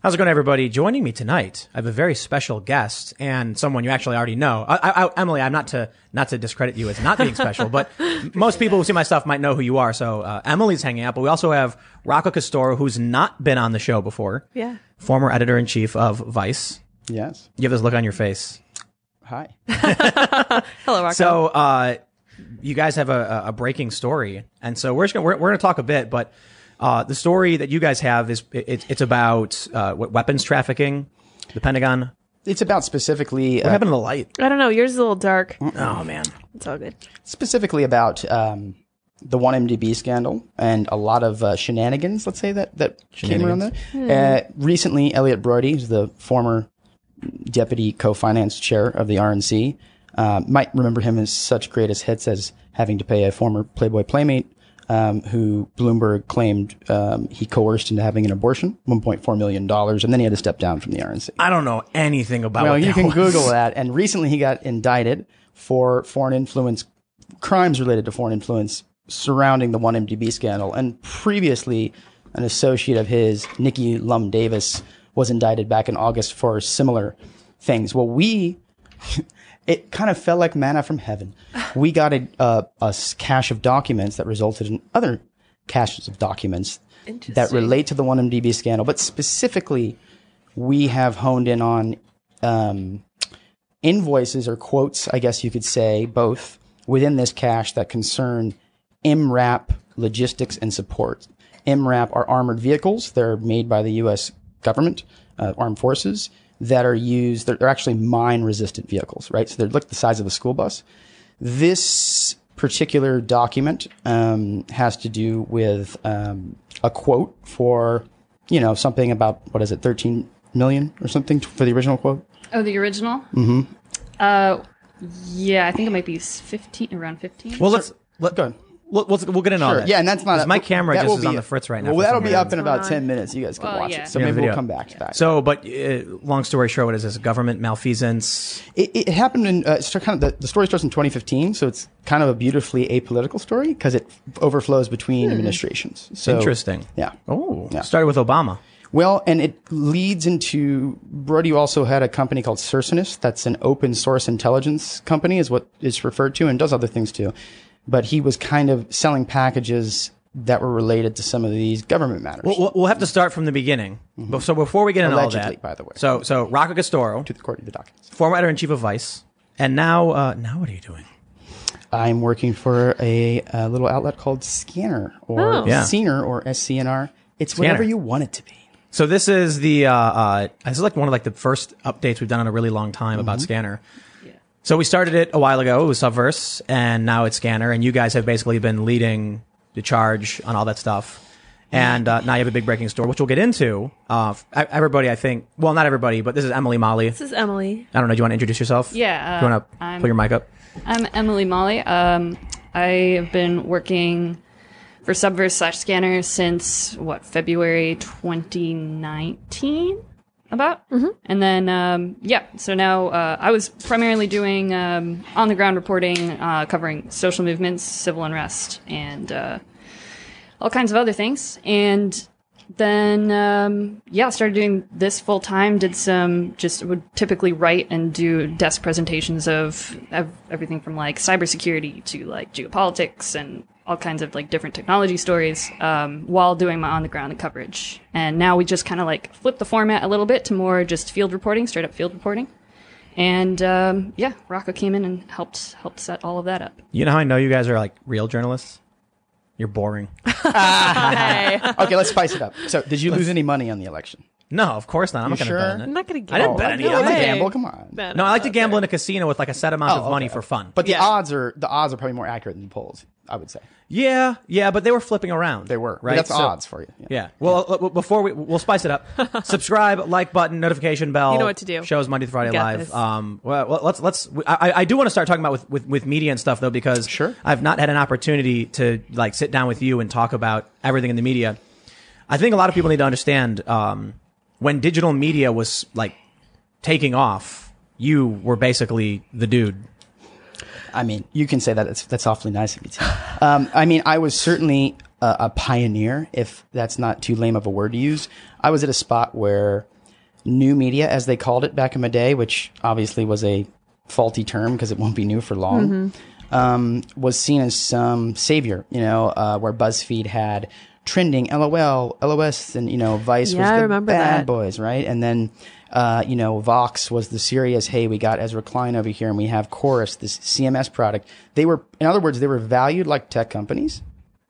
How's it going, everybody? Joining me tonight, I have a very special guest and someone you actually already know. I, I, I- Emily, I'm not to not to discredit you as not being special, but most people who see my stuff might know who you are. So uh, Emily's hanging out, but we also have Rocco Castoro, who's not been on the show before. Yeah. former editor in chief of Vice. Yes. You have this look on your face. Hi. Hello, Rocco. So, uh, you guys have a, a breaking story, and so we're just gonna, we're, we're going to talk a bit, but uh, the story that you guys have is it, it's- it's about uh, what weapons trafficking, the Pentagon. It's about specifically What uh, happened to the light? I don't know. Yours is a little dark. Oh man, It's all good. specifically about um, the one MDB scandal and a lot of uh, shenanigans. Let's say that that came around there. Uh, recently, Elliot Brody, who's the former deputy co-finance chair of the RNC, uh, might remember him as such greatest hits as having to pay a former Playboy playmate. Um, who Bloomberg claimed um, he coerced into having an abortion, $1.4 million, and then he had to step down from the RNC. I don't know anything about. Well, what you that can was. Google that. And recently, he got indicted for foreign influence crimes related to foreign influence surrounding the 1MDB scandal. And previously, an associate of his, Nikki Lum Davis, was indicted back in August for similar things. Well, we. It kind of felt like manna from heaven. We got a, uh, a s- cache of documents that resulted in other caches of documents that Interesting. relate to the 1MDB scandal, but specifically we have honed in on um, invoices or quotes, I guess you could say, both within this cache that concern MRAP logistics and support. MRAP are armored vehicles. They're made by the U.S. government, uh, armed forces, that are used. They're, they're actually mine resistant vehicles, right? So they're like the size of a school bus. This particular document um, has to do with um, a quote for, you know, something about, what is it, 13 million or something for the original quote? Oh, the original. Mm-hmm. Uh, yeah, I think it might be s- fifteen, around fifteen. Well, let's let, Go ahead. We'll, we'll, we'll get in on Sure. that. Yeah, and that's not 'Cause my camera that just will is be- on the fritz right now. Well, for that'll some be reason. up in about on? ten minutes. You guys can Well, watch yeah. it. So Yeah, maybe video. we'll come back to that. So, but uh, long story short, what is this? Government malfeasance. it, it happened in uh, it's kind of the, the story starts in 2015, so it's kind of a beautifully apolitical story because it overflows between administrations. So Hmm. Interesting. Yeah. Oh, Yeah. started with Obama. Well, and it leads into Brody also had a company called Cercinus. That's an open source intelligence company, is what it's referred to, and does other things too. But he was kind of selling packages that were related to some of these government matters. We'll, we'll have to start from the beginning. But- So before we get into all Mm-hmm. Allegedly, that, by the way. So so Rocco Castoro, according to the documents, former editor in chief of Vice, and now uh, now what are you doing? I'm working for a, uh little outlet called Scanner or Oh. Yeah. Scener or SCNR. It's whatever you want it to be. So this is the uh, uh, this is like one of like the first updates we've done in a really long time about Scanner. So we started it a while ago. It was Subverse, and now it's Scanner. And you guys have basically been leading the charge on all that stuff. And uh, now you have a big breaking story, which we'll get into. Uh, f- everybody, I think. Well, not everybody, but this is Emily Molly. This is Emily. I don't know. Do you want to introduce yourself? Yeah, uh, Do you want to I'm- put your mic up? I'm Emily Molly. Um, I have been working for Subverse slash Scanner since what February 2019, about. And then um, yeah, so now uh, I was primarily doing um, on the ground reporting, uh, covering social movements, civil unrest, and uh, all kinds of other things. And then um, yeah, started doing this full time. Did some just would typically write and do desk presentations of, of everything from like cybersecurity to like geopolitics and all kinds of like different technology stories um, while doing my on the ground coverage. And now we just kind of like flip the format a little bit to more just field reporting, straight up field reporting. And um, yeah, Rocco came in and helped helped set all of that up. You know how I know you guys are like real journalists? You're boring. Okay, let's spice it up. So, did you lose any money on the election? no, of course not. I'm not going to sure? bet on it. I'm not going to I didn't bet Well, any. no, I'm it's a a way. gamble. Come on. No, I like to gamble in a casino with like a set amount of money for fun. Oh, But the Yeah. odds are the odds are probably more accurate than the polls. I would say yeah, yeah, but they were flipping around. they were. But right. that's So- odds for you. Yeah. Well, uh, well, before we we'll spice it up. Subscribe, like button, notification bell. You know what to do. Shows Monday through Friday You got live. this. Um. Well, well, let's let's. I, I- I do want to start talking about with, with with media and stuff though because Sure. I've not had an opportunity to like sit down with you and talk about everything in the media. I think a lot of people need to understand um, when digital media was like taking off, you were basically the dude. I mean, you can say that. That's, that's awfully nice of you. Tim. Um, I mean, I was certainly a, a pioneer, if that's not too lame of a word to use. I was at a spot where new media, as they called it back in the day, which obviously was a faulty term because it won't be new for long, Mm-hmm. um, was seen as some savior, you know, uh, where BuzzFeed had trending LOL, LOS, and, you know, Vice was Yeah, I the remember bad that. boys, right? And then, uh, you know, Vox was the serious, hey, we got Ezra Klein over here and we have Chorus, this CMS product. They were, in other words, they were valued like tech companies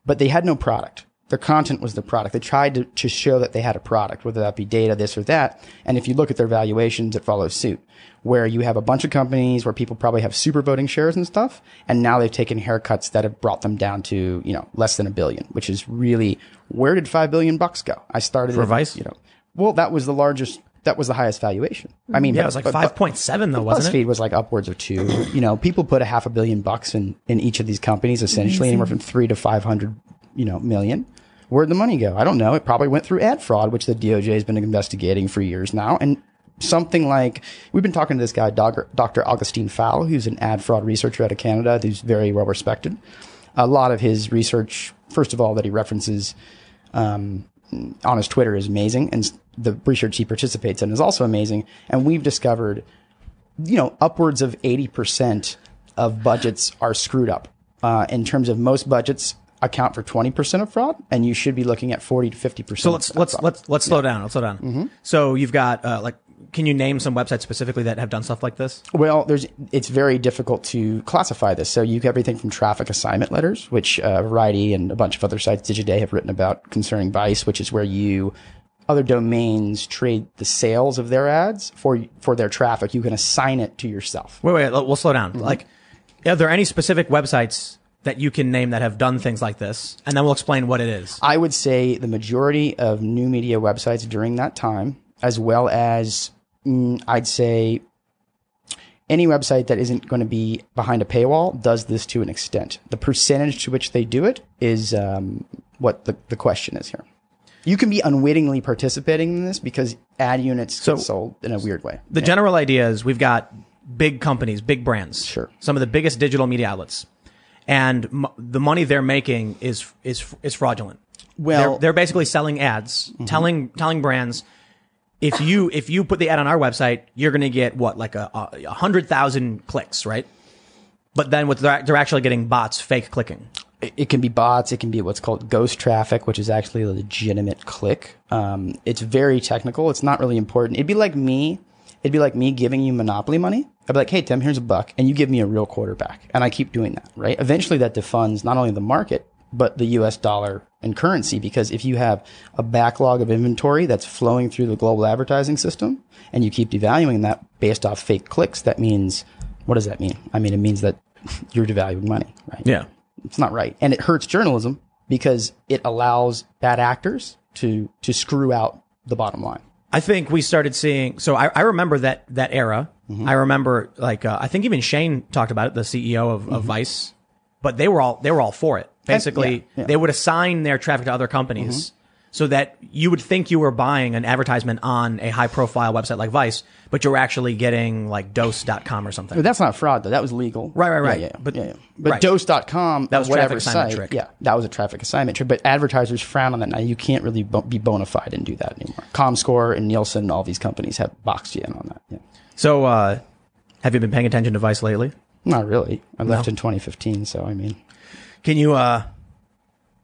but they had no product. Their content was the product. They tried to, to show that they had a product, whether that be data, this or that. And if you look at their valuations, it follows suit, where you have a bunch of companies where people probably have super voting shares and stuff. And now they've taken haircuts that have brought them down to, you know, less than a billion, which is really where did five billion bucks go? I started For at, Vice? you know, well, that was the largest, that was the highest valuation. I mean, Yeah, but- it was like but- but- 5.7 though, wasn't BuzzFeed it? was like upwards of two. you know, people put a half a billion bucks in in each of these companies, essentially anywhere from three to five hundred, you know, million. Where'd the money go? I don't know. It probably went through ad fraud, which the DOJ has been investigating for years now, and something like we've been talking to this guy, Dog- Dr. Augustine Fowl, who's an ad fraud researcher out of Canada, who's very well respected. A lot of his research, first of all, that he references on his Twitter is amazing, and s- the research he participates in is also amazing. And we've discovered, you know, upwards of eighty percent of budgets are screwed up. Uh, in terms of most budgets, account for twenty percent of fraud, and you should be looking at forty to fifty percent. So let's let's let's let's slow down. Let's slow down. So you've got uh, like, can you name some websites specifically that have done stuff like this? Well, there's it's very difficult to classify this. So you have everything from traffic assignment letters, which uh, Variety and a bunch of other sites Digiday have written about concerning Vice, which is where you other domains trade the sales of their ads for for their traffic. You can assign it to yourself. Wait, wait, let- we'll slow down. Like, are there any specific websites that you can name that have done things like this? And then we'll explain what it is. I would say the majority of new media websites during that time, as well as mm, I'd say any website that isn't going to be behind a paywall does this to an extent. The percentage to which they do it is um, what the, the question is here. You can be unwittingly participating in this because ad units So- get sold in a weird way. The general idea is we've got big companies, big brands, Sure. some of the biggest digital media outlets, and m- the money they're making is is is fraudulent. Well- Mm-hmm. they're, they're basically selling ads, telling telling brands. If you if you put the ad on our website, you're going to get what like a, a hundred thousand clicks, right? But then what they're, they're actually getting bots fake clicking. it it can be bots. It can be what's called ghost traffic, which is actually a legitimate click. Um, it's very technical. It's not really important. It'd be like me. It'd be like me giving you Monopoly money. I'd be like, hey, Tim, here's a buck. And you give me a real quarterback. And I keep doing that, right? Eventually that defunds not only the market, but the US dollar and currency. Because if you have a backlog of inventory that's flowing through the global advertising system and you keep devaluing that based off fake clicks, that means, what does that mean? I mean, it means that you're devaluing money, right? Yeah. it's not right and it hurts journalism because it allows bad actors to to screw out the bottom line I think we started seeing. So I, I remember that that era. Mm-hmm. I remember like uh, I think even Shane talked about it, the CEO of, of Vice, but they were all they were all for it. Basically, Mm-hmm. yeah. Mm-hmm. they would assign their traffic to other companies so that you would think you were buying an advertisement on a high profile website like Vice, but you're actually getting like dose.com or something. but that's not fraud though that was legal Right, right, right. yeah, yeah, But- yeah, yeah. but right. dose.com that was whatever traffic assignment site trick. yeah that was a traffic assignment trick but advertisers frown on that now you can't really bo- be bona fide and do that anymore comscore and nielsen all these companies have boxed you in on that yeah So uh, have you been paying attention to Vice lately? not really i left in 2015 so i mean Can you uh,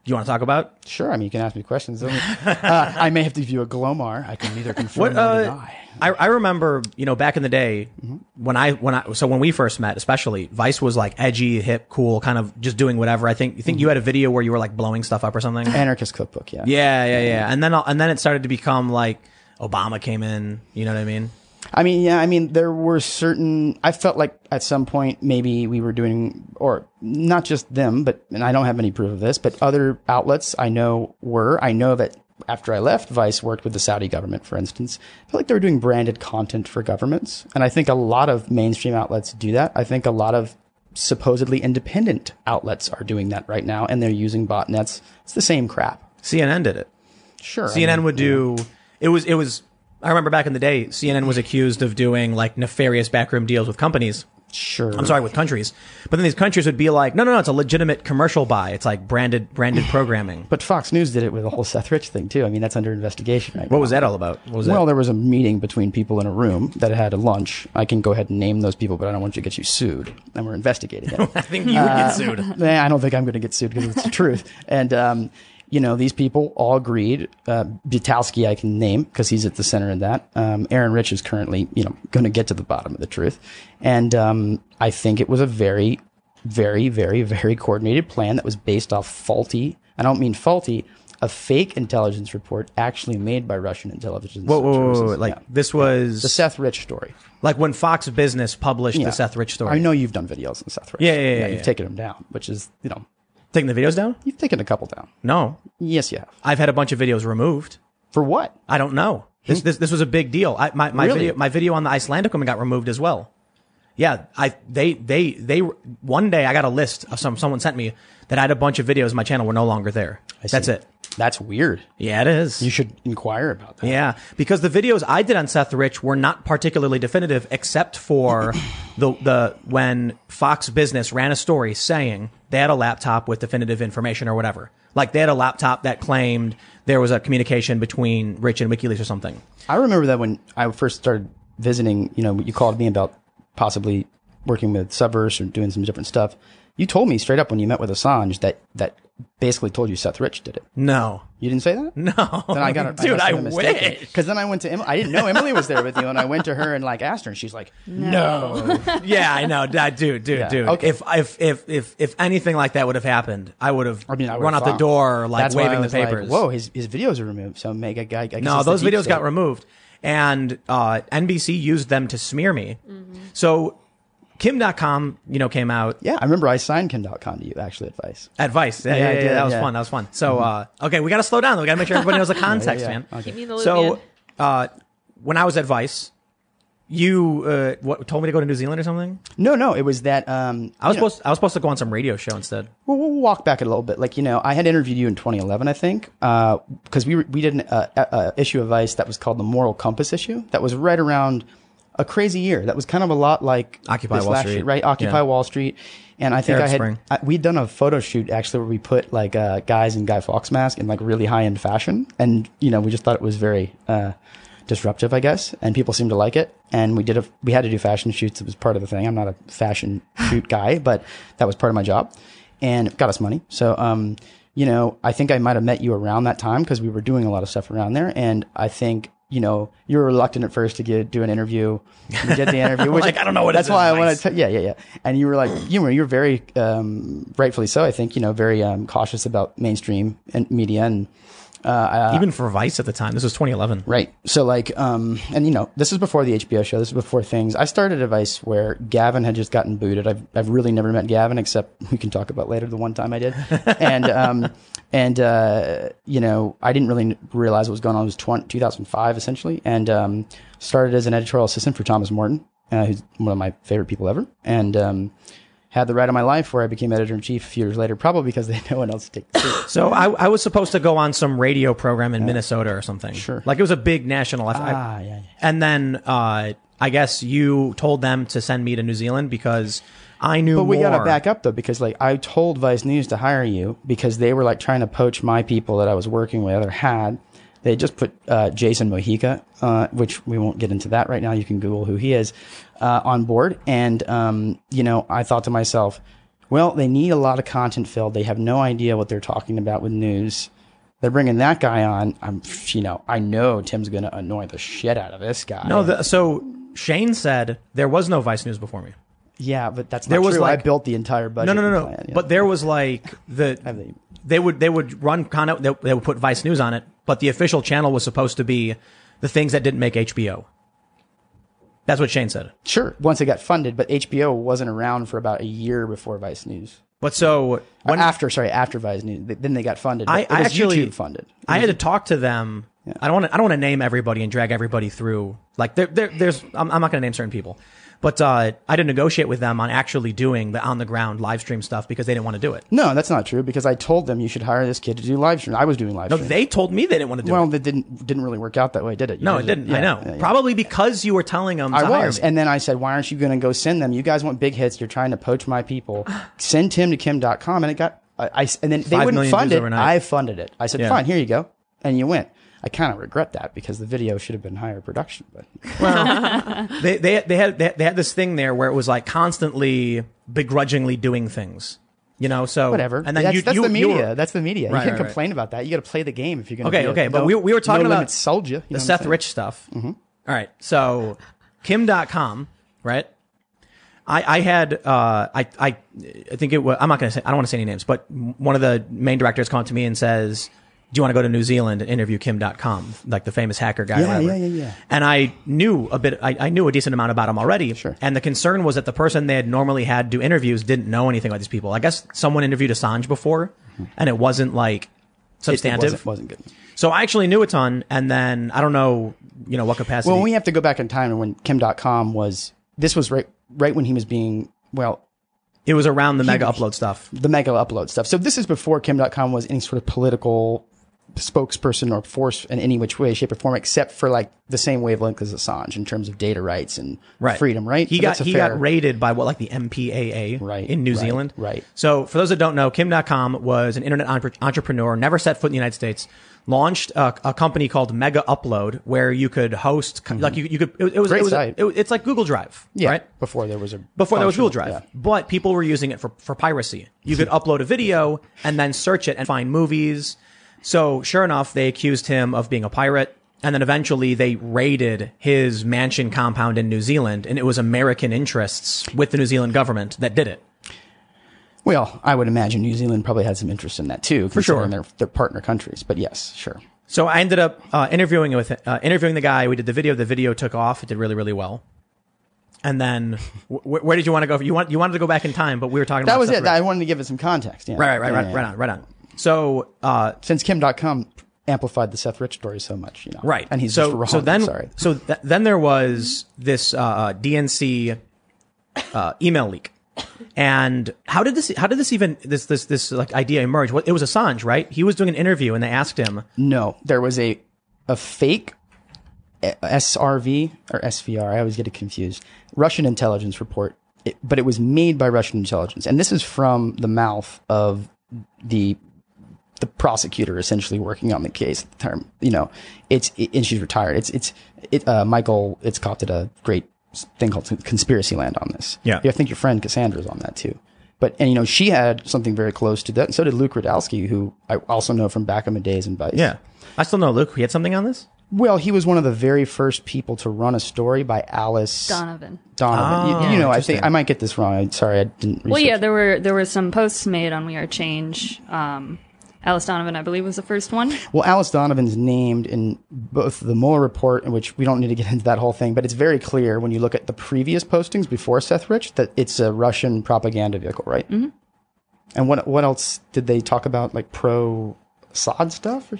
you want to talk about sure i mean you can ask me questions don't you? uh, i may have to view a glomar i can neither confirm What nor uh, deny I I remember, you know, back in the day when I when I so when we first met, especially Vice was like edgy, hip, cool, kind of just doing whatever. I think you think you had a video where you were like blowing stuff up or something. anarchist cookbook yeah yeah, yeah, yeah. And then and then it started to become like Obama came in. You know what I mean? I mean, yeah, I mean, there were certain. I felt like at some point maybe we were doing, or not just them, but, and I don't have any proof of this, but other outlets I know were. I know that after I left, Vice worked with the Saudi government, for instance. I felt like they were doing branded content for governments. And I think a lot of mainstream outlets do that. I think a lot of supposedly independent outlets are doing that right now, and they're using botnets. It's the same crap. CNN did it. Sure. I CNN mean, would do. It was it was. I remember back in the day, CNN was accused of doing like nefarious backroom deals with companies. Sure. I'm sorry, with countries. But then these countries would be like, no, no, no, it's a legitimate commercial buy. It's like branded branded programming. But Fox News did it with the whole Seth Rich thing too. I mean, that's under investigation right what now. was that all about? What was that? Well, there was a meeting between people in a room that had a lunch. I can go ahead and name those people, but I don't want you to get you sued. And we're investigating it. I think you would Uh, get sued. Nah, Eh, I don't think I'm going to get sued because it's the truth. And, um, you know, these people all agreed. Uh, Butowski, I can name because he's at the center of that. Um, Aaron Rich is currently, you know, going to get to the bottom of the truth. And um, I think it was a very, very, very, very coordinated plan that was based off faulty, I don't mean faulty, a fake intelligence report actually made by Russian intelligence Whoa, whoa, whoa, whoa, services. whoa. Like Yeah. this was the Seth Rich story. like when Fox Business published Yeah. the Seth Rich story. I know you've done videos on Seth Rich. Yeah, yeah, yeah, You've yeah. taken them down, which is, you know, Taking the videos down? you've taken a couple down. No. Yes, you have. I've had a bunch of videos removed. For what? I don't know. This this, this was a big deal. I, my my Really? video my video on the Icelandicum got removed as well. Yeah, I they they they one day I got a list of some someone sent me that I had a bunch of videos. My channel were no longer there. That's it. That's weird. Yeah, it is. You should inquire about that. Yeah, because the videos I did on Seth Rich were not particularly definitive, except for the the when Fox Business ran a story saying they had a laptop with definitive information or whatever. Like they had a laptop that claimed there was a communication between Rich and WikiLeaks or something. I remember that when I first started visiting, you know, you called me about possibly working with Subverse or doing some different stuff. You told me straight up when you met with Assange that that basically told you Seth Rich did it. No, You didn't say that? no, Then I got it. dude. I, wish. Because then I went to Emily. I didn't know Emily was there with you, and I went to her and like asked her, and she's like, "No, yeah, I know, Nah, dude, dude, Yeah, dude. okay. If if if if if anything like that would have happened, I would have I mean, I would've run out the thought- door like That's why I waving the was like, papers. Whoa, his his videos are removed. So make a guy. I guess No, it's the those deep videos state. got removed, and uh, NBC used them to smear me. So Kim.com, you know, came out. Yeah, I remember I signed Kim.com to you actually advice. Advice. Yeah, Yeah, yeah, I yeah, did, That was yeah. fun. That was fun. So uh, okay, we got to slow down. though. We got to make sure everybody knows the context, yeah. man. Keep me in the loop, So man. uh, when I was at Vice, you uh, what told me to go to New Zealand or something. No, no, it was that. Um, I was you know, supposed I was supposed to go on some radio show instead. Well, we'll walk back a little bit. Like you know, I had interviewed you in 2011, I think, because we were, we did an uh, uh, uh, issue of Vice that was called the Moral Compass issue. That was right around a crazy year. That was kind of a lot like Occupy this Wall last Street. year, right? Occupy Yeah. Wall Street, and I think Arab I had Spring. I, we'd done a photo shoot actually where we put like uh, guys in Guy Fawkes mask in like really high end fashion, and you know we just thought it was very uh, disruptive, I guess, and people seemed to like it. And we did a we had to do fashion shoots; it was part of the thing. I'm not a fashion shoot guy, but that was part of my job, and it got us money. So, um, you know, I think I might have met you around that time because we were doing a lot of stuff around there, and I think. You know, you were reluctant at first to get do an interview. We did the interview. which- Like, I don't know what That's it is, why I nice. want to yeah, yeah, yeah. And you were like, you were, you were very, um, rightfully so, I think, you know, very um, cautious about mainstream and media and Even for Vice at the time, this was 2011. Right. So like, um, and you know, this is before the HBO show. This is before things. I started a Vice where Gavin had just gotten booted. I've I've really never met Gavin except we can talk about later the one time I did, and um, and uh, you know, I didn't really realize what was going on. It was 20, 2005 essentially, and um, started as an editorial assistant for Thomas Morton, uh, who's one of my favorite people ever, and um, had the ride of my life where I became editor in chief a few years later, probably because they had no one else to take the seat. So I, I was supposed to go on some radio program in Minnesota or something. Sure. Like it was a big national. I, I- Ah, yeah, yeah. And then uh, I guess you told them to send me to New Zealand because I knew. But we more. gotta back up though, because like I told Vice News to hire you because they were like trying to poach my people that I was working with or had. They just put uh, Jason Mojica, uh, which we won't get into that right now. You can Google who he is uh, on board, and um, you know I thought to myself, well, they need a lot of content filled. They have no idea what they're talking about with news. They're bringing that guy on. I'm, you know, I know Tim's gonna annoy the shit out of this guy. No, the, so Shane said there was no Vice News before me. yeah, but that's not There was, true. like- I built the entire budget. No, no, no, no. and plan, yeah. But there was like the the- they would they would run kind of they, they would put Vice News on it, but the official channel was supposed to be the things that didn't make HBO. That's what Shane said. Sure. Once it got funded, but HBO wasn't around for about a year before Vice News. But so when after, sorry, after Vice News, Th- then they got funded. but I- it I was actually- YouTube funded. I had to talk to them I don't want to. I don't want to name everybody and drag everybody through. Like there, there there's. I'm, I'm not going to name certain people, but uh, I did negotiate with them on actually doing the on the ground live stream stuff because they didn't want to do it. No, that's not true because I told them you should hire this kid to do live stream. I was doing live No, stream. they told me they didn't want to do well, it. that didn't didn't really work out that way, did it? You No, it guys- didn't. I yeah, know. yeah, yeah. Probably because you were telling them. to I hire was, me. and then I said, "Why aren't you going to go send them? You guys want big hits. You're trying to poach my people. Send Tim to Kim.com." And it got, I, I- and then they Five wouldn't million fund views it. overnight. I funded it. I said, Yeah. "Fine, here you go," and you went. I kind of regret that because the video should have been higher production, but they they they had they, they had this thing there where it was like constantly begrudgingly doing things, you know. So whatever. And then that's, you, that's you- the you were- media. that's the media. Right, you can't right, right. complain about that. You got to play the game if you're going. Okay, be a- okay, but no- we- we were talking no about limits sold you. you know the what I'm Seth saying? Mm-hmm. Rich stuff. All right. So Kim.com, right? I, I had uh, I I I think it was I'm not gonna say I don't want to say any names, but m- one of the main directors called to me and says, "Do you want to go to New Zealand and interview Kim.com, like the famous hacker guy?" or Yeah, whatever. yeah, yeah, yeah. And I knew a bit. I, I knew a decent amount about him already. Sure. And the concern was that the person they had normally had do interviews didn't know anything about these people. I guess someone interviewed Assange before, and it wasn't like Mm-hmm. It substantive. wasn't, wasn't good. So I actually knew a ton, and then I don't know, you know, what capacity. Well, we have to go back in time to when Kim.com was. This was right right when he was being well it was around the mega upload stuff. the mega upload stuff. So this is before Kim.com was any sort of political spokesperson or force in any which way, shape, or form, except for like the same wavelength as Assange in terms of data rights and freedom. Right? He So got that's a he fair- got raided by what like the MPAA Right, in New right, Zealand. right. So for those that don't know, Kim.com was an internet entre- entrepreneur, never set foot in the United States. Launched a, a company called Mega Upload, where you could host like you, you could it, it was, Mm-hmm. Great it was site. it was- it's like Google Drive, yeah, right? Before there was a Before there was Google functional- Drive, yeah. but people were using it for, for piracy. You could upload a video and then search it and find movies. So sure enough, they accused him of being a pirate. And then eventually they raided his mansion compound in New Zealand and it was American interests with the New Zealand government that did it. Well, I would imagine New Zealand probably had some interest in that too, for sure. Their, their partner countries, but yes, sure. So I ended up uh, interviewing with uh, interviewing the guy. We did the video. The video took off. It did really, really well. And then wh- where did you want to go? You want you wanted to go back in time, but we were talking That about was stuff it. I wanted to give it some context. Yeah. right, right, right, Yeah, right, yeah, right yeah. on, right on. So uh, Since Kim.com amplified the Seth Rich story so much, you know, Right. And he's so, just wrong. So then, sorry. so th- then there was this uh, uh, DNC uh, email leak. And how did this? How did this even this this this like idea emerge? What it was Assange, right? He was doing an interview, and they asked him. No, there was a a fake eh, SRV or SVR. I always get it confused. Russian intelligence report, it, but it was made by Russian intelligence, and this is from the mouth of the the prosecutor, essentially working on the case. At the time, you know, it's it, and she's retired. It's it's it. Uh, Michael Itzkoff did a great thing called Conspiracy Land on this. Yeah. I think your friend Cassandra's on that too. But and you know she had something very close to that, and so did Luke Radowski, who I also know from back in the days and Vice. I still know Luke. He had something on this. Well, he was one of the very first people to run a story by Alice Donovan. Donovan. Oh, you, you know, I interesting. think I might get this wrong. I'm sorry, I didn't. Research. Well, yeah, there were there were some posts made on We Are Change. Um, Alice Donovan, I believe, was the first one. Well, Alice Donovan's named in both the Mueller report, in which we don't need to get into that whole thing, but it's very clear when you look at the previous postings before Seth Rich that it's a Russian propaganda vehicle, right? Mm-hmm. And what what else did they talk about? Like pro Assad stuff? Or,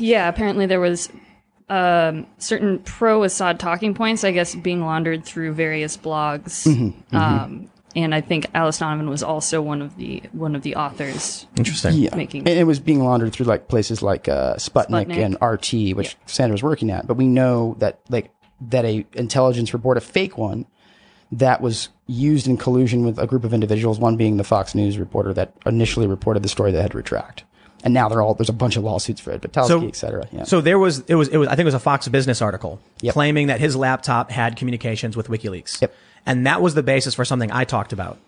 Yeah, apparently there was um, certain pro Assad talking points, I guess, being laundered through various blogs. Mm-hmm, Um, and I think Alice Donovan was also one of the one of the authors. Interesting. yeah, Making- and it was being laundered through like places like uh, Sputnik, Sputnik. and RT, which Sandra's working at. But we know that like that a intelligence report, a fake one, that was used in collusion with a group of individuals. One being the Fox News reporter that initially reported the story that had retract, and now they're all there's a bunch of lawsuits for it, Batowski, So- et cetera. Yeah. So there was it was it was I think it was a Fox Business article Yep. claiming that his laptop had communications with WikiLeaks. Yep. And that was the basis for something I talked about.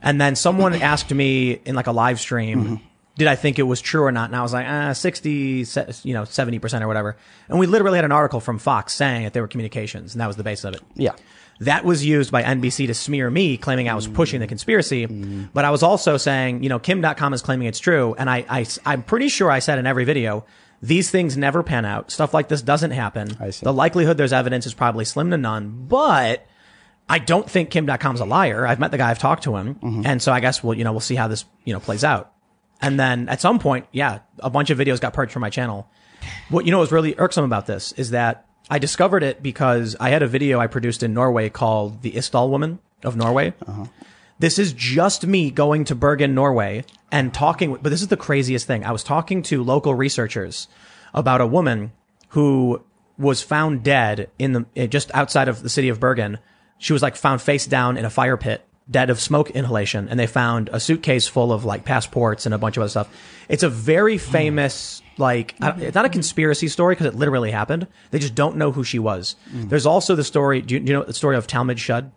And then someone asked me in like a live stream, Mm-hmm. did I think it was true or not? And I was like, ah, 60, se- you know, 70% or whatever. And we literally had an article from Fox saying that there were communications and that was the basis of it. yeah. That was used by NBC to smear me, claiming I was pushing the conspiracy. But I was also saying, you know, Kim.com is claiming it's true. And I, I, I'm pretty sure I said in every video, these things never pan out. Stuff like this doesn't happen. I see. The likelihood there's evidence is probably slim to none. But I don't think Kim.com's a liar. I've met the guy, I've talked to him. Mm-hmm. And so I guess we'll, you know, we'll see how this, you know, plays out. And then at some point, yeah, a bunch of videos got purged from my channel. What you know is really irksome about this is that I discovered it because I had a video I produced in Norway called "The Isdal Woman of Norway." Uh-huh. This is just me going to Bergen, Norway, and talking. with- But this is the craziest thing. I was talking to local researchers about a woman who was found dead in the eh, just outside of the city of Bergen. She was like found face down in a fire pit, dead of smoke inhalation, and they found a suitcase full of like passports and a bunch of other stuff. It's a very famous like I don't- it's not a conspiracy story because it literally happened. They just don't know who she was. There's also the story. Do you, do you know the story of Talmud Shud?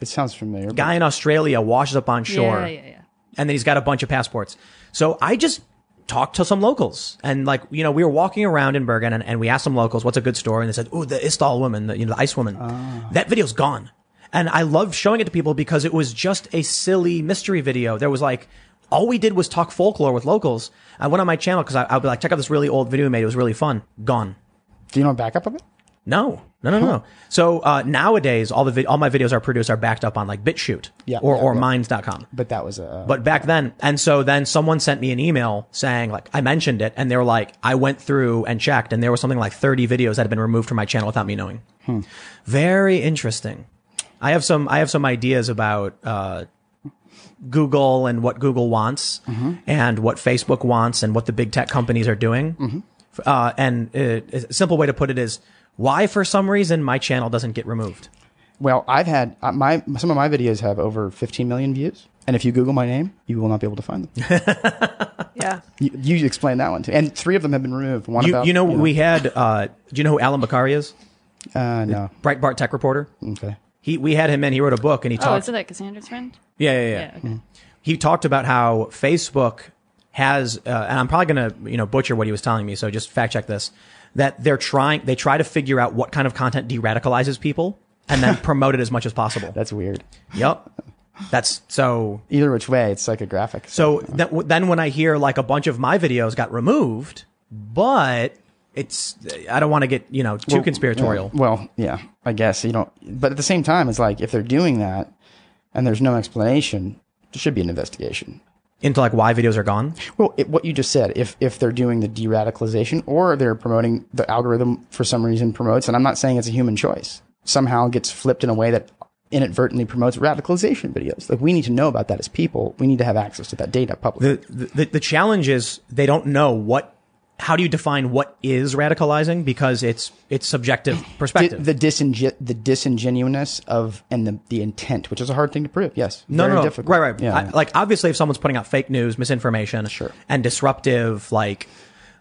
It sounds familiar. but- Guy in Australia washes up on shore Yeah, yeah, yeah. and then he's got a bunch of passports. So I just talked to some locals and like, you know, we were walking around in Bergen and, and we asked some locals, what's a good store? And they said, Ooh, the Istal woman, the, you know, the ice woman. Ah. That video's gone. And I loved showing it to people because it was just a silly mystery video. There was like, all we did was talk folklore with locals. I went on my channel because I, I would be like, check out this really old video we made. It was really fun. Gone. Do you know a backup of it? No, no, no, no. So uh, nowadays, all the vid- all my videos are produced are backed up on like BitChute Yeah, or yeah, or yeah. Minds.com. But that was uh, a. But back then, and so then someone sent me an email saying like I mentioned it, and they were like, I went through and checked, and there was something like thirty videos that had been removed from my channel without me knowing. Very interesting. I have some I have some ideas about uh, Google and what Google wants, and what Facebook wants, and what the big tech companies are doing. Uh, and uh, a simple way to put it is why, for some reason, my channel doesn't get removed. well, I've had uh, my some of my videos have over 15 million views, and if you Google my name, you will not be able to find them. Yeah. you, you explained that one too, and three of them have been removed. One You, about you know, we had. Uh, do you know who Alan Bakari is? uh, no Breitbart tech reporter. okay. He we had him in. He wrote a book and he Oh, talked. is it that Cassandra's friend? yeah, yeah, yeah. Yeah. Okay. Mm-hmm. He talked about how Facebook has, uh, and I'm probably gonna you know butcher what he was telling me, so just fact check this. That they're trying, they try to figure out what kind of content de-radicalizes people and then promote it as much as possible. That's weird. yep. That's so. Either which way, it's psychographic. So that, then when I hear like a bunch of my videos got removed, but it's I don't want to get you know too conspiratorial. Well, yeah, I guess you don't. But at the same time, it's like if they're doing that and there's no explanation, there should be an investigation. into like why videos are gone. Well, it, what you just said, if if they're doing the de-radicalization or they're promoting the algorithm for some reason promotes, and I'm not saying it's a human choice, somehow gets flipped in a way that inadvertently promotes radicalization videos. Like we need to know about that as people. We need to have access to that data publicly. the, the the challenge is they don't know what how do you define what is radicalizing because it's it's subjective The, perspective the, disingen- the disingenuousness of and the, the intent, which is a hard thing to prove. Yes, no, very no, no. difficult. right, right. Yeah, I- yeah. Like obviously, if someone's putting out fake news, misinformation, Sure. and disruptive, like,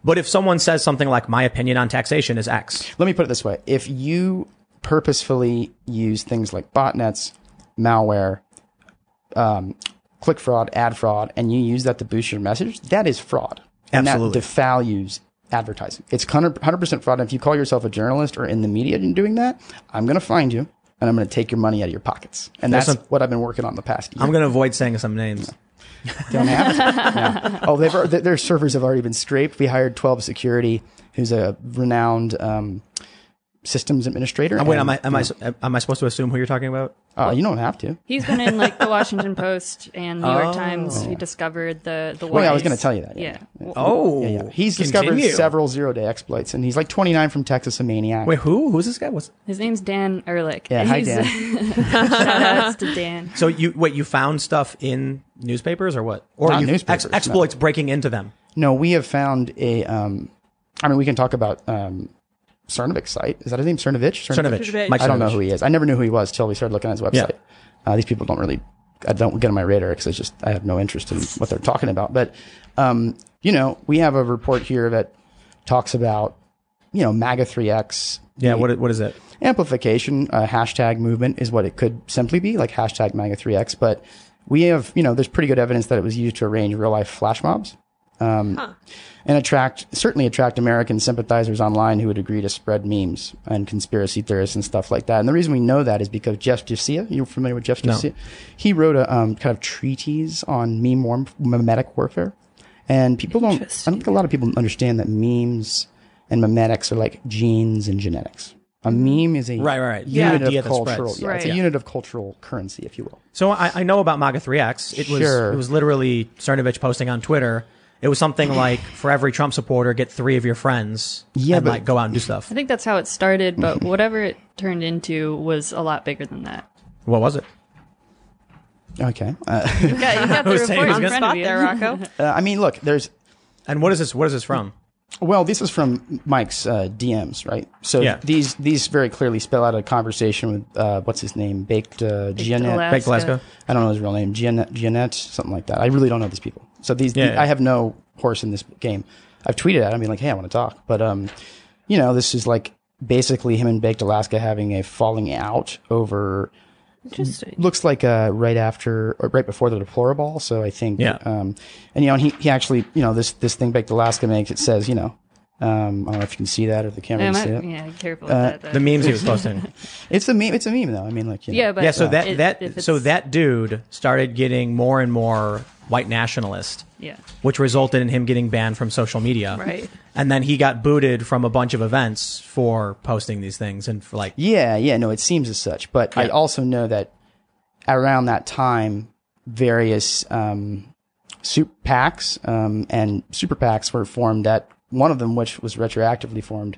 but if someone says something like "my opinion on taxation is X," Let me put it this way: if you purposefully use things like botnets, malware, um, click fraud, ad fraud, and you use that to boost your message, that is fraud, and Absolutely. that devalues advertising. It's hundred percent fraud. And if you call yourself a journalist or in the media and doing that, I'm going to find you and I'm going to take your money out of your pockets. And that's There's some- what I've been working on the past year. I'm going to avoid saying some names. Don't have it? No. Oh, they've, al- th- their servers have already been scraped. We hired 12 Security, who's a renowned um, systems administrator. Oh, Wait, and- am I am I am I supposed to assume who you're talking about? Uh, you don't have to. He's been in like the Washington Post and New York Times. He discovered the the. Well, Oh. yeah, I was wires. gonna tell you that, yeah. Yeah. Well, Oh, Yeah, yeah. He's discovered Continue. several zero day exploits, and he's like 29 from Texas, a maniac. Wait, who who's this guy? What's His name's Dan Ehrlich. yeah, hi, He's- Dan. Shout outs to Dan. so you wait? You found stuff in newspapers or what? Or Not you newspapers, ex- no. exploits breaking into them? no, we have found a. Um, I mean, we can talk about um, Cernovic's site. Is that his name? Cernovich? Cernovich. Mike I don't know Cernovich. who he is. I never knew who he was till we started looking at his website. Uh, these people don't really, I don't get on my radar because I just, I have no interest in what they're talking about. But, um, you know, we have a report here that talks about, you know, MAGA3X. Yeah, what what is it? amplification uh, hashtag movement is what it could simply be like hashtag maga3x but we have you know there's pretty good evidence that it was used to arrange real life flash mobs um, and attract certainly attract american sympathizers online who would agree to spread memes and conspiracy theorists and stuff like that and the reason we know that is because jeff Jafcia, you're familiar with jeff Jafcia? he wrote a um, kind of treatise on meme war- mimetic warfare and people don't i don't think a lot of people understand that memes and mimetics are like genes and genetics a meme is a Right, right, right. The unit idea of that cultural. spreads. Yeah, it's a Right. unit of cultural currency, if you will. So I, I know about MAGA 3X. It was Sure. it was literally Cernovich posting on Twitter. It was something like for every Trump supporter, get three of your friends Yeah, and but- like go out and do stuff. I think that's how it started, but whatever it turned into was a lot bigger than that. What was it? Okay. Uh, Yeah, you got the was saying report he's gonna- in front Spot of you. there, Rocco. uh, I mean, look, there's And what is this? What is this from? Well, this is from Mike's uh, DMs, right? So Yeah. these these very clearly spell out a conversation with uh, what's his name, Baked uh, Giannette. Mike Glasgow. Alaska. I don't know his real name, Giannette, Giannette, something like that. I really don't know these people. So these, Yeah, yeah. I have no horse in this game. I've tweeted at him, being like, "Hey, I want to talk," but um, you know, this is like basically him and Baked Alaska having a falling out over Interesting. looks like uh, right after or right before the deplorable. So I think, Yeah. Um, and you know, and he, he actually, you know, this this thing Baked Alaska makes it says, you know, um, I don't know if you can see that or the camera Yeah, can my- see it. yeah, careful with that. Though. Uh, The memes he was posting. It's a meme. It's a meme though. I mean, like, you know, yeah, but yeah, so that it- if that it's- so that dude started getting more and more white nationalist. yeah. which resulted in him getting banned from social media. Right. And then he got booted from a bunch of events for posting these things and for like, yeah, yeah. No, it seems as such. But I Yeah. also know that around that time, various um, soup packs um, and super packs were formed. That one of them, which was retroactively formed,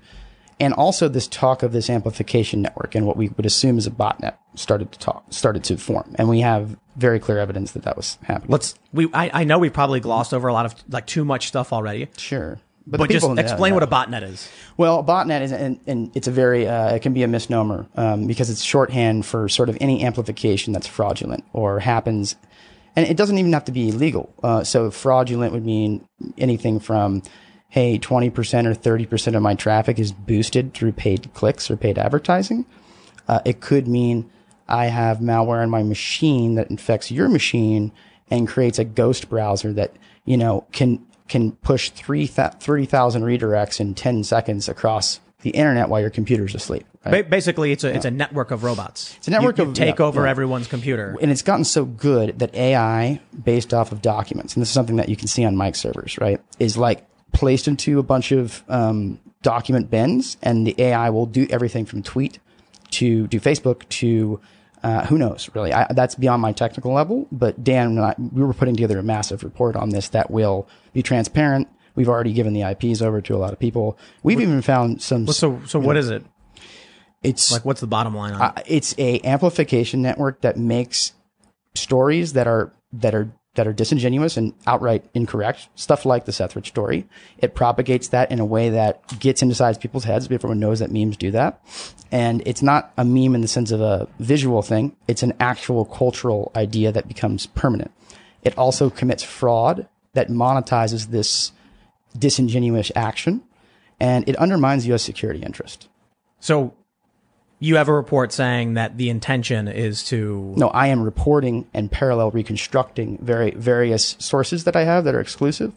and also this talk of this amplification network and what we would assume is a botnet started to talk started to form, and we have very clear evidence that that was happening. let's, we, I, I know we probably glossed over a lot of like too much stuff already, sure. the but just people know explain that. what a botnet is. Well, botnet is, and, and it's a very, uh, it can be a misnomer um, because it's shorthand for sort of any amplification that's fraudulent or happens. And it doesn't even have to be illegal. Uh, so fraudulent would mean anything from, hey, 20% or 30% of my traffic is boosted through paid clicks or paid advertising. Uh, it could mean I have malware on my machine that infects your machine and creates a ghost browser that you know can can push three thou- 30,000 redirects in 10 seconds across the internet while your computer's asleep. right? Ba- basically, it's a, it's a network of robots. It's a network of- take yeah, over yeah. everyone's computer. and it's gotten so good that AI based off of documents, and this is something that you can see on mic servers, right? Is like placed into a bunch of um, document bins, and the AI will do everything from tweet to do Facebook to uh, who knows, really. I, that's beyond my technical level, but Dan and I, we were putting together a massive report on this that will be transparent. We've already given the IPs over to a lot of people. We've even found some. So, so what is it? it's Like, what's the bottom line on it? uh, it's a amplification network that makes stories that are that are that are disingenuous and outright incorrect stuff like the Sethridge story. It propagates that in a way that gets inside people's heads. Everyone knows that memes do that, and it's not a meme in the sense of a visual thing. It's an actual cultural idea that becomes permanent. It also commits fraud that monetizes this disingenuous action, and it undermines U.S. security interest. So you have a report saying that the intention is to, No, I am reporting and parallel reconstructing very various sources that I have that are exclusive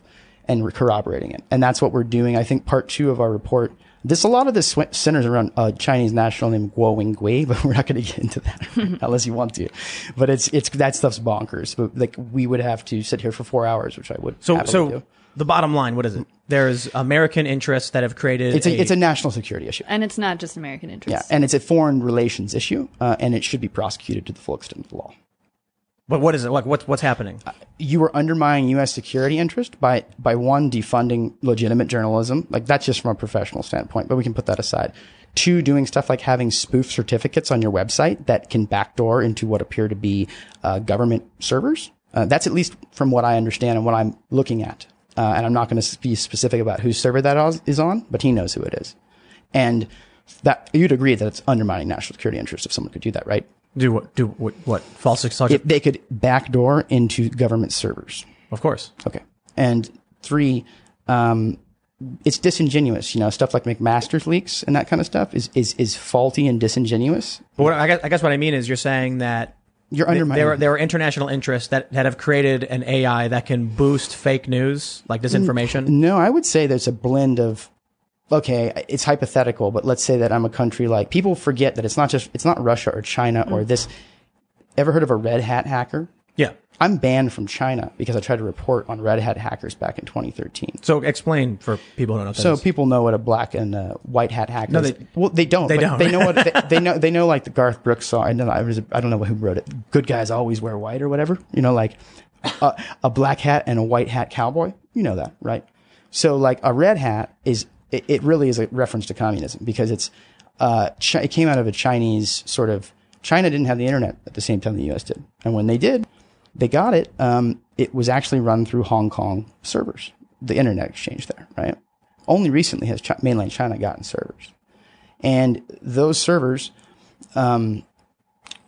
and re- corroborating it. And that's what we're doing. I think part two of our report. This a lot of this sw- centers around a Chinese national named Guo Wingwei, but we're not going to get into that unless you want to. But it's it's that stuff's bonkers. But like we would have to sit here for four hours, which I would. so, happily so do. the bottom line, what is it? There's American interests that have created it's a, it's a national security issue. And it's not just American Yeah, interest. and it's a foreign relations issue, uh, and it should be prosecuted to the full extent of the law. but what is it? Like, what's, what's happening? you were undermining U.S. security interest by by one defunding legitimate journalism. Like that's just from a professional standpoint, but we can put that aside. Two, doing stuff like having spoof certificates on your website that can backdoor into what appear to be uh, government servers. Uh, that's at least from what I understand and what I'm looking at. Uh, and I'm not going to be specific about whose server that is- is on, but he knows who it is. And that you'd agree that it's undermining national security interest if someone could do that, right? Do what? Do what? What? False If sergeant? they could backdoor into government servers. Of course. Okay. And three, um, it's disingenuous. You know, stuff like McMaster's leaks and that kind of stuff is is, is faulty and disingenuous. But what, I, guess, I guess what I mean is you're saying that You're th- undermining. there are, there are international interests that, that have created an AI that can boost fake news, like disinformation. no, I would say there's a blend of. Okay, it's hypothetical, but let's say that I'm a country like people forget that it's not just it's not Russia or China Mm. or this. Ever heard of a red hat hacker? Yeah. I'm banned from China because I tried to report on red hat hackers back in 2013. So explain for people who don't know. what that So is. people know what a black and uh, white hat hacker. No, is. they- well, they don't. they but don't. They know what they, they know. They know like the Garth Brooks song. I don't know. I, was, I don't know who wrote it. Good guys always wear white or whatever. You know, like a, a black hat and a white hat cowboy. You know that, right? So like a red hat is it, it really is a reference to communism because it's uh, chi- it came out of a Chinese sort of China didn't have the internet at the same time the U.S. did, and when they did, they got it. Um, it was actually run through Hong Kong servers, the internet exchange there, right? Only recently has chi- mainland China gotten servers, and those servers you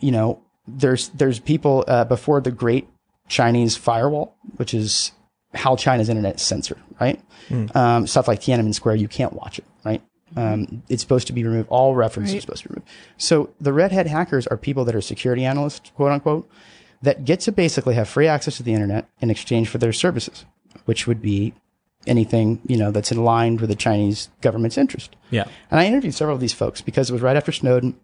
know, there's there's people uh, before the Great Chinese Firewall, which is how China's internet is censored, right? Um, stuff like Tiananmen Square, you can't watch it, right? Um, it's supposed to be removed. All references are supposed to be removed. So the red hat hackers are people that are security analysts, quote unquote, that get to basically have free access to the internet in exchange for their services, which would be anything you know that's aligned with the Chinese government's interest. Yeah. And I interviewed several of these folks because it was right after Snowden.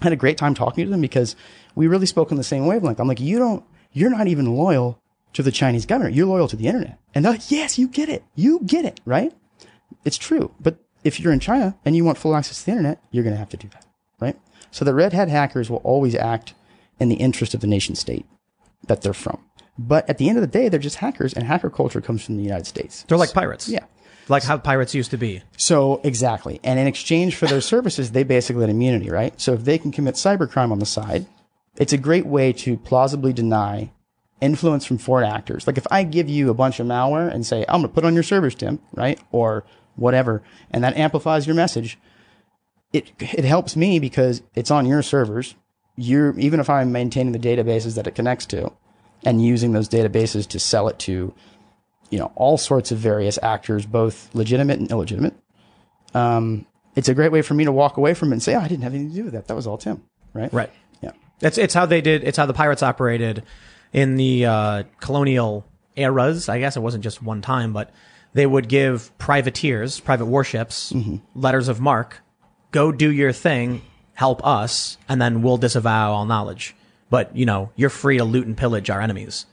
I had a great time talking to them because we really spoke on the same wavelength. I'm like, you don't, you're not even loyal to the Chinese government. You're loyal to the internet. And they're like, yes, you get it. You get it, right? It's true. But if you're in China and you want full access to the internet, you're going to have to do that, right? So the red hat hackers will always act in the interest of the nation state that they're from. But at the end of the day, they're just hackers, and hacker culture comes from the United States. They're like pirates. Yeah. Like how pirates used to be. So exactly, and in exchange for their services, they basically get immunity, right? So if they can commit cybercrime on the side, it's a great way to plausibly deny influence from foreign actors. Like if I give you a bunch of malware and say I'm going to put on your servers, Tim, right, or whatever, and that amplifies your message, it it helps me because it's on your servers. You're even if I'm maintaining the databases that it connects to, and using those databases to sell it to. You know, all sorts of various actors, both legitimate and illegitimate um, it's a great way for me to walk away from it and say, oh, I didn't have anything to do with that. That was all Tim. Right. Right. Yeah. It's it's how they did. It's how the pirates operated in the uh, colonial eras. I guess it wasn't just one time, but they would give privateers, private warships, Mm-hmm. letters of marque. Go do your thing, help us, and then we'll disavow all knowledge. But you know, you're free to loot and pillage our enemies.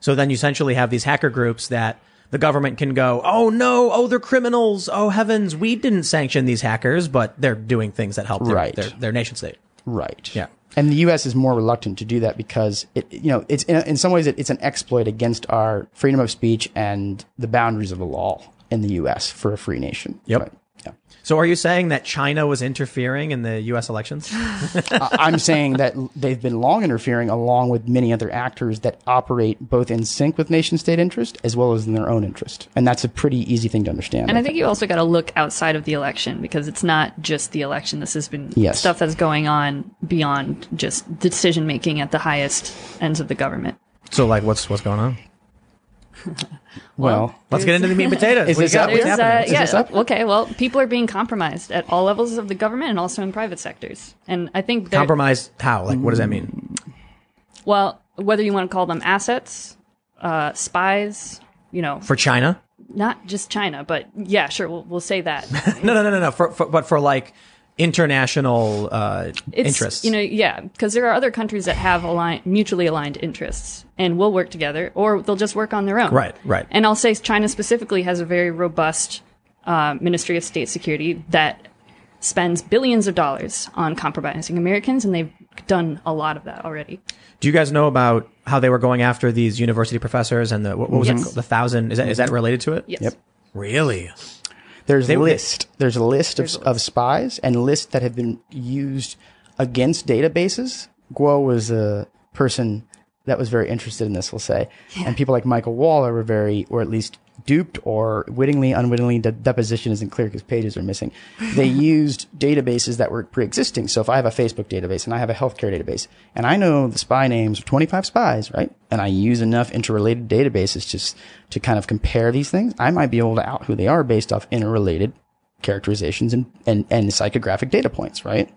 So then you essentially have these hacker groups that the government can go, oh no, oh they're criminals, oh heavens, we didn't sanction these hackers, but they're doing things that help their, Right. their, their nation state. Right. Yeah. And the U.S. is more reluctant to do that because it, you know, it's in, in some ways it, it's an exploit against our freedom of speech and the boundaries of the law in the U.S. for a free nation. Yep. Right. Yeah. So are you saying that China was interfering in the U.S. elections? I- I'm saying that l- they've been long interfering along with many other actors that operate both in sync with nation state interest as well as in their own interest. And that's a pretty easy thing to understand. And I think you also got to look outside of the election because it's not just the election. This has been Yes. stuff that's going on beyond just decision making at the highest ends of the government. so like, what's what's going on? well, Let's get into the meat and potatoes. Is What do you this got? up What's yet? There's, happening? uh, What's- Is this yeah, up? okay. Well, people are being compromised at all levels of the government and also in private sectors. And I think they're- Compromise? How? Like, what does that mean? well, whether you want to call them assets, uh, spies, you know, For China? not just China, but yeah, sure, we'll, we'll say that. No, no, no, no, no. For, for, but for like international uh, It's, interests. You know, yeah, because there are other countries that have align- mutually aligned interests and will work together, or they'll just work on their own. Right, right. And I'll say China specifically has a very robust uh, Ministry of State Security that spends billions of dollars on compromising Americans, and they've done a lot of that already. Do you guys know about how they were going after these university professors and the what, what was it Yes. called? The thousand? Is that is that related to it? Yes. Yep. Really? There's a would- list. There's a list of, of spies and lists that have been used against databases. Guo was a person that was very interested in this, we'll say. And people like Michael Waller were very, or at least duped or wittingly, unwittingly, the deposition isn't clear because pages are missing. They used databases that were pre existing. So if I have a Facebook database and I have a healthcare database and I know the spy names of 25 spies, right? And I use enough interrelated databases just to kind of compare these things, I might be able to out who they are based off interrelated characterizations and, and, and psychographic data points, right?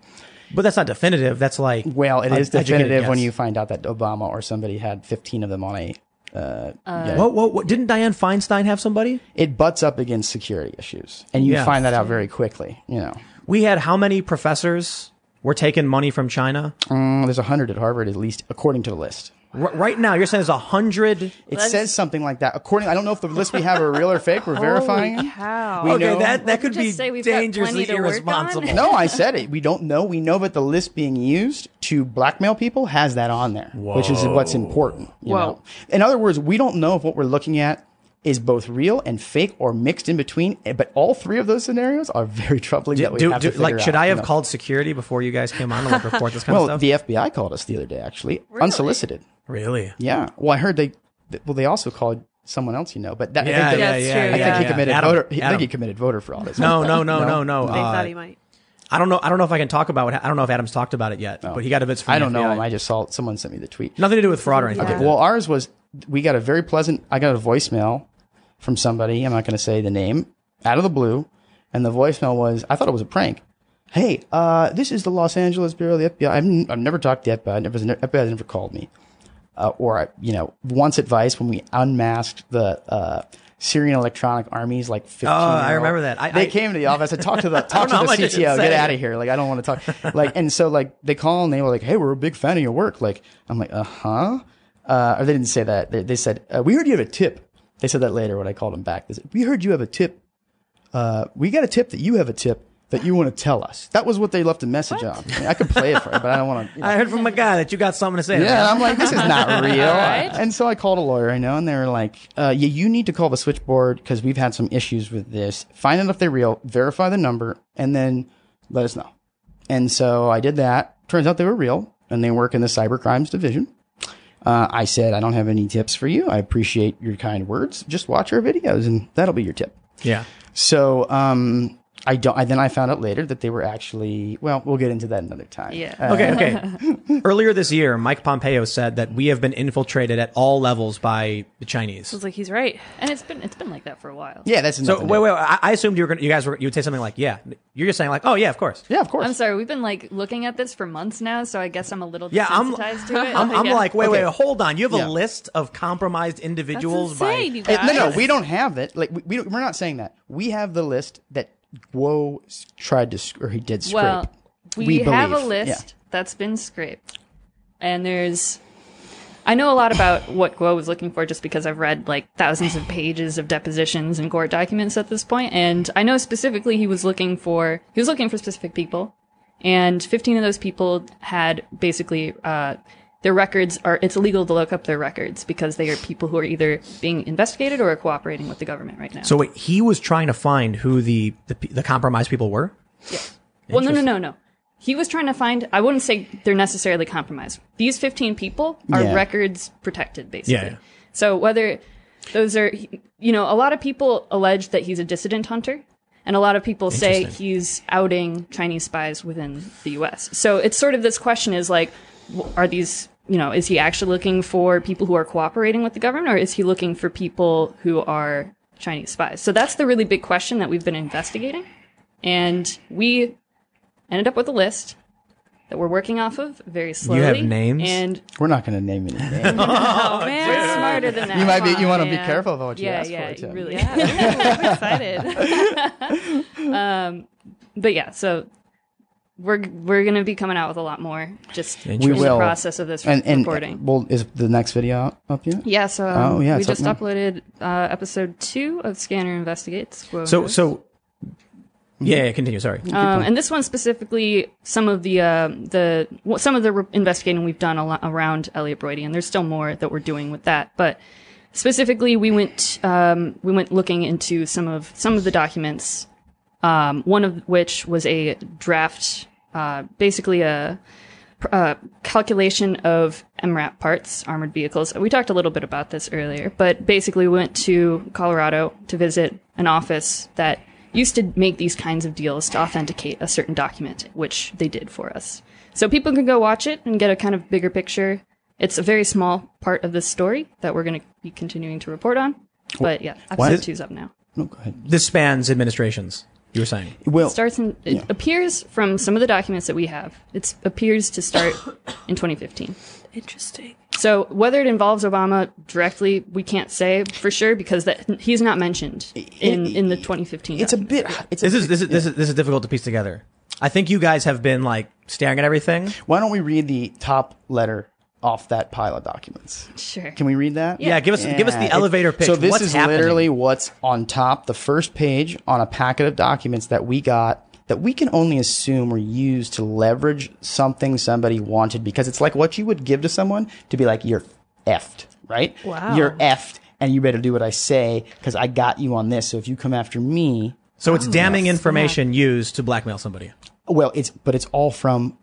But that's not definitive. That's like Well, it an is educated definitive when guess. you find out that Obama or somebody had 15 of them on a. Uh, yeah. Whoa, whoa, whoa! Didn't Diane Feinstein have somebody? it butts up against security issues, and you Yeah. find that out very quickly. You know, We had how many professors were taking money from China? Mm, there's a hundred at Harvard, at least according to the list. R- right now, you're saying there's a hundred. It says something like that. According, I don't know if the list we have are real or fake. We're verifying. Holy it. cow. We Okay, know- that that could just be say we've got dangerously plenty to work irresponsible. on. No, I said it. We don't know. We know, but the list being used to blackmail people has that on there, which is what's important. you Whoa. know? In other words, we don't know if what we're looking at is both real and fake or mixed in between. But all three of those scenarios are very troubling. that we Do, have do, to like, figure should out, I you have know. called security before you guys came on to like report this kind Well, of stuff? the FBI called us the other day, actually, unsolicited. really? Yeah. Well, I heard they. th- Well, they also called someone else, you know. But that, I Yeah, think, that, yeah, That's yeah. true. yeah, I think yeah, he committed Adam, voter. he- I Adam. think he committed voter fraud. as No, well. no, no, no, no. They uh, thought he might. I don't know. I don't know if I can talk about what. ha- I don't know if Adam's talked about it yet, but he got a bit. I don't know him. I just saw someone sent me the tweet. Nothing to do with fraud or anything. Okay, like that. Well, ours was we got a very pleasant. I got a voicemail from somebody. I'm not going to say the name out of the blue, and the voicemail was I thought it was a prank. Hey, uh, this is the Los Angeles Bureau of the FBI. I've, n- I've never talked to the FBI. Never, FBI has never called me. Uh, or I- you know, once advice when we unmasked the uh, Syrian Electronic Armies, like 15 Oh, I year old- remember that. I- they I- came to the office. I talked to the know talk to how the much I should CTO. Get say. out of here. Like I don't want to talk. Like and so like they call and they were like, hey, we're a big fan of your work. Like I'm like, uh huh. Uh, or they didn't say that. They, they said uh, we heard you have a tip. They said that later when I called them back. They said we heard you have a tip. Uh, we got a tip that you have a tip that you want to tell us. That was what they left a message on. I, mean, I could play it for you, but I don't want to. I heard from a guy that you got something to say. Yeah, and I'm like, this is not real. Alright. And so I called a lawyer I know, and they were like, uh, yeah, you need to call the switchboard because we've had some issues with this. Find out if they're real, verify the number, and then let us know. And so I did that. Turns out they were real, and they work in the cyber crimes division. Uh, I said, I don't have any tips for you. I appreciate your kind words. Just watch our videos, and that'll be your tip. Yeah. So um, I don't. I, then I found out later that they were actually. Well, we'll get into that another time. Yeah. Uh, Okay. Okay. Earlier this year, Mike Pompeo said that we have been infiltrated at all levels by the Chinese. I was like, he's right. and it's been it's been like that for a while. Yeah, that's So nothing wait, to wait. wait. I, I assumed you were gonna, you guys were you would say something like, "Yeah." You're just saying like, "Oh yeah, of course." Yeah, of course. I'm sorry, we've been like looking at this for months now, so I guess I'm a little Yeah, I'm. desensitized to it. I'm, I'm Yeah. like, wait, Okay. wait, hold on. You have Yeah. a list of compromised individuals That's by. insane, you Eh, guys. no, no, we don't have that. Like we, we don't- we're not saying that. We have the list that Guo s- tried to sc- or he did scrape. Well, we, have a believe. list Yeah. that's been scraped, and there's. I know a lot about what Guo was looking for just because I've read like thousands of pages of depositions and court documents at this point, and I know specifically he was looking for he was looking for specific people, and 15 of those people had basically uh, their records are it's illegal to look up their records because they are people who are either being investigated or are cooperating with the government right now. So wait, he was trying to find who the the, pe- the compromised people were. Well, no, no, no, no. He was trying to find. I wouldn't say they're necessarily compromised. These fifteen people are Yeah. records protected, basically. Yeah, yeah. So whether those are, you know, a lot of people allege that he's a dissident hunter, and a lot of people say Interesting. he's outing Chinese spies within the U.S. So it's sort of this question is like, w- are these, you know, is he actually looking for people who are cooperating with the government, or is he looking for people who are Chinese spies? So that's the really big question that we've been investigating, and we ended up with a list that we're working off of very slowly. have names? And We're not going to name any names. oh, man, we're smarter than that. you might be. Come You on, want to be man. careful about what you yeah, ask yeah, for. too. you really. Yeah, ooh, I'm excited. But yeah, so we're we're gonna be coming out with a lot more. Just in We the will. process of this And and recording. well, is the next video out, up yet? yeah, so um, Oh, yeah, we it's up just now. uploaded uh, episode two of Scanner Investigates. Whoa. So so. Yeah, yeah, continue. Sorry. Um, and this one specifically, some of the uh, the well, some of the re- investigating we've done a lot around Elliot Brody, and there's still more that we're doing with that. But specifically, we went um, we went looking into some of some of the documents. Um, one of which was a draft, uh, basically a, pr- uh calculation of MRAP parts, armored vehicles. We talked a little bit about this earlier, but basically, we went to Colorado to visit an office that used to make these kinds of deals to authenticate a certain document, which they did for us. So people can go watch it and get a kind of bigger picture. It's a very small part of this story that we're going to be continuing to report on. But yeah, episode two's up now. No, go ahead. This spans administrations. You were saying. Well, Starts in, it appears from some of the documents that we have. It appears to start in 2015. Interesting. So whether it involves Obama directly, we can't say for sure because that he's not mentioned in, in the 2015. it's a document. bit. It's a This is bit- this is this is this is difficult to piece together. I think you guys have been like staring at everything. Why don't we read the top letter off that pile of documents? sure. Can we read that? Yeah, give us give us Yeah, the it- elevator pitch. So this What's is happening? literally what's on top, the first page on a packet of documents that we got that we can only assume were used to leverage something somebody wanted because it's like what you would give to someone to be like, you're effed, right? Wow. You're effed. and you better do what I say because I got you on this. So if you come after me, So it's damning information used to blackmail somebody. well, it's but it's all from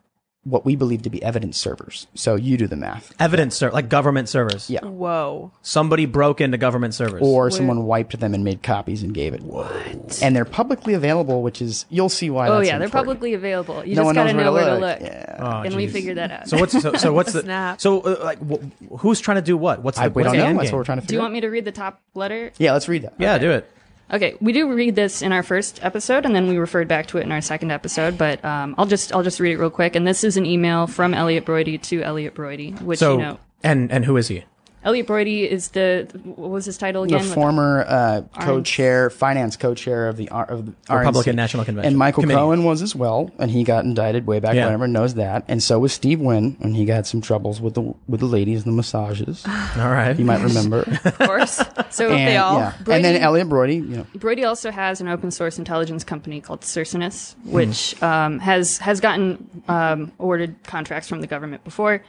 what we believe to be evidence servers. So you do the math, Evidence, ser- like government servers. Yeah. Whoa. Somebody broke into government servers. or someone wiped them and made copies and gave it. What? And they're publicly available, which is you'll see why. Oh that's yeah, they're important. publicly available. You No one just gotta knows know where where to to look. look, Oh, and we geez. figured that out. So what's so, so what's the Snap. so uh, like wh- who's trying to do what? What's the I, we what's don't the know. end That's game? what we're trying to Do you figure. out. want me to read the top letter? Yeah, let's read that. Yeah, do it. Okay, we do read this in our first episode, and then we referred back to it in our second episode. But um, I'll just I'll just read it real quick. And this is an email from Elliot Brody to Elliot Brody, which So you know, and and who is he? Elliot Brody is the what was his title The again? former uh, co-chair, finance co-chair of the, R- of the RNC. Republican National Convention. and Michael Committee. Cohen was as well, and he got indicted way back Yeah. when. Everyone knows that, and so was Steve Wynn, and he got some troubles with the with the ladies and the massages. All right. You might remember. and, of course. So they all. yeah. Brody, and then Elliot Brody, you know, Brody also has an open source intelligence company called Cercinus, which um, has has gotten um, awarded contracts from the government before.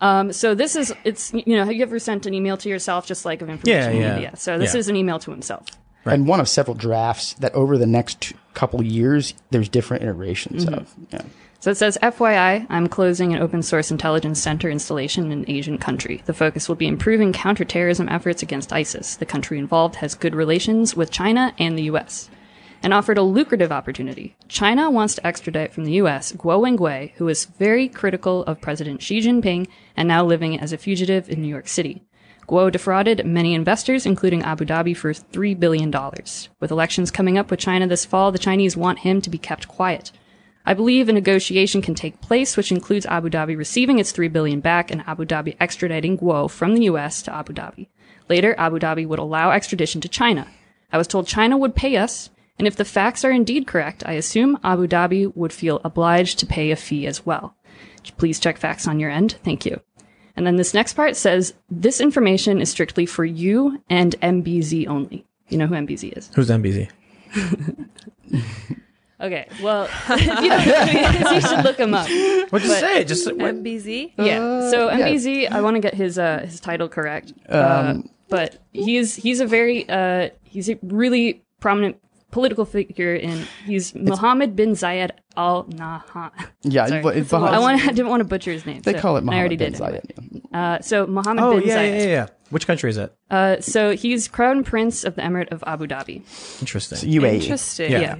Um, so this is it's you know have you ever sent an email to yourself just like of information yeah. media? So this Yeah. is an email to himself. and one of several drafts that over the next two- couple years, there's different iterations Mm-hmm. of. Yeah. So it says, FYI, I'm closing an open source intelligence center installation in an Asian country. The focus will be improving counterterrorism efforts against ISIS. The country involved has good relations with China and the U.S. and offered a lucrative opportunity. China wants to extradite from the U.S. Guo Wengwei, who is very critical of President Xi Jinping and now living as a fugitive in New York City. Guo defrauded many investors, including Abu Dhabi, for $3 billion. With elections coming up with China this fall, the Chinese want him to be kept quiet. I believe a negotiation can take place, which includes Abu Dhabi receiving its $3 billion back and Abu Dhabi extraditing Guo from the U.S. to Abu Dhabi. Later, Abu Dhabi would allow extradition to China. I was told China would pay us, and if the facts are indeed correct, I assume Abu Dhabi would feel obliged to pay a fee as well. Please check facts on your end. Thank you. And then this next part says, this information is strictly for you and MBZ only. You know who MBZ is. Who's MBZ? Okay, well, if you don't know who he is, you should look him up. What'd you say? Just what? MBZ? Yeah. So Uh, MBZ, I want to get his uh, his title correct, uh, Um, but he's he's a very uh, he's a really prominent political figure, and he's Mohammed bin Zayed Al Nahyan. Yeah, Sorry. but- but- I want I didn't want to butcher his name. they so- call it and I already Mohammed bin did. Zayed. Uh, so Mohammed Oh bin yeah, yeah, Zayed. yeah, yeah. Which country is it? Uh, so he's crown prince of the Emirate of Abu Dhabi. Interesting. UAE. Interesting. Yeah. Yeah.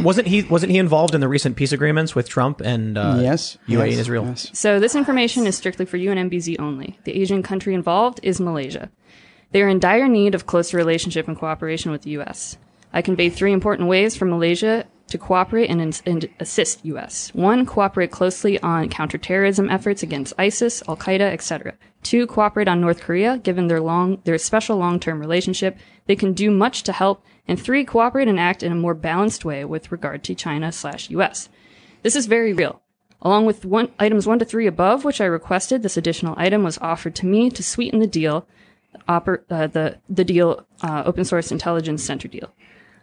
Wasn't he wasn't he involved in the recent peace agreements with Trump and uh, Yes, UAE and yes, Israel? yes. So this information is strictly for you and MBZ only. The Asian country involved is Malaysia. They are in dire need of closer relationship and cooperation with the U.S. I conveyed three important ways for Malaysia to cooperate and, ins- and assist U.S. One, cooperate closely on counterterrorism efforts against ISIS, Al Qaeda, etc. Two, cooperate on North Korea, given their long their special long-term relationship, they can do much to help. And three, cooperate and act in a more balanced way with regard to China slash U.S. This is very real. Along with one, items 1 to 3 above, which I requested, this additional item was offered to me to sweeten the deal, oper, uh, the, the deal, uh, open source intelligence center deal.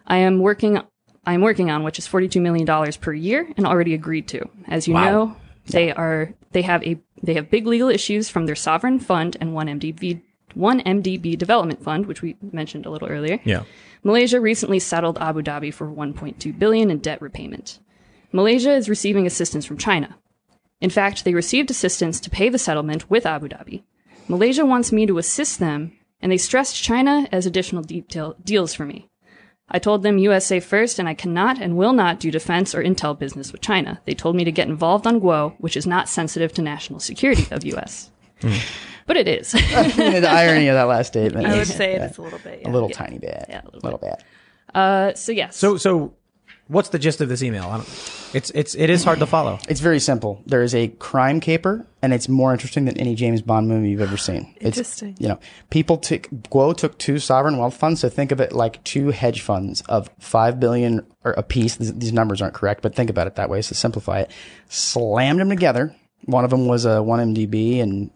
I am working, I'm working on, which is $42 million per year and already agreed to. As you know, they are, they have a, they have big legal issues from their sovereign fund and 1MDB, 1MDB development fund, which we mentioned a little earlier. Yeah. Malaysia recently settled Abu Dhabi for 1.2 billion in debt repayment. Malaysia is receiving assistance from China. In fact, they received assistance to pay the settlement with Abu Dhabi. Malaysia wants me to assist them, and they stressed China as additional detail deals for me. I told them USA first, and I cannot and will not do defense or intel business with China. They told me to get involved on Guo, which is not sensitive to national security of US. But it is. the irony of that last statement. I would is say it is a little bit. a yeah. little tiny bit. Yeah, a little bit. uh, so yes. So so, what's the gist of this email? I don't, it's it's it is hard to follow. It's very simple. There is a crime caper, and it's more interesting than any James Bond movie you've ever seen. It's, Interesting. You know, people took Guo took two sovereign wealth funds. So think of it like two hedge funds of five billion or a piece. These, these numbers aren't correct, but think about it that way. So simplify it. Slammed them together. One of them was a one MDB, and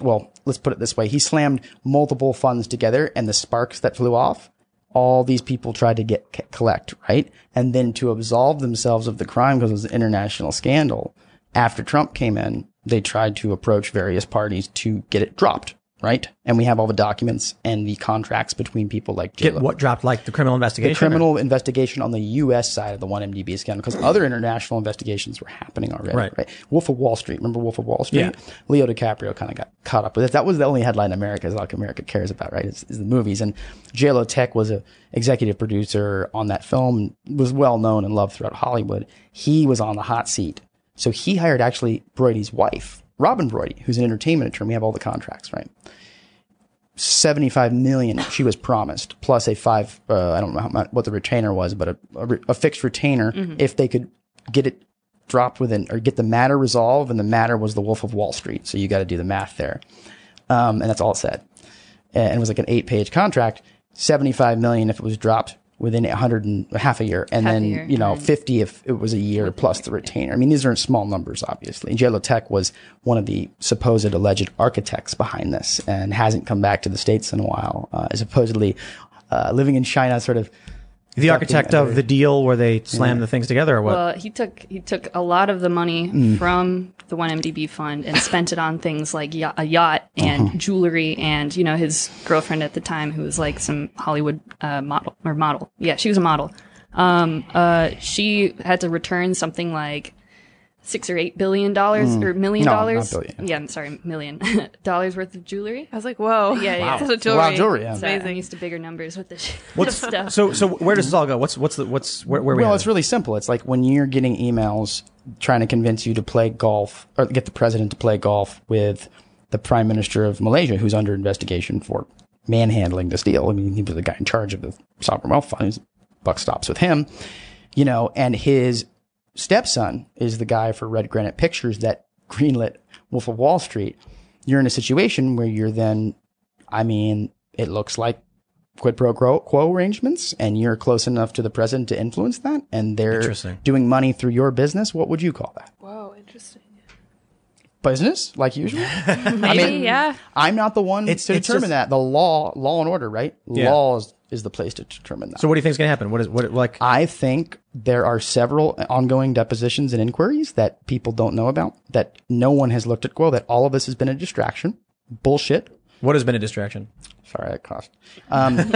well, let's put it this way: he slammed multiple funds together, and the sparks that flew off. All these people tried to get c- collect right, and then to absolve themselves of the crime because it was an international scandal. After Trump came in, they tried to approach various parties to get it dropped right? And we have all the documents and the contracts between people like Get JLo. what dropped like the criminal investigation? The criminal investigation on the U.S. side of the 1MDB scandal, because other international investigations were happening already. Right. Wolf of Wall Street. Remember Wolf of Wall Street? Yeah. Leo DiCaprio kind of got caught up with it. That was the only headline in America is all America cares about, right? Is, is the movies. And JLo Tech was a executive producer on that film, was well known and loved throughout Hollywood. He was on the hot seat. So he hired actually Broidy's wife, Robin Broidy, who's an entertainment attorney. We have all the contracts, right? 75 million she was promised plus a five uh, i don't know how much, what the retainer was but a, a, re- a fixed retainer if they could get it dropped within or get the matter resolved and the matter was the wolf of wall street so you got to do the math there um, and that's all it said and it was like an eight page contract 75 million if it was dropped within a hundred and half a year and Half a then year, you know and then- 50 if it was a year plus the retainer i mean these are small numbers obviously jello tech was one of the supposed alleged architects behind this and hasn't come back to the states in a while uh, is supposedly uh, living in china sort of the architect of the deal where they slam the things together or what? Well, Uh, he took he took a lot of the money Mm. from the one MDB fund and spent it on things like ya- a yacht and Uh-huh. jewelry and you know his girlfriend at the time who was like some Hollywood uh, model or model. Yeah, she was a model. Um, uh, she had to return something like six or eight billion dollars or million Mm. No, not dollars. billion. Yeah, I'm sorry, million dollars worth of jewelry. I was like, whoa. Yeah, yeah. It's a jewelry. Wow, jewelry, yeah. It's Sorry, I'm amazing. used to bigger numbers with this What's stuff. so so? Where does this all go? What's what's the what's where, where we? well at? it's really simple it's like when you're getting emails trying to convince you to play golf or get the president to play golf with the prime minister of malaysia who's under investigation for manhandling this deal i mean he was the guy in charge of the sovereign wealth fund His buck stops with him you know and his stepson is the guy for red granite pictures that greenlit wolf of wall street you're in a situation where you're then i mean it looks like quid pro quo, quo arrangements and you're close enough to the president to influence that and they're Interesting. doing money through your business, what would you call that? Whoa, interesting. Business, like usual? I Maybe, mean, yeah. I'm not the one It's- to it's just- determine that. The law, law and order, right? Yeah. Law is, is the place to determine that. so what do you think is going to happen? What is what like? I think there are several ongoing depositions and inquiries that people don't know about, that no one has looked at Quo, that all of this has been a distraction. Bullshit. What has been a distraction? Sorry, that cost. Um,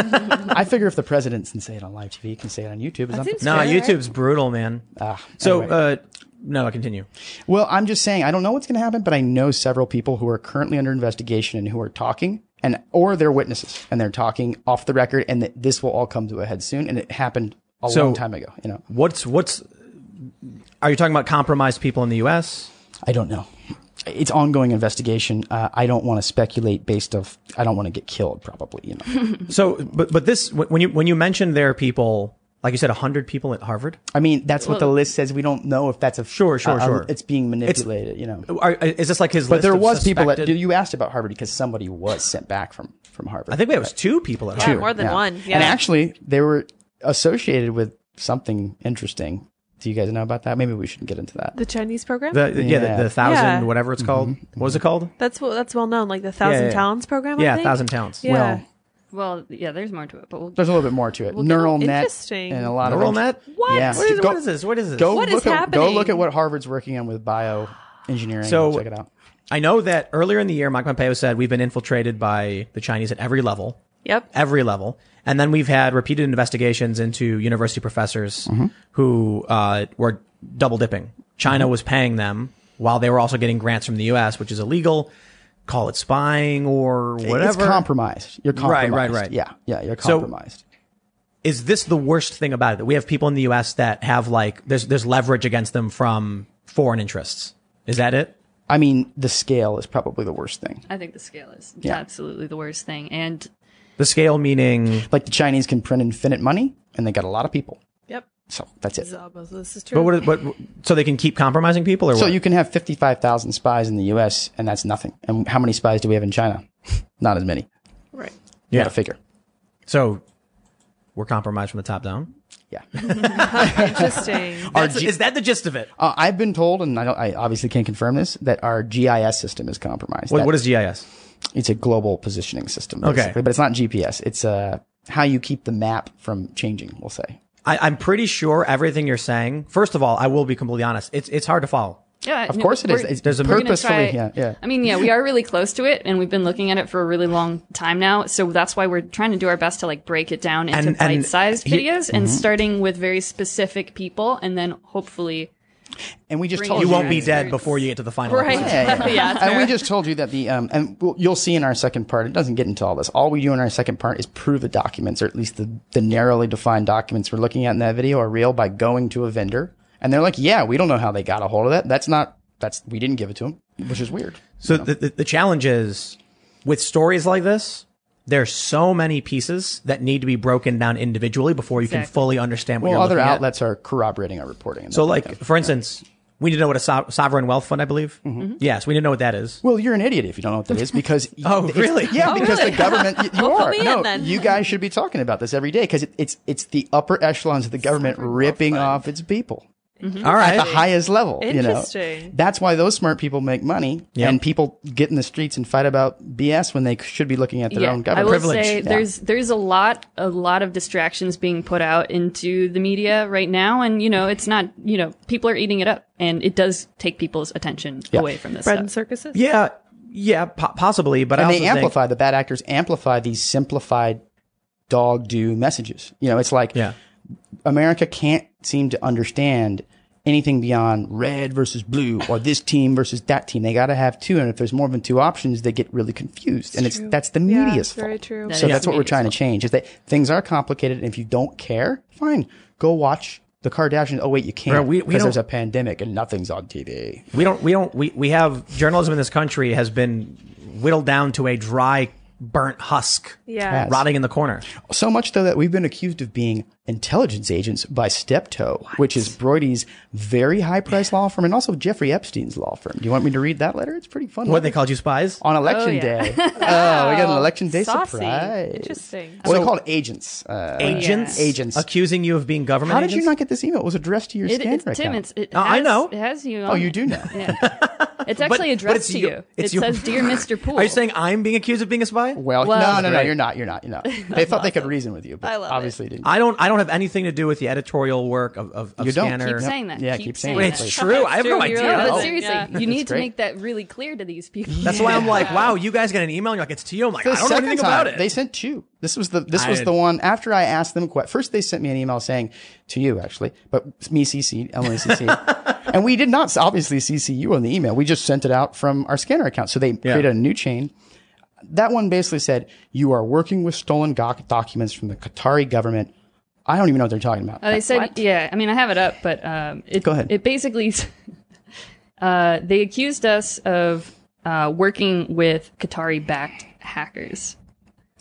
I figure if the president can say it on live TV, he can say it on YouTube. It's not- seems No, fair, right? YouTube's brutal, man. Ah, so uh, no, continue. Well, I'm just saying I don't know what's going to happen, but I know several people who are currently under investigation and who are talking and or they're witnesses and they're talking off the record and that this will all come to a head soon and it happened a So- long time ago, you know. What's what's? Are you talking about compromised people in the U.S.? I don't know. It's ongoing investigation. Uh, I don't want to speculate based of I don't want to get killed probably, you know. So, but but this when you when you mentioned there are people like you said hundred people at Harvard. I mean, that's what the list says. We don't know if that's a Sure, sure, uh, sure. It's being manipulated, you know. Are, is this like his? But there was people that you asked about Harvard because somebody was sent back from from Harvard. I think there was two people at Yeah, Harvard. more than one. Yeah. And actually, they were associated with something interesting. Do you guys know about that? Maybe we shouldn't get into that. the Chinese program? The, yeah, Yeah. Mm-hmm. The, the thousand Yeah. whatever it's called. What was it called? that's well, that's well known, like the Thousand yeah. Talents program. I yeah, think? thousand talents. Yeah. Well, well, yeah, there's more to it, but we'll there's a little bit more to it. Well, Neural good. net Interesting. and a lot Neural of net. What? Yes. What is, Go- what is this? What is this? Go What look is at, Go happening? look at what Harvard's working on with bio engineering. So- check it out. I know that earlier in the year, Mike Pompeo said we've been infiltrated by the Chinese at every level, Yep. every level, and then we've had repeated investigations into university professors who uh, were double dipping. China was paying them while they were also getting grants from the U.S., which is illegal. Call it spying or whatever. It's compromised. You're Right, compromised. right, right. Yeah, yeah. You're So- compromised. is this the worst thing about it? That we have people in the U.S. that have like there's there's leverage against them from foreign interests. Is that it? I mean, the scale is probably the worst thing. I think the scale is Yeah. absolutely the worst thing. And The scale meaning, Like the Chinese can print infinite money, and they got a lot of people. Yep. So that's it. Zabo, This is true. but what? But so they can keep compromising people, or So what? you can have 55,000 spies in the U.S. and that's nothing. And how many spies do we have in China? Not as many. right. You Yeah. gotta figure. so we're compromised from the top down. Yeah. Interesting. That's- is that the gist of it? Uh, I've been told, and I, don't, I obviously can't confirm this, that our GIS system is compromised. What, That- what is GIS? It's a global positioning system, Okay. basically, but it's not GPS. It's uh, how you keep the map from changing. We'll say I, I'm pretty sure everything you're saying. First of all, I will be completely honest. It's it's hard to follow. Yeah, Of course it is. we're- It's There's a- we're gonna purposefully. try- Yeah, yeah. I mean, yeah, we are really close to it, and we've been looking at it for a really long time now. So that's why we're trying to do our best to like break it down into And- and bite-sized he- videos, and starting with very specific people, and then hopefully, And we just Bring told it You you. won't be Experts. dead before you get to the final. Right. episode. Yeah, yeah, Yeah, yeah. that's and we fair. just told you that the um, and we'll, you'll see in our second part. It doesn't get into all this. All we do in our second part is prove the documents, or at least the the narrowly defined documents we're looking at in that video, are real by going to a vendor, and they're like, "Yeah, we don't know how they got a hold of that. That's not. That's we didn't give it to them, which is weird." So the, the, the challenge is with stories like this, there's so many pieces that need to be broken down individually before you can Exactly. fully understand what Well, you're other looking at. outlets are corroborating our reporting. So, like for instance, we need to know what a so- sovereign wealth fund, I believe. Mm-hmm. Yes, we need to know what that is. Well, you're an idiot if you don't know what that is because. Oh, it's- really? Yeah, because the government. You, you Well, put are. me in No, then. you guys should be talking about this every day because it, it's it's the upper echelons of the government ripping off its people All Mm-hmm. at the right. highest level. You know? Interesting. That's why those smart people make money Yep. and people get in the streets and fight about BS when they should be looking at their own I government. will Privilege. say Yeah. there's there's a lot a lot of distractions being put out into the media right now, and you know it's not you know people are eating it up, and it does take people's attention away from this bread stuff. and circuses. Yeah, yeah, po- possibly, but I and also they think- amplify the bad actors amplify these simplified dog do messages. You know, it's like Yeah. America can't seem to understand anything beyond red versus blue or this team versus that team. They got to have two, and if there's more than two options, they get really confused, and it's that's the Yeah, media's fault. very true. That So is that's what we're media's trying to change. Is that things are complicated, and if you don't care, fine, go watch the Kardashians. Oh wait, you Bro, can't we- we because there's don't- a pandemic and nothing's on TV. We don't. We don't. We, we have journalism in this country has been whittled down to a dry, burnt husk, Yeah. rotting in the corner. So much, though, that we've been accused of being intelligence agents by Steptoe, which is Broidy's very high priced law firm and also Jeffrey Epstein's law firm. Do you want me to read that letter? It's pretty fun. What they called you spies? On election Oh, yeah. day. oh, we got an election day Saucy. surprise. Interesting. Well, they called agents. Uh, agents. Yeah. Agents. accusing you of being government. how did you agents? not get this email? It was addressed to your It, scanner it's Tim, account. it's, it Oh, has, I know. It has you. On oh, it. you do know. Yeah. It's actually but addressed it's to your- you. it's It your- says, "Dear Mr. Poole." Are you saying I'm being accused of being a spy? Well, Well- no, no, no, Right. you're not. You're not. You're not. They thought they could reason with you, but I love it. obviously didn't. I don't. I don't have anything to do with the editorial work of, of, of You don't. Scanner. Keep saying that. Yeah, keep, keep saying saying that, that. It's true. I have no True, idea. you're No, Yeah. but Oh. seriously, Yeah. you need to great. make that really clear to these people. That's why I'm like, wow, you guys get an email and you're like, it's to you. I'm like, I the don't know second anything time about it. they sent two. This was the this I was did- the one after I asked them. que- First, they sent me an email saying to you actually, but me CC Emily CC, and we did not obviously CC you on the email. We just sent it out from our scanner account. So they created a new chain. That one basically said you are working with stolen go- documents from the Qatari government. I don't even know what they're talking about. Uh, they said, yeah. I mean, I have it up, but um, it, Go ahead. It basically, uh, they accused us of uh, working with Qatari-backed hackers.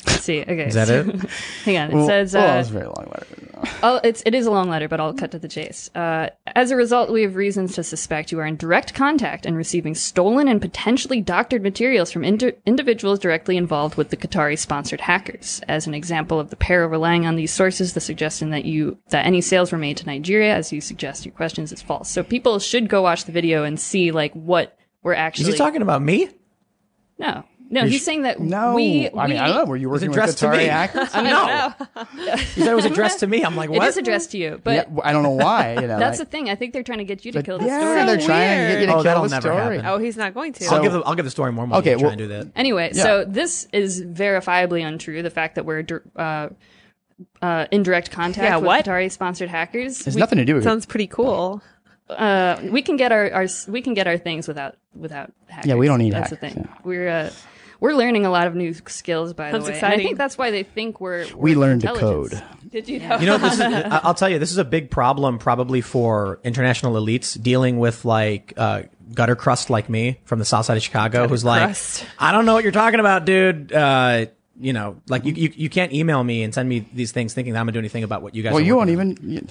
Let's see. Okay, is that it? Hang on. It well, says, well, uh, that's a very long letter. Oh, it's it is a long letter, but I'll cut to the chase. Uh, as a result, we have reasons to suspect you are in direct contact and receiving stolen and potentially doctored materials from indi- individuals directly involved with the Qatari-sponsored hackers. As an example of the peril relying on these sources, the suggestion that you that any sales were made to Nigeria, as you suggest in your questions, is false. So people should go watch the video and see like what we're actually. Is he talking about me? No, no, he's saying that No, we. I mean we- I don't know. Were you Is it working with addressed to Qatari me? actors? I no. he said it was addressed to me. I'm like, what? It is addressed to you, but Yeah, I don't know why. You know, that's like- the thing. I think they're trying to get you to kill the yeah, story. they're trying to get you to Oh, kill that'll the never story. happen. Oh, he's not going to. I'll So- give the I'll give the story more money. Okay, Okay, try well- and do that. Anyway, Yeah. so this is verifiably untrue. The fact that we're dir- uh, uh, in direct contact Yeah, with what? Qatari-sponsored hackers, There's we, nothing to do with it. Sounds pretty cool. uh, we can get our, our we can get our things without without hackers. Yeah, we don't need That's the hackers, thing. yeah. We're uh, we're learning a lot of new skills by That's the way. And I exciting. think that's why they think we're, We we're learned to intelligence. code. Did you know? You know, this is, I- I'll tell you, this is a big problem probably for international elites dealing with like uh, gutter crust like me from the south side of Chicago, who's crust. like, I don't know what you're talking about, dude. Uh, you know, like you, you, you can't email me and send me these things thinking that I'm gonna do anything about what you guys. Well, are you won't working on. even.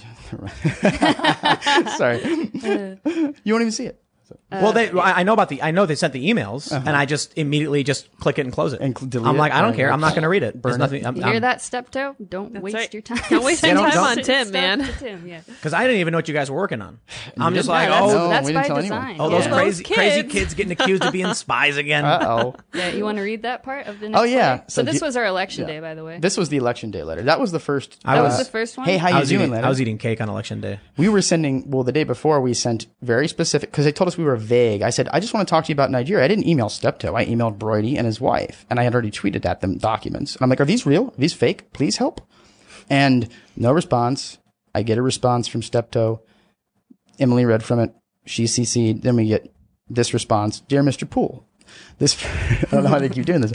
You, sorry, you won't even see it well, Uh, they. I I know about the. I know they sent the emails, and I just immediately just click it and close it. Uh-huh. And cl- delete I'm like, it, I don't or care. I'm not gonna read it. There's burn nothing. You I'm, Um, hear I'm, that, Steptoe? Don't waste right. your time. Don't waste your Yeah, don't- time on don't- Tim, Stuff man. to Tim, yeah. Because I didn't even know what you guys were working on. I'm just like, Yeah, that's, oh, that's we didn't by tell anyone. design. oh, those yeah. crazy, Those crazy kids. kids getting accused of being spies again. Oh, Yeah, you want to read that part of the next Oh, yeah. letter? So, So this you- was our election day, by the way. this was the election day letter. That was the first. I that was- was the first one. Hey, how I you was doing? eating, letter? I was eating cake on election day. we were sending. Well, the day before we sent very specific because they told us we we were vague. I said, I just want to talk to you about Nigeria. I didn't email Steptoe. I emailed Broidy and his wife, and I had already tweeted at them documents. And I'm like, are these real? Are these fake? Please help. And no response. I get a response from Steptoe. Emily read from it. She CC'd. Then we get this response Dear Mr. Poole, this, I don't know how they keep doing this.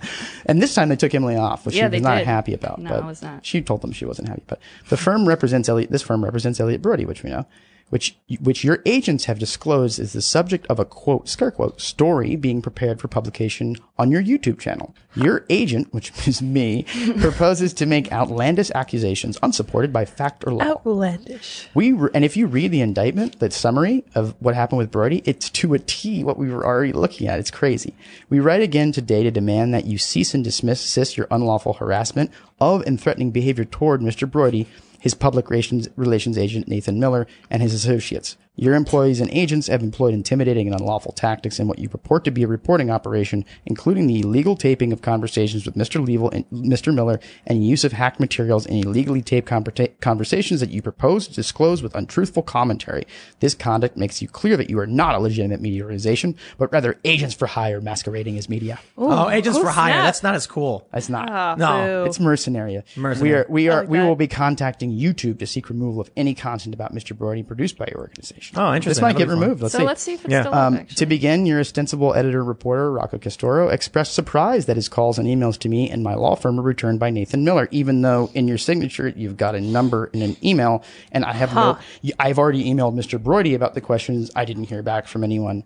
And this time they took Emily off, which Yeah, she they was not did. happy about. No, but I was not. She told them she wasn't happy. But the firm represents Elliot, this firm represents Elliot Brody, which we know, which, which your agents have disclosed is the subject of a quote, scare quote, story being prepared for publication on your YouTube channel. Your agent, which is me, proposes to make outlandish accusations unsupported by fact or law. Oh, Outlandish. We re- and if you read the indictment, that summary of what happened with Brody, it's to a T what we were already looking at. It's crazy. We write again today to demand that you cease and dismiss assist your unlawful harassment of and threatening behavior toward Mr. Brody, his public relations, relations agent Nathan Miller, and his associates. Your employees and agents have employed intimidating and unlawful tactics in what you purport to be a reporting operation, including the illegal taping of conversations with Mr. Level and Mr. Miller and use of hacked materials in illegally taped comper- conversations that you propose to disclose with untruthful commentary. This conduct makes you clear that you are not a legitimate media organization, but rather agents for hire masquerading as media. oh, agents oh, for hire. snap. That's not as cool. That's not. No, Oh, boo. It's mercenary. Mercenary. We are we are like we that. will be contacting YouTube to seek removal of any content about Mr. Brody produced by your organization. Oh, interesting. This might That'll get be fun. removed. Let's so see. let's see if it's Yeah. still up, Um, actually. to begin, your ostensible editor reporter, Rocco Castoro, expressed surprise that his calls and emails to me and my law firm were returned by Nathan Miller, even though in your signature you've got a number and an email. And I have no, y- I've already emailed Mr. Brody about the questions. I didn't hear back from anyone.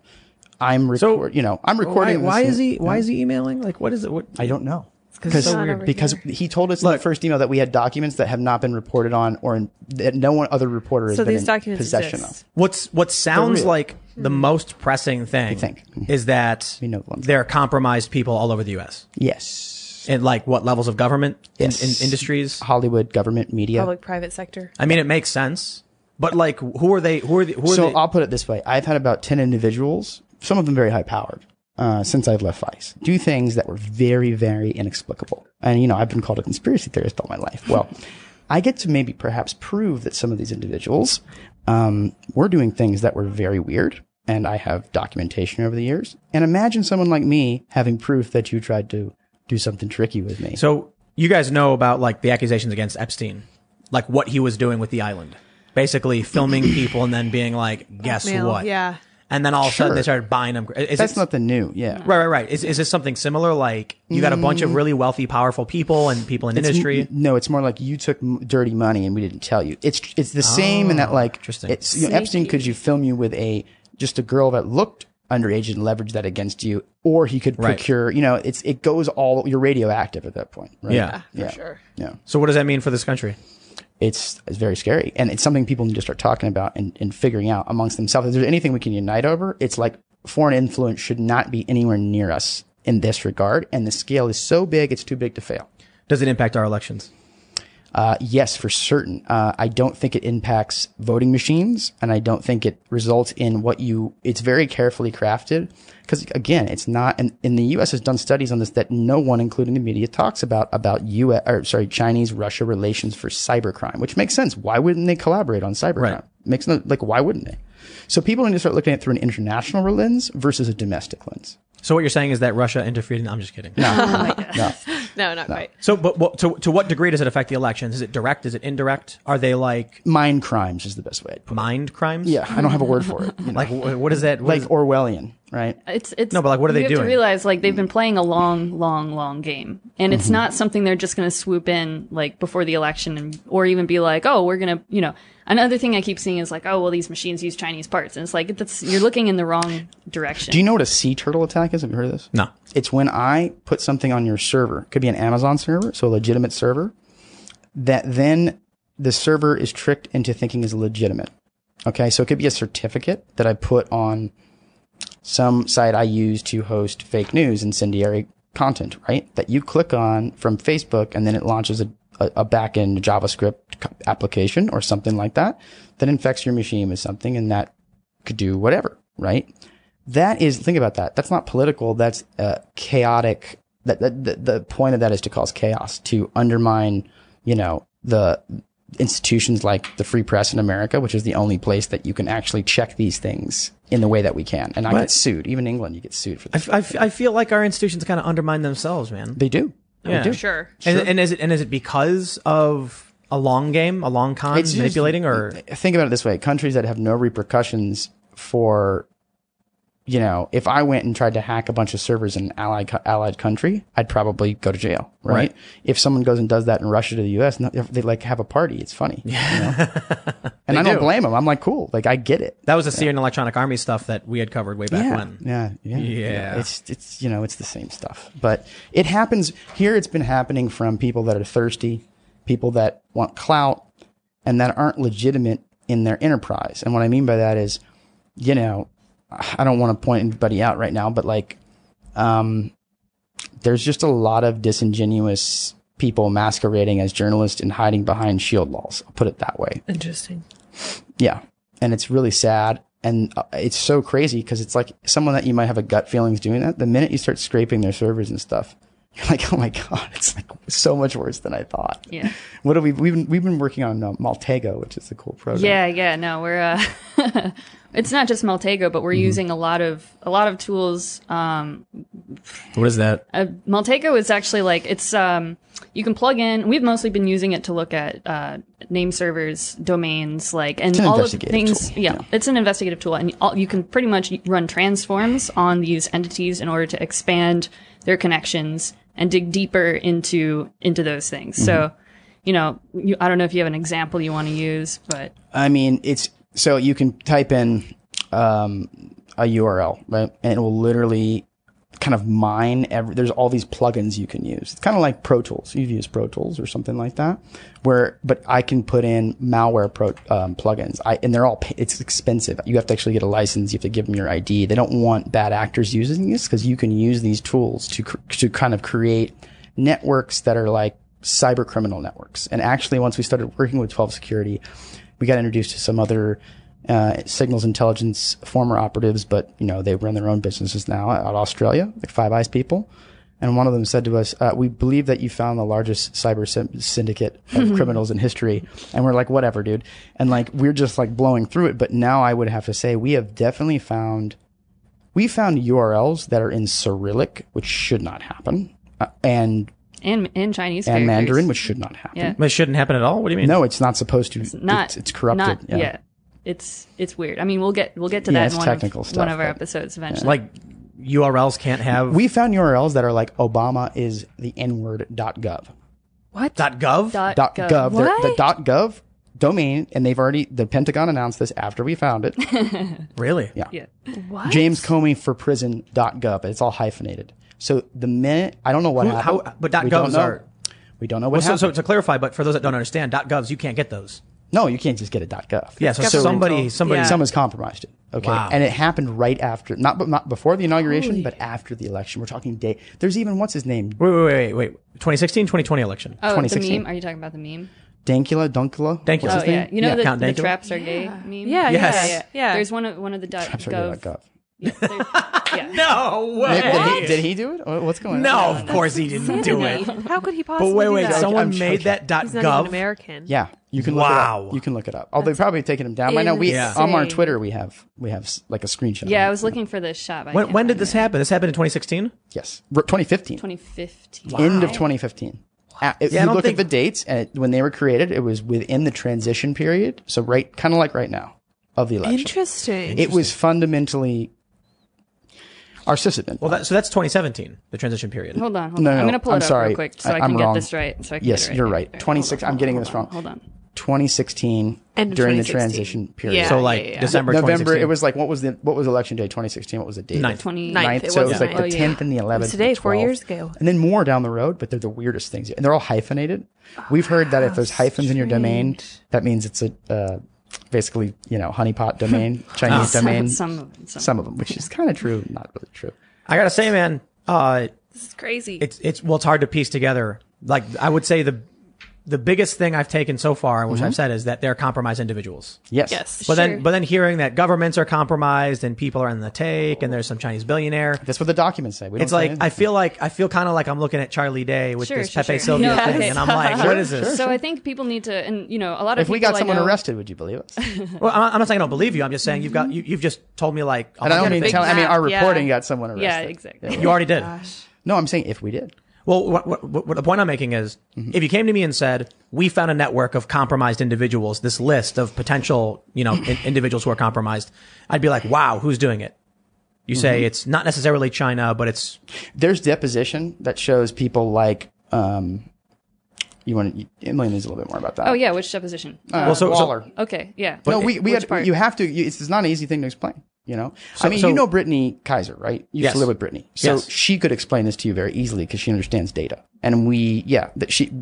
I'm So- record, you know, I'm Why, recording. this why in- is he? Why is he emailing? Like, what is it? What? I don't know. 'cause it's Because so Not weird. over because here. he told us in the first email that we had documents that have not been reported on, or in, that no one other reporter has So been these in documents possession exist. of. What's what sounds real. like the most pressing thing think. is that We know the ones. there are compromised people all over the U.S. Yes, and like what levels of government in, Yes. Uh-huh. in industries. Hollywood government media. Public private sector. I mean, it makes sense, but like, who are they? Who are they? Who are so they? I'll put it this way: I've had about ten individuals, some of them very high powered, uh, since I've left Vice, do things that were very, very inexplicable. And you know, I've been called a conspiracy theorist all my life. Well, I get to maybe perhaps prove that some of these individuals um, were doing things that were very weird. And I have documentation over the years. And imagine someone like me having proof that you tried to do something tricky with me. So you guys know about like the accusations against Epstein, like what he was doing with the island, basically filming people and then being like, guess Male, what? yeah. And then all of a sudden they Sure. started buying them. Is That's it, not the new, yeah. right, right, right. Is, is this something similar? Like you got a bunch of really wealthy, powerful people and people in Mm. It's- industry. No, it's more like you took m- dirty money and we didn't tell you. It's it's the same in that like Ah, interesting. It's you know, Epstein could you film you with a just a girl that looked underage and leverage that against you, or he could Right. procure. You know, it's it goes all you're radioactive at that point. Right? Yeah. yeah, Sure. yeah. So what does that mean for this country? It's it's very scary, and it's something people need to start talking about and, and figuring out amongst themselves. If there's anything we can unite over, it's like foreign influence should not be anywhere near us in this regard, and the scale is so big, it's too big to fail. Does it impact our elections? Uh, yes, for certain. Uh, I don't think it impacts voting machines, and I don't think it results in what you. It's very carefully crafted because again, it's not. And, and the U.S. has done studies on this that no one, including the media, talks about about U.S. or sorry, Chinese Russia relations for cybercrime, which makes sense. Why wouldn't they collaborate on cybercrime? Right. Makes no like why wouldn't they? So people need to start looking at it through an international lens versus a domestic lens. So what you're saying is that Russia interfered in, I'm just kidding. No, not quite. So, but what, to, to what degree does it affect the elections? Is it direct? Is it indirect? Are they like Mind crimes is the best way. I'd put it. mind crimes? Yeah, I don't have a word for it. you know. Like, wh- what is that? what like is- Orwellian, right? It's it's No, but, like, what are you they have doing? To realize like they've been playing a long, long, long game, and Mm-hmm. it's not something they're just going to swoop in like before the election, and, or even be like, oh, we're going to, you know. Another thing I keep seeing is like, oh, well, these machines use Chinese parts, and it's like that's you're looking in the wrong direction. Do you know what a sea turtle attack is? Have you heard of this? no. It's when I put something on your server. It could be an Amazon server, so a legitimate server, that then the server is tricked into thinking is legitimate. Okay, so it could be a certificate that I put on some site I use to host fake news, incendiary content, right? That you click on from Facebook and then it launches a, a, a back end JavaScript c- application or something like that that infects your machine with something and that could do whatever, right? That is, think about that. That's not political. That's uh, chaotic. That, that the, the point of that is to cause chaos, to undermine, you know, the institutions like the Free Press in America, which is the only place that you can actually check these things in the way that we can. And I get But- sued. Even England, you get sued for I, that. f- I f- I feel like our institutions kind of undermine themselves, man. They do. They Yeah. do. Sure. And, and is it and is it because of a long game, a long con It's just- manipulating, or Think about it this way: countries that have no repercussions for, you know, if I went and tried to hack a bunch of servers in an allied co- allied country, I'd probably go to jail, right? Right. If someone goes and does that in Russia to the U.S., no- they like have a party. It's funny, yeah. and I don't do. blame them. I'm like, cool, like I get it. that was the Syrian Electronic Army stuff that we had covered way back yeah, when? yeah, yeah, Yeah. It's it's you know it's the same stuff, but it happens here. It's been happening from people that are thirsty, people that want clout, and that aren't legitimate in their enterprise. And what I mean by that is, you know, I don't want to point anybody out right now, but like, um, there's just a lot of disingenuous people masquerading as journalists and hiding behind shield laws. I'll put it that way. Interesting. Yeah. And it's really sad. And uh, it's so crazy because it's like someone that you might have a gut feelings doing that. The minute you start scraping their servers and stuff, you're like, oh my God, it's like so much worse than I thought. Yeah. What have we, we've been, we've been working on uh, Maltego, which is a cool program. Yeah, yeah, no, we're uh it's not just Maltego, but Mm-hmm. we're using a lot of a lot of tools. Um What is that? uh, Maltego is actually like it's um you can plug in. We've mostly been using it to look at uh name servers, domains, like and an all of investigative things. tool, Yeah, it's an investigative tool and all, you can pretty much run transforms on these entities in order to expand their connections and dig deeper into into those things. Mm-hmm. So, you know, you, I don't know if you have an example you want to use, but I mean, it's so you can type in um, a URL, right? And it will literally kind of mine every. There's all these plugins you can use. It's kind of like Pro Tools. You've used Pro Tools or something like that, where but I can put in malware pro, um, plugins. I and they're all. pa- It's expensive. You have to actually get a license. You have to give them your ID. They don't want bad actors using this because you can use these tools to cr- to kind of create networks that are like cyber criminal networks. And actually, once we started working with 12 Security, we got introduced to some other uh, signals intelligence former operatives, but you know they run their own businesses now out of Australia, like Five Eyes people. And one of them said to us, uh, "We believe that you found the largest cyber syn- syndicate Mm-hmm. of criminals in history." And we're like, "Whatever, dude." And like we're just like blowing through it. But now I would have to say we have definitely found we found URLs that are in Cyrillic, which should not happen, uh, and and and Chinese and characters. Mandarin, which should not happen. yeah, It shouldn't happen at all. What do you mean? No, it's not supposed to. It's not It's, corrupted. Not, yeah. it's it's weird. I mean, we'll get we'll get to Yeah, that it's in one technical of, stuff, one of our but- episodes eventually. like URLs can't have We found URLs that are like Obama is the N-word.gov. What? dot gov. dot Dot gov. Oh, gov. They're- The What? dot gov domain, and they've already the Pentagon announced this after we found it. really? Yeah. Yeah, What? James Comey for prison dot gov. It's all hyphenated. So the minute I don't know what Who- how- happened. but dot We don't govs know. are- we don't know what So, happened. so to clarify, but for those that don't understand, dot govs, you can't get those. no, you can't just get a dot gov. Yeah. So governmental. somebody, somebody, Yeah. Someone's compromised it. Okay. Wow. And it happened right after, not, but not before the inauguration, Holy. but after the election. We're talking day. There's even, what's his name? Wait, wait, wait, wait. 2016, 2020 election. Oh, the 2016. meme. Are you talking about the meme? Dankula, Dunkula? Thank you. What's Oh his yeah, name? you know Yeah, the, Count the Dankula? traps are gay meme. Yeah, Yes. yeah, yeah. There's one of one of the dot Sorry, dot gov. gov. Yeah, there- yeah. No Did, way. did he, did he do it? Or What's going No, on? of course he didn't do it. How could he But possibly? wait, do wait. that? Someone I'm made joking. that dot He's not gov. even American. Yeah, you can look it Wow. up. You can look it up. Oh, they probably taken him down by now. We Yeah. on our insane. Twitter we have we have s- like a screenshot. Yeah, I was looking for this shot. But I When, can't when did find this it. happen? This happened in 2016. yes, R- 2015, 2015. end of 2015. Uh, If Yeah, I you don't look think- at the dates and it, when they were created, it was within the transition period. So right, kind of like right now of the election. Interesting. It was fundamentally our system. Well, that, so that's 2017, the transition period. Oh, Hold on, hold No, on. I'm no, gonna pull I'm it up sorry. real quick so I- I, can I'm get wrong. this right. So I can Yes, get it you're right. right. All hold 26 on, I'm getting hold this on, wrong. Hold on. 2016 End of during the 2016. transition period. Yeah. so like yeah, yeah. December November. 2016. It was like what was the what was election day 2016? What was the date? Ninth. 20 Ninth. ninth. It so it was was like ninth. the Oh, yeah. tenth and the eleventh. today, the four 12th. years ago. and then more down the road. But they're the weirdest things, and they're all hyphenated. We've heard that if there's hyphens in your domain, that means it's a uh, basically you know honeypot domain, Chinese domain. Oh. Some, some, some. Some of them, which is kind of true, not really true. I gotta say, man, uh, This is crazy. it's it's well, it's hard to piece together. Like I would say the the biggest thing I've taken so far, which Mm-hmm. I've said, is that they're compromised individuals. Yes. Yes. But Sure. then, but then hearing that governments are compromised and people are in the take, and there's some Chinese billionaire. That's what the documents say. We don't It's say like anything. I feel like I feel kind of like I'm looking at Charlie Day with Sure, this sure, Pepe sure. Sylvia No, thing, okay. and I'm like, what is this? So I think people need to, and you know, a lot of if we people got I someone know- arrested, would you believe us? And Well, I'm not- I'm not saying I don't believe you. I'm just saying you've got you, you've just told me like, oh, I my don't mean God, big tell. I mean, map, our yeah. reporting got someone arrested. Yeah, exactly. you already did. No, I'm saying if we did. Well, what, what, what the point I'm making is, if you came to me and said, "We found a network of compromised individuals," this list of potential, you know, in, individuals who are compromised, I'd be like, "Wow, who's doing it?" You say it's not necessarily China, but it's There's deposition that shows people like. Um, you want to, Emily needs a little bit more about that. Oh yeah, which deposition? Uh, Well, so- so- Waller. okay, yeah. no, we, we which had, part? you have to. You, it's, it's not an easy thing to explain. You know, I mean, so- you know Brittany Kaiser, right? You used Yes. to live with Brittany, so Yes. she could explain this to you very easily because she understands data. And we, yeah, that she,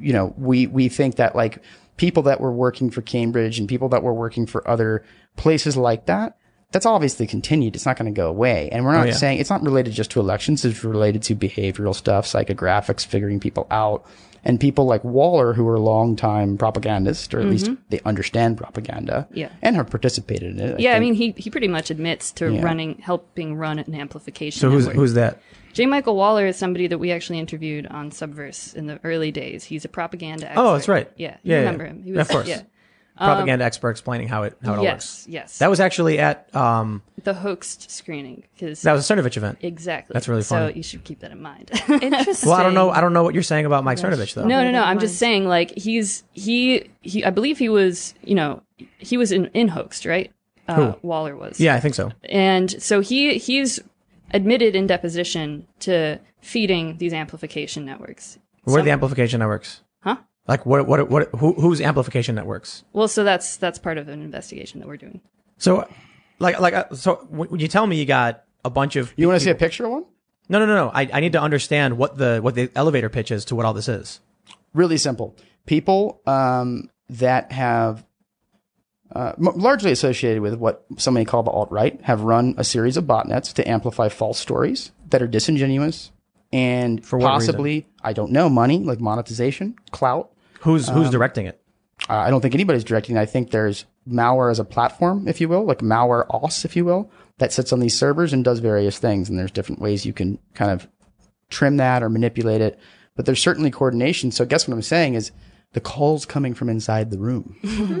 you know, we we think that like people that were working for Cambridge and people that were working for other places like that, that's obviously continued. It's not going to go away. And we're not Oh, yeah. saying it's not related just to elections. It's related to behavioral stuff, psychographics, figuring people out. And people like Waller, who are longtime propagandists, or at least they understand propaganda, Mm-hmm. Yeah. and have participated in it. yeah, I think. mean, he he pretty much admits to running, helping run an amplification. so who's network. who's that? J. Michael Waller is somebody that we actually interviewed on Subverse in the early days. He's a propaganda. Expert. Oh, that's right. Yeah, you Yeah, yeah. remember him? Of course. Yeah. Um, Propaganda expert explaining how it how it all works. Yes, yes. That was actually at um the hoaxed screening because that was a Cernovich event. exactly. That's really So funny. you should keep that in mind. Interesting. Well, I don't know I don't know what you're saying about Mike Cernovich though. No, no, no. never I'm mind. just saying, like he's he he. I believe he was, you know, he was in in hoaxed, right? Uh, Waller was. Yeah, I think so. and so he he's admitted in deposition to feeding these amplification networks. What are the amplification networks? Huh? Like what what what who who's amplification networks? Well, so that's that's part of an investigation that we're doing. So, like, like, uh, so when when you tell me you got a bunch of you want to see a picture of one? no, no, no, no, I, I need to understand what the what the elevator pitch is to what all this is. really simple. People um, that have uh, m- largely associated with what some may call the alt right have run a series of botnets to amplify false stories that are disingenuous and For what possibly I don't know money like monetization clout. Who's Um, who's directing it? Uh, I don't think anybody's directing. I think there's malware as a platform, if you will, like malware OS, if you will, that sits on these servers and does various things. And there's different ways you can kind of trim that or manipulate it. But there's certainly coordination. So I guess what I'm saying is the calls coming from inside the room.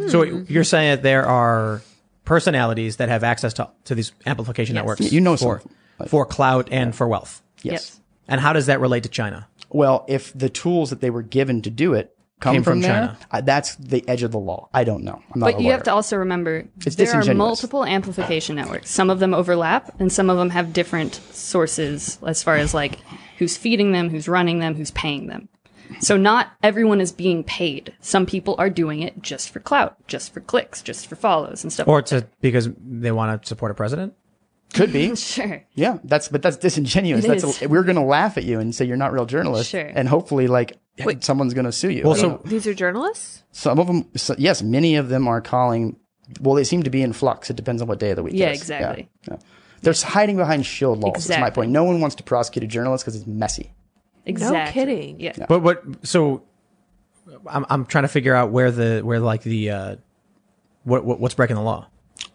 So you're saying that there are personalities that have access to to these amplification networks. You know for something. for clout and for wealth. Yes. And how does that relate to China? Well, if the tools that they were given to do it come Came from, from there, China. I, that's the edge of the law. I don't know. I'm not. But a you have lawyer. to also remember It's there are disingenuous. multiple amplification networks. Some of them overlap, and some of them have different sources as far as like who's feeding them, who's running them, who's paying them. So not everyone is being paid. Some people are doing it just for clout, just for clicks, just for follows and stuff. Or to because they want to support a president? Could be. sure. Yeah, that's but that's disingenuous. It that's is. we're going to laugh at you and say you're not real journalists, Sure. and hopefully, like someone's going to sue you. Well, so- These are journalists. Some of them, so, yes, many of them are calling. Well, they seem to be in flux. It depends on what day of the week. it Yeah, is. exactly. Yeah, yeah. They're hiding behind shield laws. That's my Exactly. point. No one wants to prosecute a journalist because it's messy. Exactly. kidding. Yeah. But what? So, I'm I'm trying to figure out where the where like the uh, what, what what's breaking the law.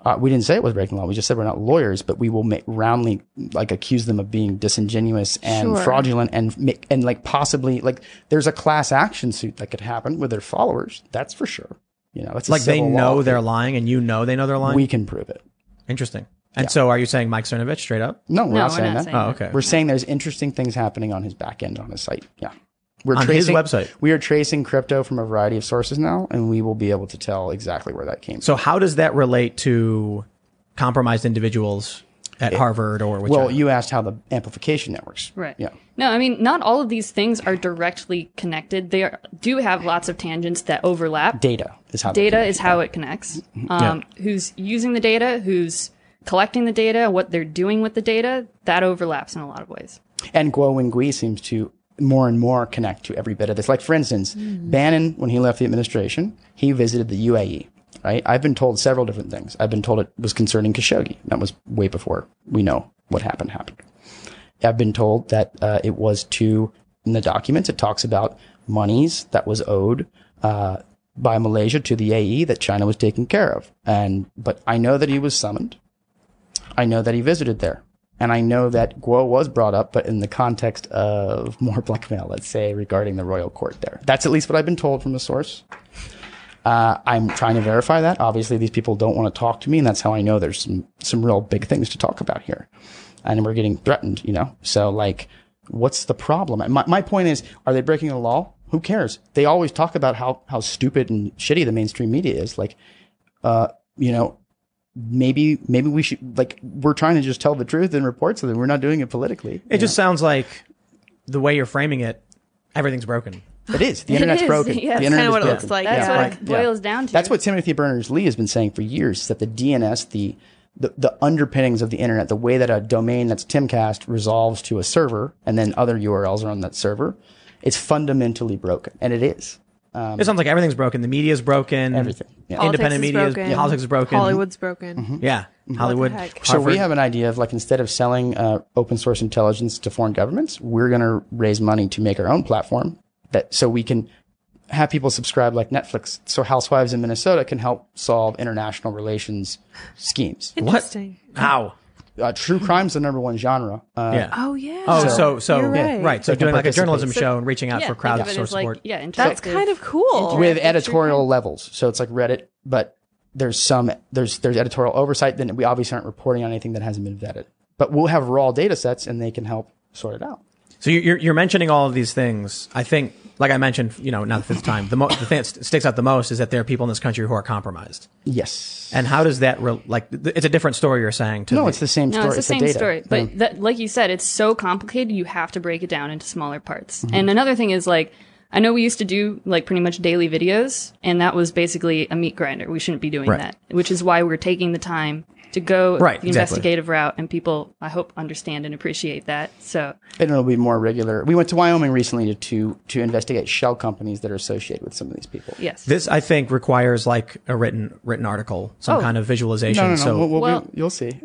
Uh, we didn't say it was breaking the law. We just said we're not lawyers, but we will make roundly like accuse them of being disingenuous and Sure. fraudulent and make, and like possibly like there's a class action suit that could happen with their followers. That's for sure. You know, it's a Like they civil know law. they're lying, and you know they know they're lying. We can prove it. Interesting. And so, are you saying Mike Cernovich straight up? No, we're No, not we're saying not that. saying Oh, okay. Mm-hmm. We're saying there's interesting things happening on his back end on his site. Yeah. We're On his website. We are tracing crypto from a variety of sources now, and we will be able to tell exactly where that came from. so, how does that relate to compromised individuals at Harvard or whichever? Well, you asked how the amplification networks. Right. Yeah. No, I mean, not all of these things are directly connected. They are, do have lots of tangents that overlap. Data is how they data came. is how it connects. Um, Who's using the data, who's collecting the data, what they're doing with the data, that overlaps in a lot of ways. And Guo Wingui seems to more and more connect to every bit of this. Like, for instance, Bannon, when he left the administration, he visited the UAE, right? I've been told several different things. I've been told it was concerning Khashoggi. That was way before we know what happened happened. I've been told that uh, it was to in the documents, it talks about monies that was owed uh, by Malaysia to the AE that China was taking care of. And but I know that he was summoned. I know that he visited there. And I know that Guo was brought up, but in the context of more blackmail, let's say, regarding the royal court there. That's at least what I've been told from a source. Uh, I'm trying to verify that. Obviously, these people don't want to talk to me, and that's how I know there's some, some real big things to talk about here. And we're getting threatened, you know? So, like, what's the problem? And My, my point is, are they breaking the law? Who cares? They always talk about how, how stupid and shitty the mainstream media is. Like, uh, you know, maybe maybe we should like we're trying to just tell the truth and report something. We're not doing it politically. It just sounds like the way you're framing it, everything's broken. It is. The internet's is. broken. Yeah, the that's kinda internet is what it broken. looks like. That's Yeah. what Right. it boils down to. That's what Timothy Berners-Lee has been saying for years that the DNS, the, the the underpinnings of the internet, the way that a domain that's Timcast resolves to a server and then other URLs are on that server, it's fundamentally broken, and it is. it sounds like everything's broken. The media's broken. Um, Everything. Yeah. Independent Politics is media is- broken. yeah, politics is broken. Mm-hmm. Hollywood's broken. Yeah, Hollywood. heck? Mm-hmm. So we Harvard. have an idea of like instead of selling uh, open source intelligence to foreign governments, we're going to raise money to make our own platform that so we can have people subscribe like Netflix. So Housewives in Minnesota can help solve international relations schemes. Interesting. how? Uh, true crime's the number one genre. Uh, Yeah. Oh yeah. Oh, so so You're yeah, right. right. So They can doing like a participate. journalism show and reaching out yeah, for think of crowd it as source like, support. yeah, That's interactive. kind of cool. Interactive. with editorial levels. So it's like Reddit, but there's some there's there's editorial oversight. Then we obviously aren't reporting on anything that hasn't been vetted. But we'll have raw data sets, and they can help sort it out. So you- you're you're mentioning all of these things. I think, like I mentioned, you know, not the fifth time. The mo- the thing that st- sticks out the most is that there are people in this country who are compromised. Yes. And how does that re- like? th- It's a different story you're saying. To no, the- it's the same No, story. it's the same data. story. But that, like you said, it's so complicated. You have to break it down into smaller parts. Mm-hmm. And another thing is like, I know we used to do like pretty much daily videos, and that was basically a meat grinder. We shouldn't be doing Right. that, which is why we're taking the time to go Right, exactly. the investigative route. And people, I hope, understand and appreciate that. So And it'll be more regular. We went to Wyoming recently to, to to investigate shell companies that are associated with some of these people. yes, this I think requires like a written written article, some Oh. kind of visualization. No, no, no. so we'll, we'll, Well- you'll see.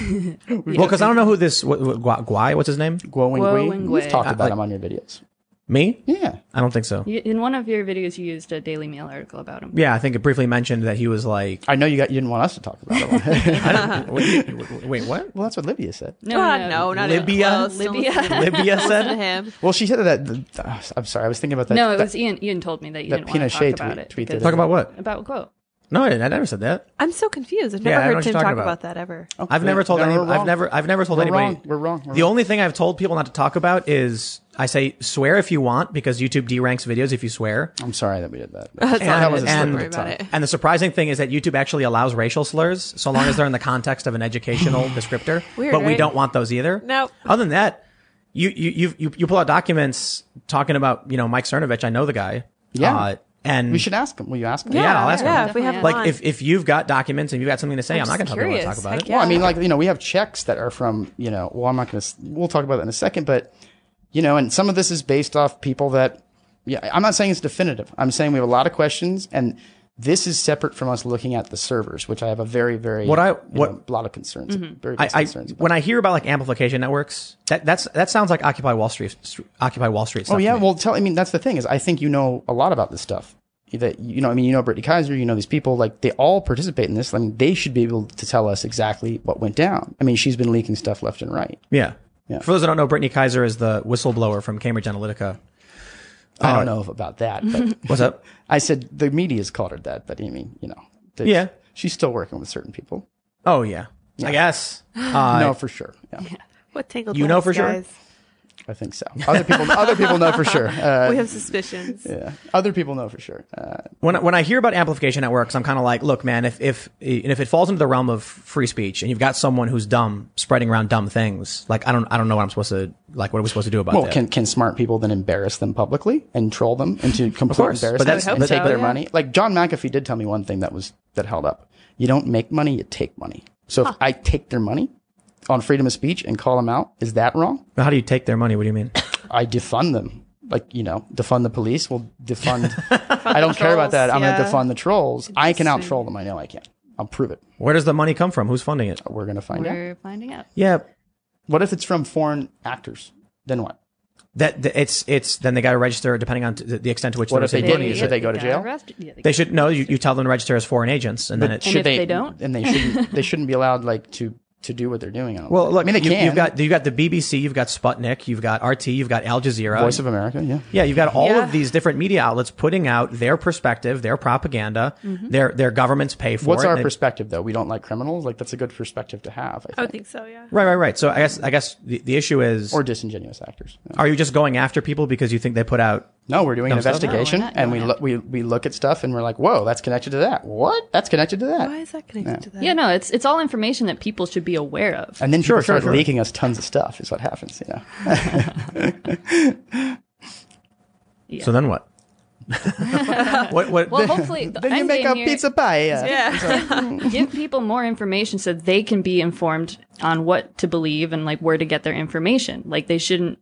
Well, because I don't know who this what, what, Gua- Guai, what's his name? Guo Guo Wing Wing We've Gui. talked Uh, about like- him on your videos. Me? Yeah. I don't think so. You- in one of your videos, you used a Daily Mail article about him. Yeah, I think it briefly mentioned that he was like, I know you got you didn't want us to talk about him. I don't- wait, wait, what? well, that's what Livia said. No, God, no, Ah, no, not Libya? Even close. Don't Libya. listen to- Libya don't said? listen to him. Well, she said that. The, uh, I'm sorry, I was thinking about that. No, it that- was Ian. Ian told me that you that didn't want to talk Pinochet about tweet- it. tweeted because- it. Talk about what? About quote. No, I didn't. I never said that. I'm so confused. I've Yeah, never I know heard what Tim you're talk talking about. about. Oh, that ever. I've never told No, any. we're I've wrong. never. I've never told We're anybody. wrong. We're wrong. We're the wrong. only thing I've told people not to talk about is I say swear if you want because YouTube deranks videos if you swear. I'm sorry that we did that. That's And- all. was a slip Don't and- worry at the about it. time. And the surprising thing is that YouTube actually allows racial slurs so long as they're in the context of an educational descriptor. Weird, but we right? don't want those either. Nope. Other than that, you you you you, you pull out documents talking about you know Mike Cernovich. I know the guy. Uh, Yeah. and We should ask him. Will you ask him? Yeah, I'll ask yeah, him. if we have him Definitely. like on. if, if you've got documents and you've got something to say, I'm, I'm not going to just tell people to talk curious. about Heck it. yeah. Well, I mean, like you know, we have checks that are from you know. Well, I'm not going to. We'll talk about that in a second, but you know, and some of this is based off people that. Yeah, I'm not saying it's definitive. I'm saying we have a lot of questions, and this is separate from us looking at the servers, which I have a very, very What I- you what- know, a lot of concerns, very big I, I concerns. about. when I hear about like amplification networks, that that's that sounds like Occupy Wall Street, Occupy Wall Street. Stuff Oh to yeah, me. well, tell. I mean, that's the thing is, I think you know a lot about this stuff. That you know, I mean, you know Brittany Kaiser, you know these people. Like they all participate in this. I mean, they should be able to tell us exactly what went down. I mean, she's been leaking stuff left and right. Yeah. For those that don't know, Brittany Kaiser is the whistleblower from Cambridge Analytica. I don't know if about that, but Oh. What's up? I said the media's called her that, but I mean, you know, that- Yeah. she's still working with certain people. Oh yeah, I guess. Uh, no, for sure. Yeah, what tangled you know webs, for sure? guys. I think so. Other people, other people know for sure. Uh, We have suspicions. yeah, other people know for sure. Uh, when I- when I hear about amplification networks, I'm kind of like, look, man, if if and if it falls into the realm of free speech, and you've got someone who's dumb spreading around dumb things, like I don't I don't know what I'm supposed to like. What are we supposed to do about well, that? can can smart people then embarrass them publicly and troll them into complete course, but embarrassment that's- and that's- take their Yeah. money? Like John McAfee did tell me one thing that was that held up. You don't make money, you take money. So if I take their money on freedom of speech and call them out, is that wrong? How do you take their money? What do you mean? I defund them. Like, you know, defund the police. Well, defund. I don't care about that. I'm going yeah. to defund the trolls. I can out troll them. I know I can. I'll prove it. Where does the money come from? Who's funding Oh. it? We're going to find out. We're finding out. Yeah, What if it's from foreign actors? Then what? that, that it's it's then they got to register depending on t- the the extent to which What they're if they receiving didn't? money. Is Should it- they go to got jail? arrested. Yeah, they They should no. You, you tell them to register as foreign agents, and then it's should- if they don't? and they shouldn't, they shouldn't be allowed like to to do what they're doing. I don't well. think. Look, I mean, they you, can. have got you've got the BBC, you've got Sputnik, you've got RT, you've got Al Jazeera, Voice of America. Yeah, Yeah, you've got all Yeah. of these different media outlets putting out their perspective, their propaganda, Mm-hmm. their their governments pay for What's it. our and it- perspective though? We don't like criminals. Like that's a good perspective to have. I I think. would think so. Yeah. right, right, right. So I guess I guess the, the issue is Or disingenuous actors. Yeah. are you just going after people because you think they put out No, we're doing an stuff? investigation, No, we're not and we doing lo- we we look at stuff, and we're like, "Whoa, that's connected to that. What? That's connected to that." Why is that connected to that? Yeah, no, it's it's all information that people should be aware of. And then people Sure, sure, start sure. leaking us tons of stuff. Is what happens. You know. Yeah. so then what? what what Well, hopefully, the then you end make game a here- pizza pie. Yeah. give people more information so they can be informed on what to believe and like where to get their information. Like they shouldn't,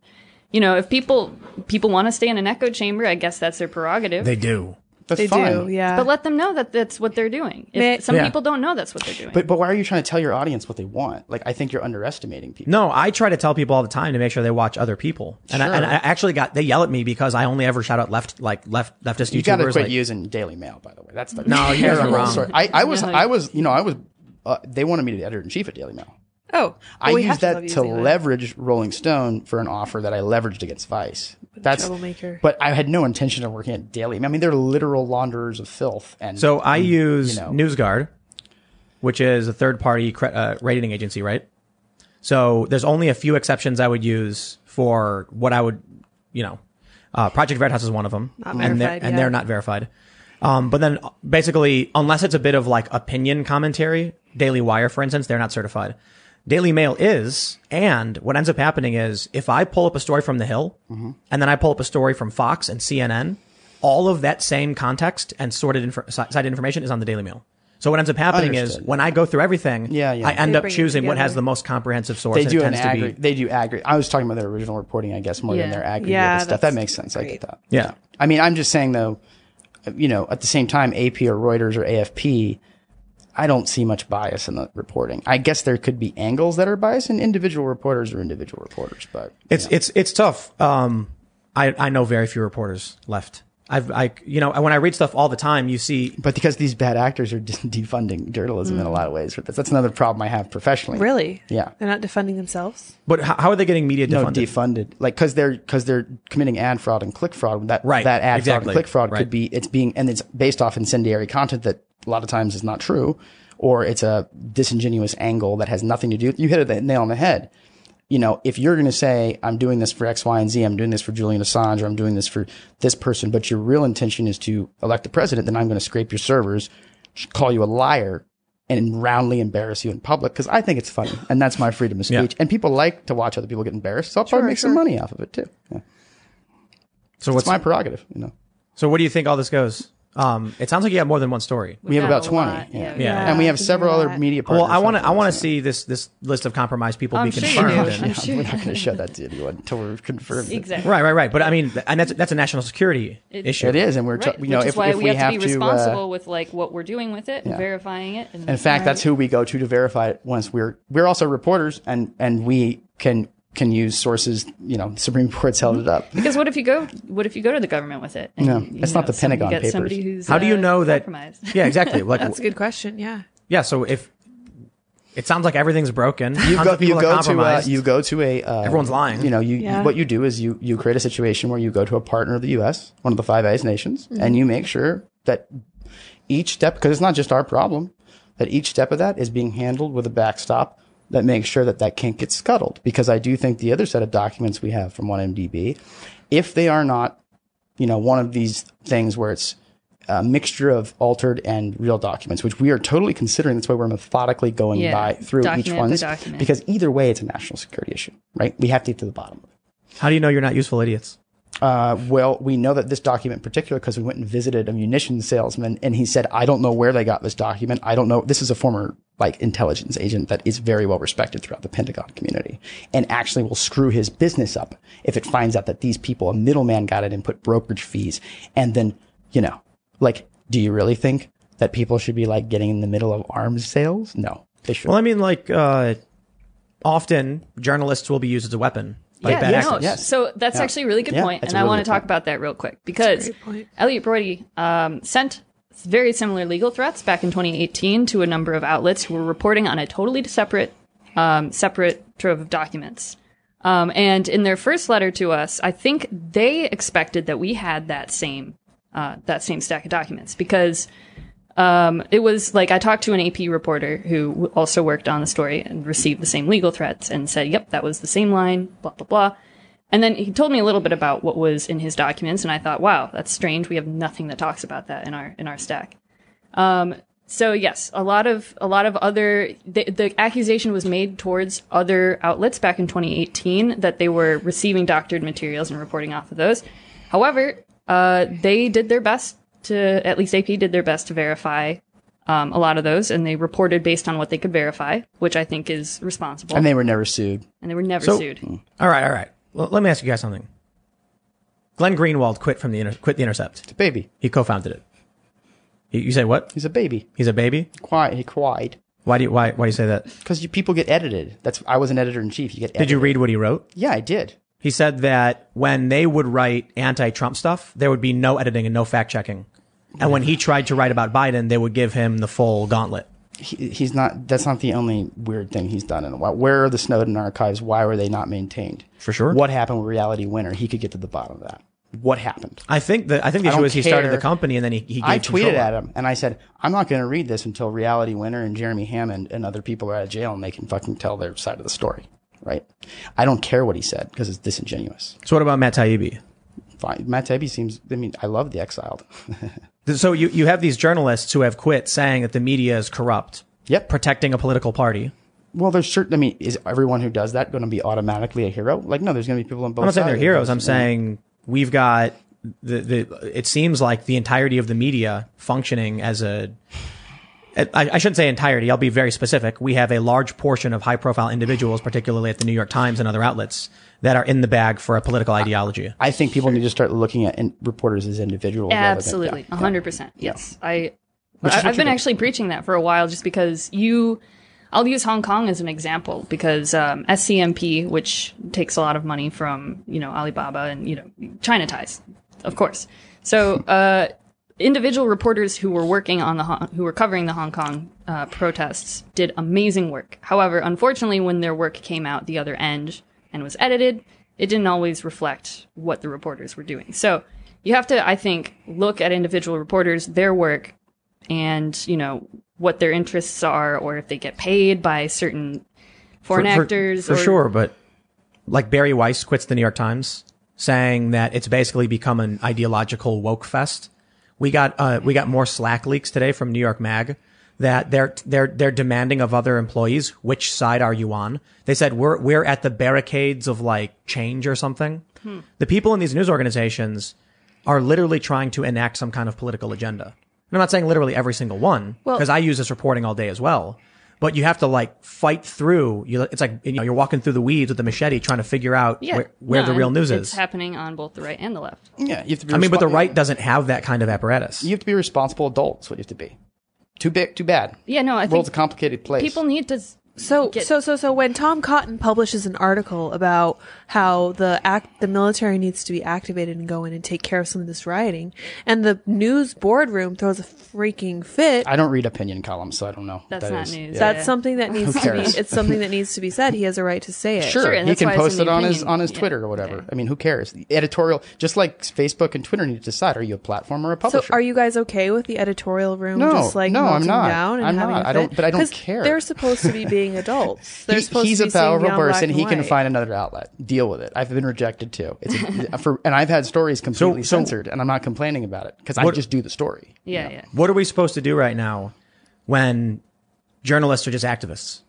you know, if people people want to stay in an echo chamber, I guess that's their prerogative. they do. That's They fine. do. Yeah. but let them know that that's what they're doing. If May- some Yeah. people don't know that's what they're doing. But but why are you trying to tell your audience what they want? Like I think you're underestimating people. No, I try to tell people all the time to make sure they watch other people. And, I, and I actually got they yell at me because I only ever shout out left like left leftist You got to YouTubers. quit like, using Daily Mail, by the way. That's the No, you're terrible wrong. story. I, I was No. I was you know I was uh, they wanted me to be editor in chief at Daily Mail. Oh, well, I we have used that love to using that. leverage Rolling Stone for an offer that I leveraged against Vice. That's troublemaker. But I had no intention of working at Daily. Mail. I mean, they're literal launderers of filth. And so uh, I use know. NewsGuard, which is a third party cre- uh, rating agency, right? So there's only a few exceptions I would use for what I would, you know, uh, Project Veritas is one of them, Not and they're, verified, and yeah. they're not verified. Um, but then uh, basically, unless it's a bit of like opinion commentary, Daily Wire, for instance, they're not certified. Daily Mail is, and what ends up happening is if I pull up a story from The Hill Mm-hmm. and then I pull up a story from Fox and CNN, all of that same context and sorted inf- cited information is on the Daily Mail. So what ends up happening Understood. is when I go through everything, Yeah, yeah. I end They up bring it choosing what together. has the most comprehensive source. they and do it an tends to be- aggregate. They do aggregate. I was talking about their original reporting, I guess, more than Yeah. their aggregate Yeah, stuff. That that's makes sense. I get that. Yeah. I mean, I'm just saying though, you know, at the same time, AP or Reuters or AFP, I don't see much bias in the reporting. I guess there could be angles that are biased, and individual reporters are individual reporters. But It's it's it's tough. Um, I I know very few reporters left. I've I you know when I read stuff all the time, you see but because these bad actors are defunding journalism in a lot of ways, that's, that's another problem I have professionally. Really? Yeah. They're not defending themselves. But how, how are they getting media No, defunded? defunded. Like, cause they're, cause they're committing ad fraud and click fraud. That, Right, that ad fraud exactly, and click fraud right. could be, it's being, and it's based off incendiary content that a lot of times is not true, or it's a disingenuous angle that has nothing to do, you hit the nail on the head. You know, if you're going to say, I'm doing this for X, Y, and Z, I'm doing this for Julian Assange, or I'm doing this for this person, but your real intention is to elect the president, then I'm going to scrape your servers, call you a liar, and roundly embarrass you in public because I think it's funny and that's my freedom of speech. Yeah. And people like to watch other people get embarrassed, so I'll probably make some money off of it too. Yeah. so It's what's my prerogative, you know. so where do you think all this goes? Um, it sounds like you have more than one story. We have got about a twenty, lot. yeah. Yeah, we Yeah. got and we a have lot. several There's a other lot. media. Well, I partners want to out I there, want to so- see this this list of compromised people I'm be sure you confirmed. do. in. I'm Yeah, sure. We're not going to show that to anyone until we're confirmed. exactly. Right, right, right. But I mean, th- and that's that's a national security It- issue. It is, and we're Right. ta- you know Which if, is why if we, we have, to be uh, responsible with like what we're doing with it and verifying it. And In fact, that's who we go to to verify it. Once we're we're also reporters, and and we can can use sources. You know, Supreme Court's held it up. because what if you go? What if you go to the government with it? No, you it's not the some- you Pentagon get Papers. Somebody who's, How do you uh, know that? compromised. Yeah, exactly. Like That's a good question. Yeah. yeah. So if it sounds like everything's broken, you tons go, of people you are go to uh, compromised. you go to a uh, Everyone's lying. You know, you Yeah. what you do is you you create a situation where you go to a partner of the U.S., one of the Five Eyes nations, and you make sure that each step, because it's not just our problem, that each step of that is being handled with a backstop that makes sure that that can't get scuttled. Because I do think the other set of documents we have from 1MDB, if they are not, you know, one of these things where it's a mixture of altered and real documents, which we are totally considering. That's why we're methodically going Yeah. by through each Document by one's document. because either way, it's a national security issue, right? We have to get to the bottom of it. How do you know you're not useful idiots? Uh, well, we know that this document in particular because we went and visited a munition salesman and he said, I don't know where they got this document. I don't know. This is a former like intelligence agent that is very well respected throughout the Pentagon community and actually will screw his business up if it finds out that these people, a middleman got it and put brokerage fees. And then, you know, like, do you really think that people should be like getting in the middle of arms sales? No, they shouldn't. Well, I mean, like uh, often journalists will be used as a weapon. Like yeah, bad no, actors. Yes. So that's Yeah. actually a really good Yeah, point, that's and a I really want good to talk point. about that real quick because great point. Elliot Brody um, sent very similar legal threats back in 2018 to a number of outlets who were reporting on a totally separate, um, separate trove of documents. Um, and in their first letter to us, I think they expected that we had that same uh, that same stack of documents because um, it was like I talked to an AP reporter who w- also worked on the story and received the same legal threats and said, "Yep, that was the same line." Blah blah blah. And then he told me a little bit about what was in his documents, and I thought, "Wow, that's strange. We have nothing that talks about that in our in our stack." Um, so yes, a lot of a lot of other the, the accusation was made towards other outlets back in 2018 that they were receiving doctored materials and reporting off of those. However, uh, they did their best to at least AP did their best to verify um, a lot of those, and they reported based on what they could verify, which I think is responsible. And they were never sued. And they were never So- sued. All right, all right. Well, let me ask you guys something. Glenn Greenwald quit from the inter- quit the Intercept. It's a baby. He co-founded it. You, you say what? He's a baby. He's a baby. Quiet. He cried. Why do you, why why do you say that? Because people get edited. That's I was an editor in chief. You get edited. Did you read what he wrote? Yeah, I did. He said that when they would write anti-Trump stuff, there would be no editing and no fact checking. And when he tried to write about Biden, they would give him the full gauntlet. He, he's not. That's not the only weird thing he's done in a while. Where are the Snowden archives? Why were they not maintained? For sure. What happened with Reality Winner? He could get to the bottom of that. What happened? I think the I think the I issue don't is he started the care. company and then he, he gave I control. tweeted at him and I said, I'm not going to read this until Reality Winner and Jeremy Hammond and other people are out of jail and they can fucking tell their side of the story. Right? I don't care what he said because it's disingenuous. So what about Matt Taibbi? Fine. Matt Taibbi seems, I mean, I love The Exiled. So you, you have these journalists who have quit saying that the media is corrupt, yep. protecting a political party. Well, there's certain, I mean, is everyone who does that going to be automatically a hero? Like, no, there's going to be people on both I'm not saying sides they're of heroes. this, I'm you know? saying we've got the, the it seems like the entirety of the media functioning as a I, I shouldn't say entirety. I'll be very specific. We have a large portion of high profile individuals, particularly at the New York Times and other outlets, that are in the bag for a political ideology. I think people need to start looking at in, reporters as individuals. rather than- Absolutely, yeah, yeah. hundred percent. Yes, I. Which is I what I've been you do. actually preaching that for a while, just because you. I'll use Hong Kong as an example because um, SCMP, which takes a lot of money from you know Alibaba and you know China ties, of course. So uh, individual reporters who were working on the Hon- who were covering the Hong Kong uh, protests did amazing work. However, unfortunately, when their work came out the other end and was edited, it didn't always reflect what the reporters were doing. So you have to, I think, look at individual reporters, their work, and you know what their interests are, or if they get paid by certain foreign for, for- actors. for or, sure. But like Barry Weiss quits the New York Times, saying that it's basically become an ideological woke fest. We got uh, we got more Slack leaks today from New York Mag that they're they're they're demanding of other employees which side are you on? They said we're we're at the barricades of like change or something. Hmm. The people in these news organizations are literally trying to enact some kind of political agenda. And I'm not saying literally every single one because I use this reporting all day as well. But you have to like fight through. You, it's like you know you're walking through the weeds with a machete trying to figure out Yeah, where, where no, the real and news it's is. happening on both the right and the left. Yeah, you have to be I mean, but the respon- right doesn't have that kind of apparatus. You have to be a responsible adults. What you have to be. Too big, too bad. Yeah, no, I World's a think complicated place. people need to. s- So Get- so so so when Tom Cotton publishes an article about how the act the military needs to be activated and go in and take care of some of this rioting, and the news boardroom throws a freaking fit. I don't read opinion columns, so I don't know. That's That not is- news. yeah. that's yeah. something that needs to be cares? it's something that needs to be said. He has a right to say it. Sure, Sure, and he that's why can it's post in it the on his opinion. on his Yeah. Twitter or whatever. I mean, who cares? The editorial, just like Facebook and Twitter need to decide: are you a platform or a So publisher? are you guys okay with the editorial room Oh, No, just like no, I'm melting not. down and I'm having not. a I don't- fit? but I don't 'Cause care. They're supposed to be being adults. They're He- supposed he's to a be seeing powerful beyond black person. He can white. find another outlet. Deal with it. I've been rejected too. It's a, for, and I've had stories completely so- censored, and I'm not complaining about it because I What- just do the story. Yeah, yeah. what are we supposed to do right now when journalists are just activists?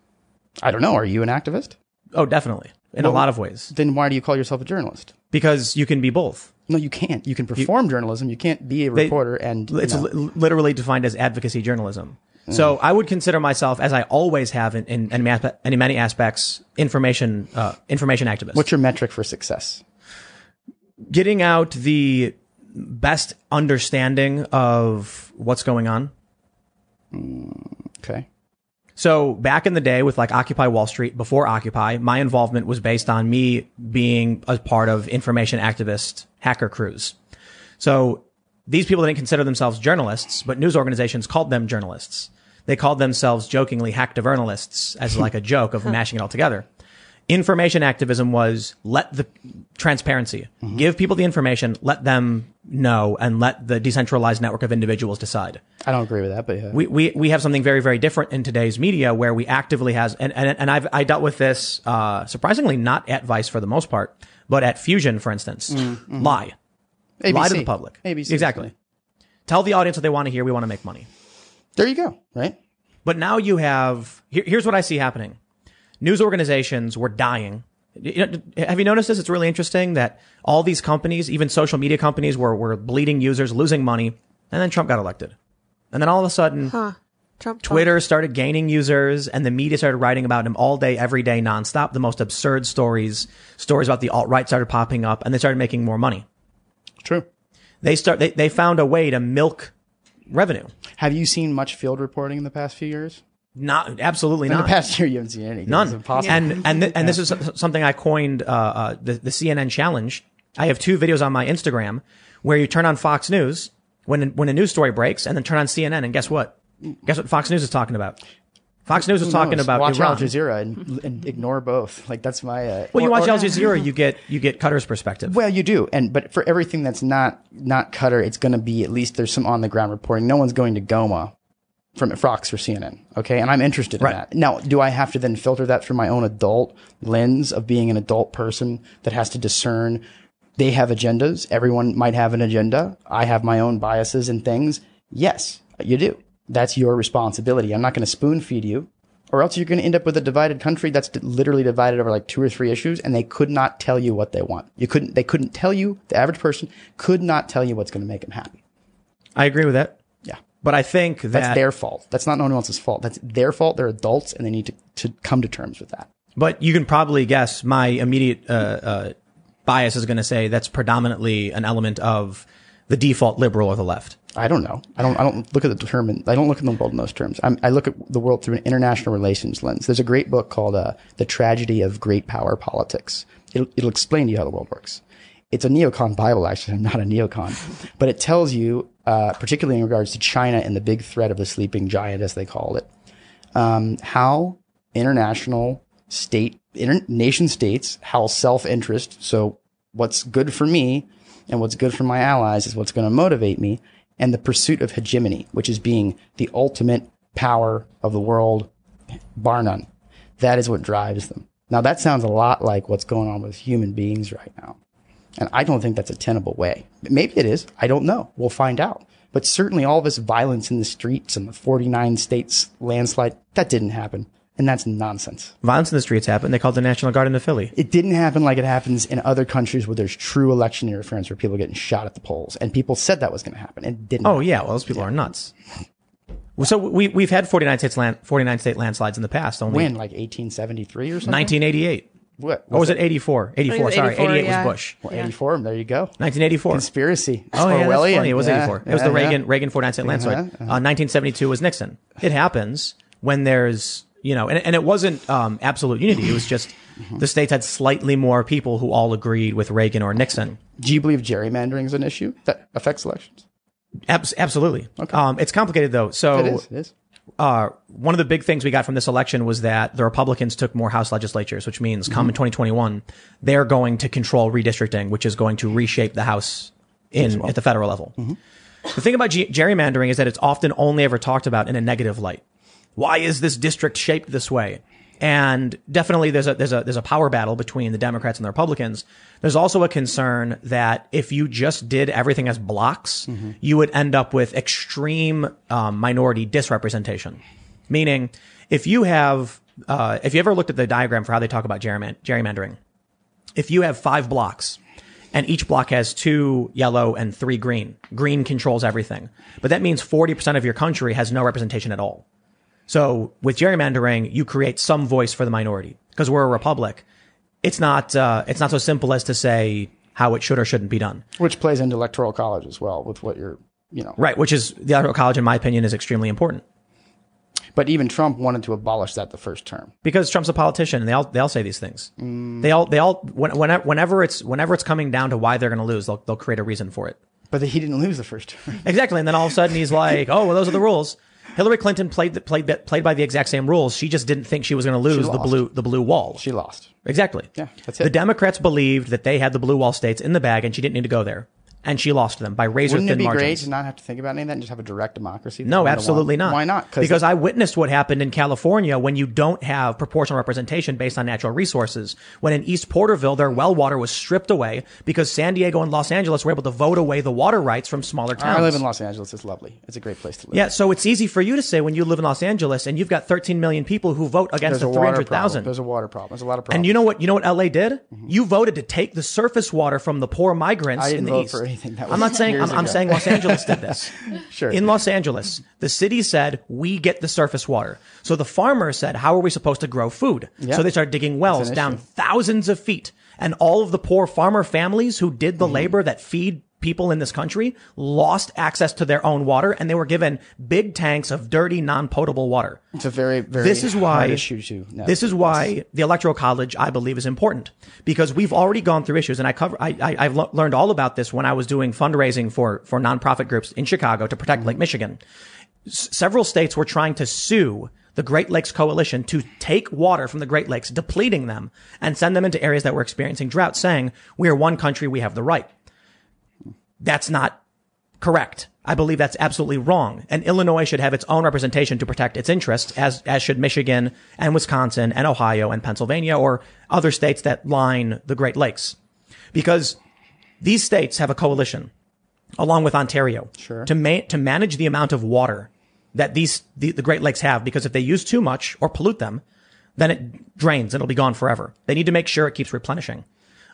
I don't know. Are you an activist? Oh, definitely in a lot of ways Then why do you call yourself a journalist? because you can be both. No, you can't. You can perform journalism. You can't be a They- reporter and you it's know. Mm. li- literally defined as advocacy journalism. So I would consider myself, as I always have in, in, in, ma- in many aspects, information uh, information activist. what's your metric for success? getting out the best understanding of what's going on. Okay. So back in the day with like Occupy Wall Street, before Occupy, my involvement was based on me being a part of information activist hacker crews. So these people didn't consider themselves journalists, but news organizations called them journalists. They called themselves jokingly hacktivernalists as like a joke of mashing it all together. Information activism was let the transparency, give people the information, let them know, and let the decentralized network of individuals decide I don't agree with that, but uh, yeah. we, we, we have something very, very different in today's media where we actively has, and, and, and I've, I dealt with this, uh, surprisingly not at Vice for the most part, but at Fusion, for instance, lie, lie to ABC. the public. ABC. Exactly. Tell the audience what they want to hear. We want to make money. There you go. Right. But now you have, here, here's what I see happening. News organizations were dying. You know, have you noticed this? It's really interesting that all these companies, even social media companies were, were bleeding users, losing money. And then Trump got elected. And then all of a sudden, Trump Twitter started gaining users and the media started writing about him all day, every day, nonstop. The most absurd stories, stories about the alt right started popping up and they started making more money. True. They start, they, they found a way to milk revenue. Have you seen much field reporting in the past few years? Not, absolutely In not. the past year, you haven't seen anything. None. It's impossible. And and th- and this is something I coined uh, uh, the the CNN challenge. I have two videos on my Instagram where you turn on Fox News when when a news story breaks, and then turn on CNN, and guess what? Guess what Fox News is talking about? Fox News is Who talking knows? about watch Iran. Al Jazeera and, and ignore both. Like that's my. Uh, Well, you or- watch or- Al Jazeera, you get you get Cutter's perspective. Well, you do, and but for everything that's not not Cutter, it's going to be at least there's some on the ground reporting. No one's going to Goma from Fox or CNN, okay? And I'm interested Right. in that. Now, do I have to then filter that through my own adult lens of being an adult person that has to discern? They have agendas. Everyone might have an agenda. I have my own biases and things. Yes, you do. That's your responsibility. I'm not going to spoon feed you. Or else you're going to end up with a divided country that's d- literally divided over like two or three issues, and they could not tell you what they want. You couldn't. They couldn't tell you. The average person could not tell you what's going to make them happy. I agree with that, Yeah, but I think that that's their fault. That's not no one else's fault. That's their fault. They're adults, and they need to, to come to terms with that. But you can probably guess my immediate uh, uh, bias is going to say that's predominantly an element of the default liberal or the left. I don't know. I don't. I don't look at the term. In, I don't look at the world in those terms. I'm, I look at the world through an international relations lens. There's a great book called uh, "The Tragedy of Great Power Politics." It'll, it'll explain to you how the world works. It's a neocon Bible, actually. I'm not a neocon, but it tells you, uh, particularly in regards to China and the big threat of the sleeping giant, as they call it, um, how international state inter- nation states how self-interest so what's good for me and what's good for my allies is what's going to motivate me and the pursuit of hegemony which is being the ultimate power of the world bar none that is what drives them now that sounds a lot like what's going on with human beings right now and I don't think that's a tenable way. Maybe it is. I don't know. We'll find out. But certainly all this violence in the streets and the 49 states landslide, that didn't happen. And that's nonsense. Violence in the streets happened. They called the National Guard into Philly. It didn't happen like it happens in other countries where there's true election interference where people are getting shot at the polls. And people said that was going to happen. It didn't. Oh yeah, well those people are nuts. Well, So we we've had 49 states land 49 state landslides in the past. Only When? Like 1873 or something? 1988. What? Or was it 84? 84. was sorry, 84, 88 yeah. was Bush. Well, 84. There you go. 1984. Conspiracy. It's Oh yeah, that's Orwellian. funny. It was Yeah, 84. It was yeah, the yeah. uh-huh, Reagan Reagan 49 cent landslide. Uh, 1972 was Nixon. It happens when there's you know, and, and it wasn't um, absolute unity. It was just Mm-hmm. the states had slightly more people who all agreed with Reagan or Nixon. Do you believe gerrymandering is an issue that affects elections? Abs- absolutely. Um, it's complicated though. It So is. It is. uh, one of the big things we got from this election was that the Republicans took more House legislatures, which means come Mm-hmm. in 2021, they're going to control redistricting, which is going to reshape the House in at the federal level. Mm-hmm. The thing about ge- gerrymandering is that it's often only ever talked about in a negative light. Why is this district shaped this way? And definitely there's a, there's a, there's a power battle between the Democrats and the Republicans. There's also a concern that if you just did everything as blocks, you would end up with extreme um, minority disrepresentation. Meaning, if you have, uh, if you ever looked at the diagram for how they talk about gerryman- gerrymandering, if you have five blocks and each block has two yellow and three green, green controls everything. But that means 40% of your country has no representation at all. So with gerrymandering, you create some voice for the minority because we're a republic. It's not, uh, it's not so simple as to say how it should or shouldn't be done. which plays into electoral college as well with what you're you know Right. Which is the electoral college, in my opinion, is extremely important. But even Trump wanted to abolish that the first term. because Trump's a politician, and they all they all say these things. They all they all when, whenever whenever it's whenever it's coming down to why they're going to lose, they'll they'll create a reason for it. But he didn't lose the first term. Exactly, and then all of a sudden he's like, "Oh, well, those are the rules." Hillary Clinton played the, played that- played by the exact same rules. She just didn't think she was going to lose the lost. blue the blue wall. She lost. exactly. Yeah, that's The it. Democrats believed that they had the blue wall states in the bag, and she didn't need to go there, and she lost them by razor Wouldn't thin it be margins. great to not have to think about any of that and just have a direct democracy? No, One to absolutely one? not. Why not? Because I witnessed what happened in California when you don't have proportional representation based on natural resources. When in East Porterville, their well water was stripped away because San Diego and Los Angeles were able to vote away the water rights from smaller towns. I live in Los Angeles. It's lovely. It's a great place to live. yeah, so it's easy for you to say when you live in Los Angeles and you've got 13 million people who vote against There's a the water problem. 300,000. There's a water problem. There's a lot of problems. And you know what? You know what LA did? You voted to take the surface water from the poor migrants Mm-hmm. I didn't in the vote east. for anything. That I'm was not saying. years I'm, I'm ago. saying Los Angeles did this. Sure. In Los Angeles, the city said we get the surface water. So the farmers said, "How are we supposed to grow food?" Yeah. So they started digging wells an down issue. thousands of feet, and all of the poor farmer families who did Mm-hmm. the labor that feed people in this country lost access to their own water, and they were given big tanks of dirty, non-potable water it's a very, very this is why hard issue to no. this is why the electoral college I believe is important because we've already gone through issues and I cover I, I I've le- learned all about this when I was doing fundraising for for nonprofit groups in Chicago to protect Lake Michigan. S- several states were trying to sue the Great Lakes Coalition to take water from the Great Lakes, depleting them and send them into areas that were experiencing drought saying we are one country, we have the right. That's not correct. I believe that's absolutely wrong. And Illinois should have its own representation to protect its interests, as as should Michigan and Wisconsin and Ohio and Pennsylvania or other states that line the Great Lakes. Because these states have a coalition, along with Ontario, to ma- to manage the amount of water that these the, the Great Lakes have. Because if they use too much or pollute them, then it drains and it'll be gone forever. They need to make sure it keeps replenishing.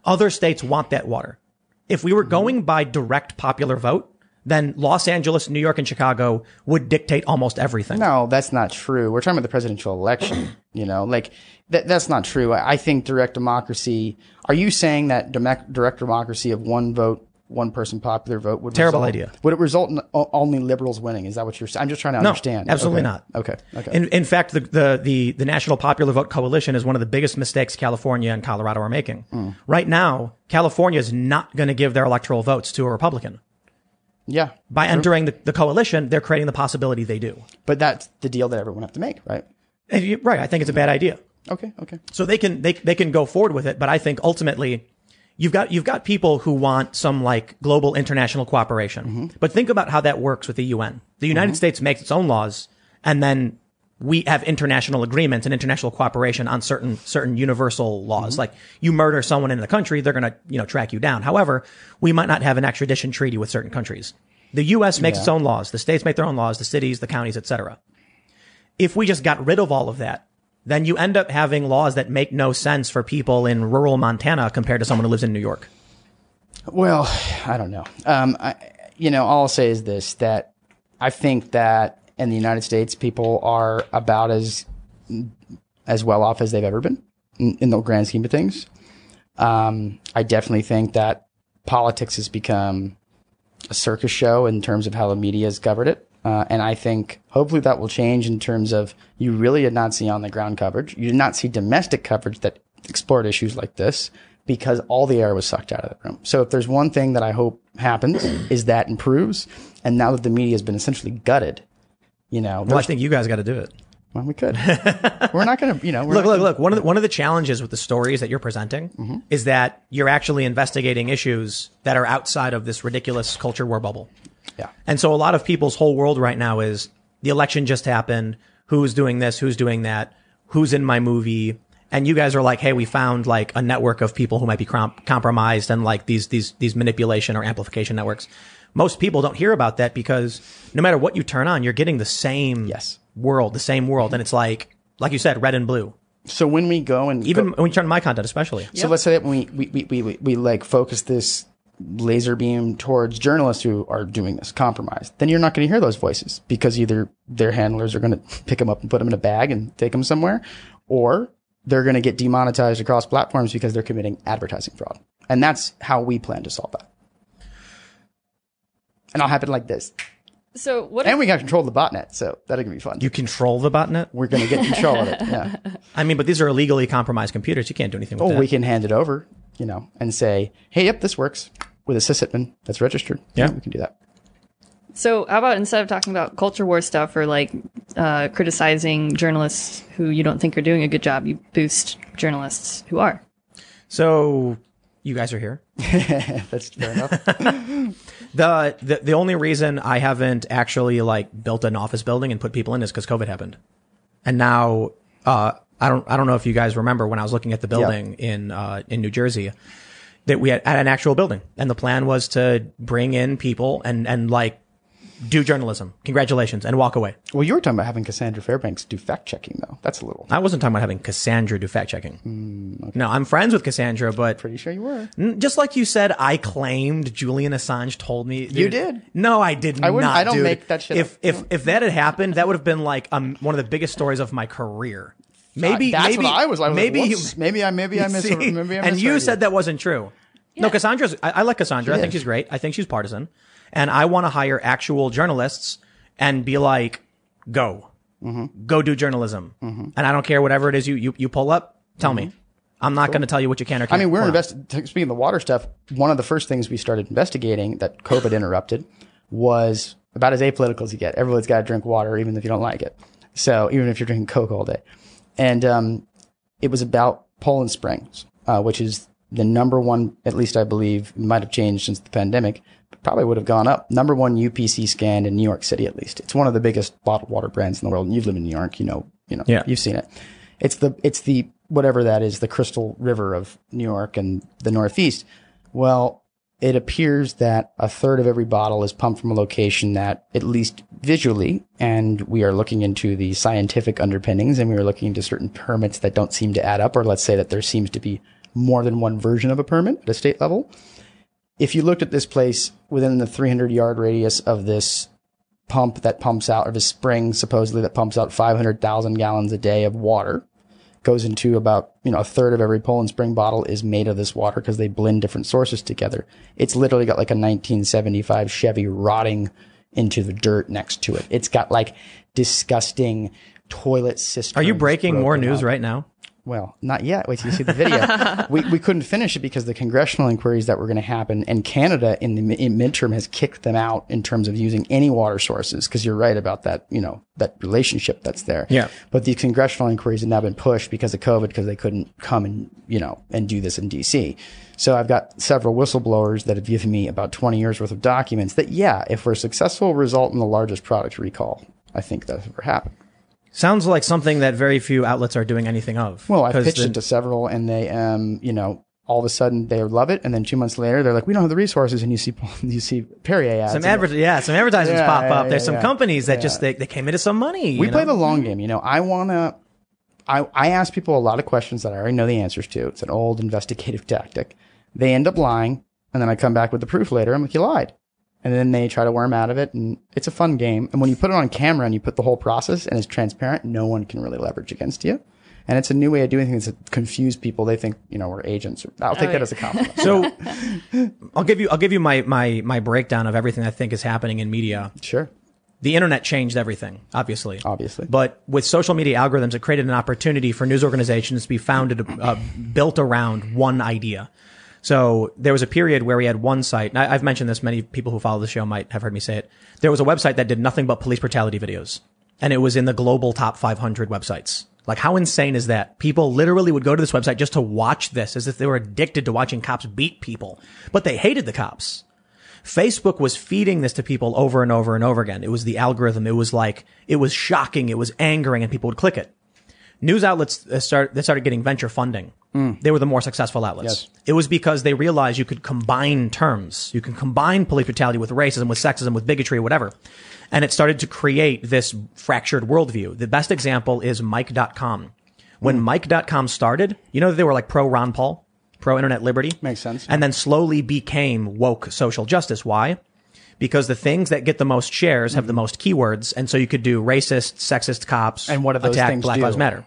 Other states want that water. If we were going by direct popular vote, then Los Angeles, New York, and Chicago would dictate almost everything. No, that's not true. We're talking about the presidential election. You know, like that, that's not true. I, I think direct democracy. Are you saying that demac- direct democracy of one vote, one person, popular vote would Terrible result- idea. Would it result in o- only liberals winning? Is that what you're saying? I'm just trying to understand. absolutely Okay. not. Okay. Okay. In, in fact, the, the, the, the National Popular Vote Coalition is one of the biggest mistakes California and Colorado are making. Hmm. Right now, California is not going to give their electoral votes to a Republican. yeah. By entering the, the coalition, they're creating the possibility they do. But that's the deal that everyone have to make, right? And you- right, I think it's a bad idea. Okay. Okay. So they can they they can go forward with it, but I think ultimately you've got you've got people who want some like global international cooperation. But think about how that works with the UN. The United States makes its own laws and then we have international agreements and international cooperation on certain certain universal laws. Like you murder someone in the country, they're going to, you know, track you down. However, we might not have an extradition treaty with certain countries. The US makes its own laws, the states make their own laws, the cities, the counties, etc if we just got rid of all of that, then you end up having laws that make no sense for people in rural Montana compared to someone who lives in New York. Well, I don't know. Um, I, you know, all I'll say is this: that I think that in the United States, people are about as as well off as they've ever been in, in the grand scheme of things. Um, I definitely think that politics has become a circus show in terms of how the media has covered it. Uh, and I think hopefully that will change in terms of you really did not see on the ground coverage. You did not see domestic coverage that explored issues like this because all the air was sucked out of the room. So if there's one thing that I hope happens is that improves. And now that the media has been essentially gutted, you Well, know, I there's- think you guys got to do it. well, we could. we're not going to, you know, we're Look, not look, look. One of the, one of the challenges with the stories that you're presenting is that you're actually investigating issues that are outside of this ridiculous culture war bubble. Yeah. And so a lot of people's whole world right now is the election just happened. Who's doing this? Who's doing that? Who's in my movie? And you guys are like, hey, we found like a network of people who might be comp- compromised and like these these these manipulation or amplification networks. Most people don't hear about that because no matter what you turn on, you're getting the same Yes. world, the same world, and it's like like you said, red and blue. So when we go and Even when you turn on my content, especially. So let's say that we we, we, we, we we like focus this laser beam towards journalists who are doing this compromise, then you're not going to hear those voices because either their handlers are going to pick them up and put them in a bag and take them somewhere, or they're going to get demonetized across platforms because they're committing advertising fraud. And that's how we plan to solve that. And I'll happen like this. So what? And we got to control the botnet, so that's gonna be fun. You control the botnet? We're gonna get control of it. Yeah. I mean, but these are illegally compromised computers. You can't do anything with Or that. Oh, we can hand it over, you know, and say, hey, yep, this works with a sysadmin that's registered. Yeah. we can do that. So how about instead of talking about culture war stuff or like uh, criticizing journalists who you don't think are doing a good job, you boost journalists who are. so you guys are here. That's fair enough. The, the the only reason I haven't actually like built an office building and put people in is because COVID happened, and now uh, I don't I don't know if you guys remember when I was looking at the building in uh, in New Jersey that we had, had an actual building, and the plan was to bring in people and and like do journalism, congratulations, and walk away. well, you were talking about having Cassandra Fairbanks do fact checking, though. That's a little. I wasn't talking about having Cassandra do fact checking. No, I'm friends with Cassandra, but Pretty sure you were. n- just like you said, I claimed Julian Assange told me. Dude, did. No, I did I wouldn't- not. I don't dude. make that shit If up. if if that had happened, that would have been like um, one of the biggest stories of my career. Maybe Uh, That's maybe, what I was. I was maybe maybe, like, you- "Whoops, maybe I maybe I mis- See? maybe I and you misheard said that wasn't true. No, Cassandra's. I, I like Cassandra. I think she's great. I think she's partisan, and I want to hire actual journalists and be like, go, Mm-hmm. go do journalism, and I don't care whatever it is you you, you pull up. Tell me, I'm not going to tell you what you can or Mm-hmm. I can't. mean, we're pull out. invested. Speaking of the water stuff, one of the first things we started investigating that COVID interrupted was about as apolitical as you get. Everyone's got to drink water, even if you don't like it. So even if you're drinking Coke all day, and um, it was about Poland Springs, uh, which is the number one, at least I believe, might have changed since the pandemic, but probably would have gone up. Number one UPC scan in New York City, at least. It's one of the biggest bottled water brands in the world. And you've lived in New York, you know, you know, Yeah. you've seen it. It's the it's the whatever that is, the Crystal River of New York and the Northeast. Well, it appears that a third of every bottle is pumped from a location that, at least visually, and we are looking into the scientific underpinnings and we are looking into certain permits that don't seem to add up, or let's say that there seems to be more than one version of a permit at a state level. If you looked at this place within the 300 yard radius of this pump that pumps out, or this spring supposedly that pumps out 500,000 gallons a day of water, goes into about you know a third of every Poland Spring bottle is made of this water because they blend different sources together. It's literally got like a 1975 Chevy rotting into the dirt next to it. It's got like disgusting toilet system. Are you breaking more news right now? Well, not yet. Wait till you see the video. we, we couldn't finish it because the congressional inquiries that were going to happen, and Canada in the mi- in midterm has kicked them out in terms of using any water sources. Because you're right about that, you know, that relationship that's there. Yeah. But the congressional inquiries have now been pushed because of COVID, because they couldn't come and you know and do this in D.C. So I've got several whistleblowers that have given me about 20 years worth of documents that, yeah, if we're successful, result in the largest product recall. I think that's ever happened. Sounds like something that very few outlets are doing anything of. Well, I have 'Cause pitched the- it to several, and they, um, you know, all of a sudden they love it, and then two months later they're like, "We don't have the resources," and you see, you see Perrier ads. some and adver- yeah, some advertisements Yeah, pop yeah, up. There's yeah, some yeah. companies that just they, they came into some money. we you play know? the long game. You know, I wanna. I, I ask people a lot of questions that I already know the answers to. It's an old investigative tactic. They end up lying, and then I come back with the proof later. I'm like, you lied. And then they try to worm out of it, and it's a fun game. And when you put it on camera and you put the whole process and it's transparent, no one can really leverage against you. And it's a new way of doing things that confuse people. They think, you know, we're agents. I'll take that yeah. as a compliment. So I'll give you I'll give you my my my breakdown of everything I think is happening in media. sure. The internet changed everything, obviously. Obviously. But with social media algorithms, it created an opportunity for news organizations to be founded, uh, built around one idea. So there was a period where we had one site, and I, I've mentioned this, many people who follow the show might have heard me say it. There was a website that did nothing but police brutality videos, and it was in the global top 500 websites. Like, how insane is that? People literally would go to this website just to watch this as if they were addicted to watching cops beat people, but they hated the cops. Facebook was feeding this to people over and over and over again. It was the algorithm. It was like, it was shocking. It was angering and people would click it. News outlets uh, start, they started getting venture funding. They were the more successful outlets. It was because they realized you could combine terms. You can combine police brutality with racism, with sexism, with bigotry, whatever. And it started to create this fractured worldview. The best example is Mike.com. When Mike.com started, you know, they were like pro Ron Paul, pro internet liberty. Makes sense. And then slowly became woke social justice. Why? Because the things that get the most shares have the most keywords. And so you could do racist, sexist cops. And what do those attack things Black do? Lives Matter.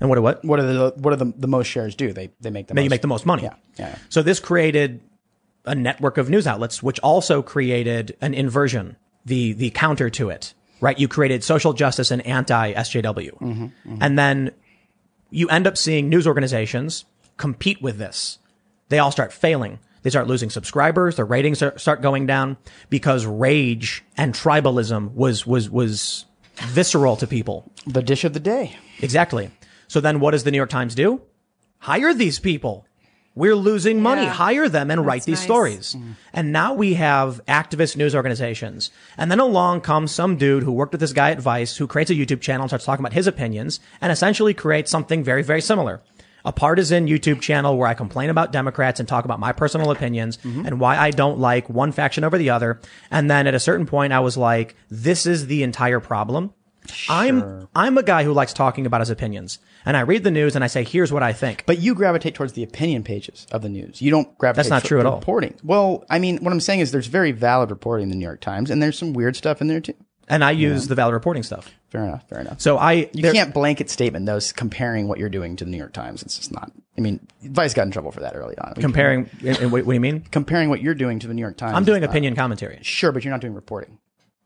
And what do what? What are the what are the, the most shares do? They they make the That most. you make the most money. Yeah, yeah. So this created a network of news outlets, which also created an inversion the the counter to it, right? You created social justice and anti SJW, Mm-hmm, and then you end up seeing news organizations compete with this. They all start failing. They start losing subscribers. Their ratings are, start going down because rage and tribalism was was was visceral to people. The dish of the day. Exactly. So then what does the New York Times do? Hire these people. We're losing money. Yeah. Hire them and write these nice. Mm. stories. And now we have activist news organizations. And then along comes some dude who worked with this guy at Vice who creates a YouTube channel and starts talking about his opinions and essentially creates something very, very similar. A partisan YouTube channel where I complain about Democrats and talk about my personal opinions Mm-hmm. and why I don't like one faction over the other. And then at a certain point, I was like, this is the entire problem. I'm I'm a guy who likes talking about his opinions, and I read the news and I say, "Here's what I think." But you gravitate towards the opinion pages of the news. You don't gravitate. That's not toward true at the all. Reporting. Well, I mean, what I'm saying is there's very valid reporting in the New York Times, and there's some weird stuff in there too. And I use the valid reporting stuff. Fair enough. Fair enough. So I you there- can't blanket statement those comparing what you're doing to the New York Times. It's just not. I mean, Vice got in trouble for that early on. comparing. and- and what, what do you mean? comparing what you're doing to the New York Times. I'm doing is not- opinion commentary. Sure, but you're not doing reporting.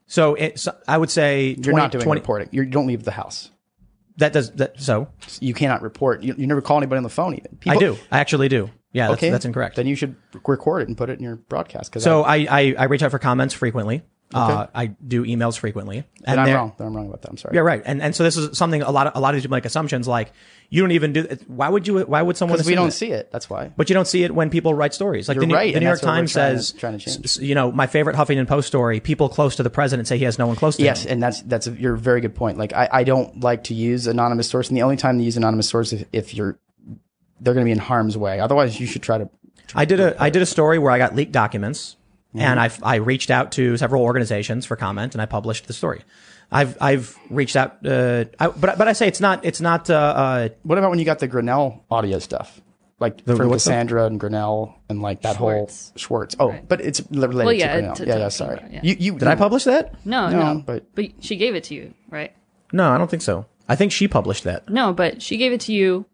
So, it, so I would say You're not doing reporting. You're, you don't leave the house. That does that. So You cannot report. You, you never call anybody on the phone I even. People- do. I actually do. Yeah, that's, that's incorrect. Then you should record it and put it in your broadcast. 'cause so I, I, I I reach out for comments frequently. Uh, I do emails frequently, and I'm there- wrong. I'm wrong about that. I'm sorry. Yeah, right. And and so this is something a lot of a lot of people make assumptions like you don't even do. Why would you? Why would someone? Because we assume don't that? see it. That's why. But you don't see it when people write stories. Like the New, right, the and New York that's what we're Times trying to- says, trying to change. s- you know, my favorite Huffington Post story: people close to the president say he has no one close to Yes, him. and that's that's a, you're a very good point. Like I, I don't like to use anonymous source, and the only time to use anonymous source if, if you're they're going to be in harm's way. Otherwise, you should try to. I did a I did a story where I got leaked documents, Mm-hmm. and I I reached out to several organizations for comment, and I published the story. I've I've reached out, uh, I, but but I say it's not it's not uh, uh, What about when you got the Grinnell audio stuff, like The from what stuff? Cassandra and Grinnell and like that Schwartz. whole Schwartz? Oh, but it's li- related Well, yeah, to Grinnell. to- yeah, to- yeah. Sorry. yeah. You, you did I publish that? No, No, no, but- she gave it to you, right? No, I don't think so. I think she published that. No, but she gave it to you,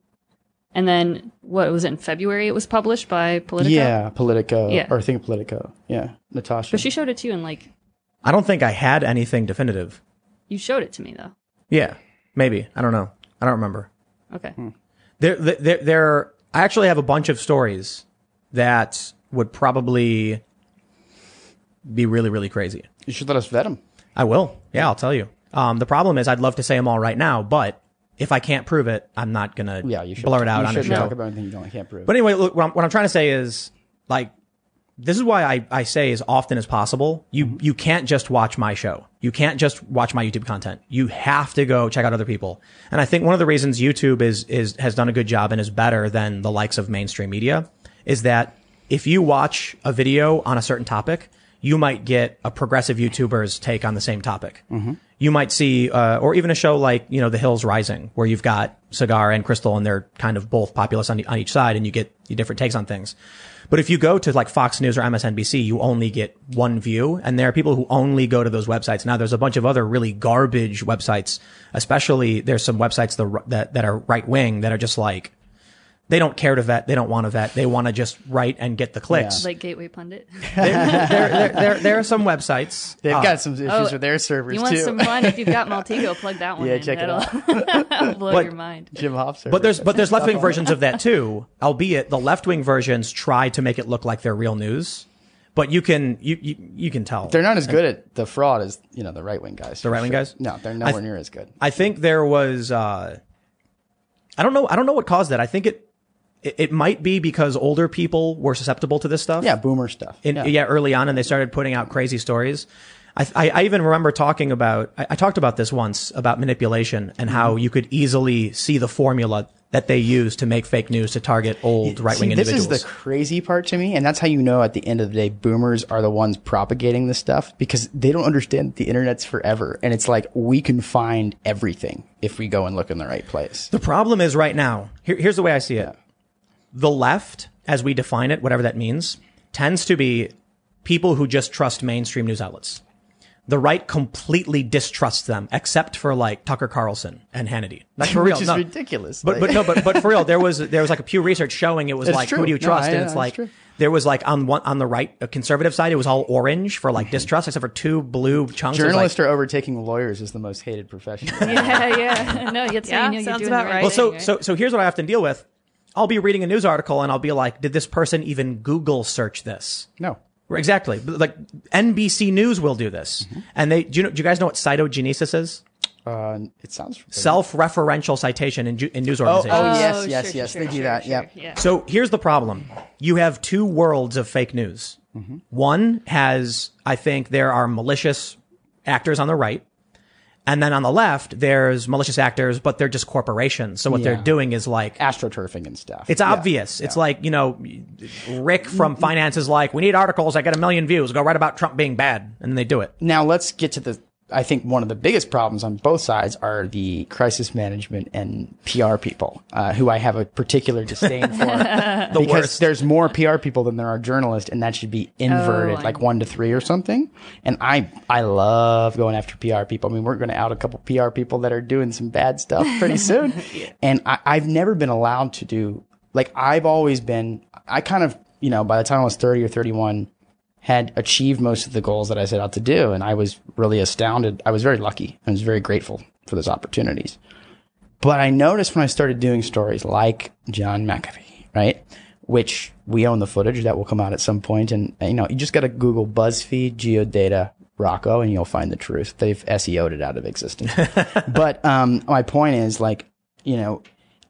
and then what was it in February? It was published by Politico. Yeah, Politico. Yeah. or I think Politico. Yeah, Natasha. but she showed it to you, and like I don't think I had anything definitive. you showed it to me though. Yeah, maybe I don't know. I don't remember. Okay, Hmm. there, there, there. I actually have a bunch of stories that would probably be really, really crazy. you should let us vet them. I will. Yeah, I'll tell you. Um, the problem is, I'd love to say them all right now, but if I can't prove it, I'm not gonna Yeah, you should blur it out You on a shouldn't show. talk about anything you don't can't prove. But anyway, look, what I'm, what I'm trying to say is like, this is why I, I say as often as possible, you, you can't just watch my show. You can't just watch my YouTube content. You have to go check out other people. And I think one of the reasons YouTube is, is, has done a good job and is better than the likes of mainstream media is that if you watch a video on a certain topic, you might get a progressive YouTuber's take on the same topic. You might see, uh, or even a show like, you know, The Hills Rising, where you've got Cigar and Crystal, and they're kind of both populist on, on each side, and you get different takes on things. But if you go to like Fox News or MSNBC, you only get one view, and there are people who only go to those websites. Now, there's a bunch of other really garbage websites, especially there's some websites the, r- that, that are right wing that are just like, they don't care to vet. They don't want to vet. They want to just write and get the clicks like Gateway Pundit. there, there, there, there, there are some websites. They've uh, got some issues oh, with their servers you want too. some fun? If you've got Maltego, plug that one. Yeah, in. check it That'll- that'll blow your mind. Jim Hobbs. but there's but there's left wing versions of that too. Albeit the left wing versions try to make it look like they're real news, but you can you you, you can tell They're not as good at the fraud as you know the right wing guys. The right-wing guys? No, they're I nowhere th- near as good. I think there was uh, I don't know I don't know what caused that. I think it it, it might be because older people were susceptible to this stuff. Yeah, boomer stuff. in, yeah. early on, and they started putting out crazy stories. I, I, I even remember talking about I, I talked about this once about manipulation and Mm-hmm. how you could easily see the formula that they use to make fake news to target old right wing See, this individuals. is the crazy part to me, and that's how you know at the end of the day, boomers are the ones propagating this stuff because they don't understand the internet's forever, and it's like we can find everything if we go and look in the right place. The problem is right now, here, here's the way I see it. The left, as we define it, whatever that means, tends to be people who just trust mainstream news outlets. The right completely distrusts them, except for like Tucker Carlson and Hannity. Like for real, Which is no. ridiculous. But but no, but but for real, there was there was like a Pew Research showing it was It's like true. who do you No, trust, I- and I- it's it's like true. there was like on one on the right uh, conservative side, it was all orange for like distrust, except for two blue chunks. It was, like, Mm-hmm. Journalists are overtaking lawyers as the most hated profession. yeah, yeah. No, you're Yeah, saying you're sounds doing about the right. right Well, thing, so right? so so here's what I often deal with. I'll be reading a news article and I'll be like, did this person even Google search this? no. Exactly. But, Like NBC News will do this, Mm-hmm. and they do you know? Do you guys know what cytogenesis is? Uh, it sounds familiar. Self-referential citation in, ju- in news Oh, organizations. oh yes, Oh, yes, sure, yes. sure, they do sure, that. sure, Yeah. Yeah. So here's the problem. You have two worlds of fake news. Mm-hmm. One has, I think, there are malicious actors on the right. And then on the left, there's malicious actors, but they're just corporations. So what they're Yeah. doing is like, Astroturfing and stuff. it's Yeah. Mm-hmm. obvious. It's like, you know, Rick from finance is like, we need articles. I get a million views. Go write about Trump being bad. And they do it. Now let's get to the. I think one of the biggest problems on both sides are the crisis management and PR people, uh, who I have a particular disdain for. The because worst. there's more PR people than there are journalists, and that should be inverted, Oh, I- like one to three or something. And I I love going after PR people. I mean, we're going to out a couple PR people that are doing some bad stuff pretty soon. And I, I've never been allowed to do like I've always been. I kind of you know by the time I was thirty or thirty one had achieved most of the goals that I set out to do, and I was really astounded. I was very lucky. I was very grateful for those opportunities. But I noticed when I started doing stories like John McAfee, right? Which we own the footage that will come out at some point, and you know, you just got to Google BuzzFeed Geodata Rocco, and you'll find the truth. They've SEO'd it out of existence. but um, my point is, like, you know,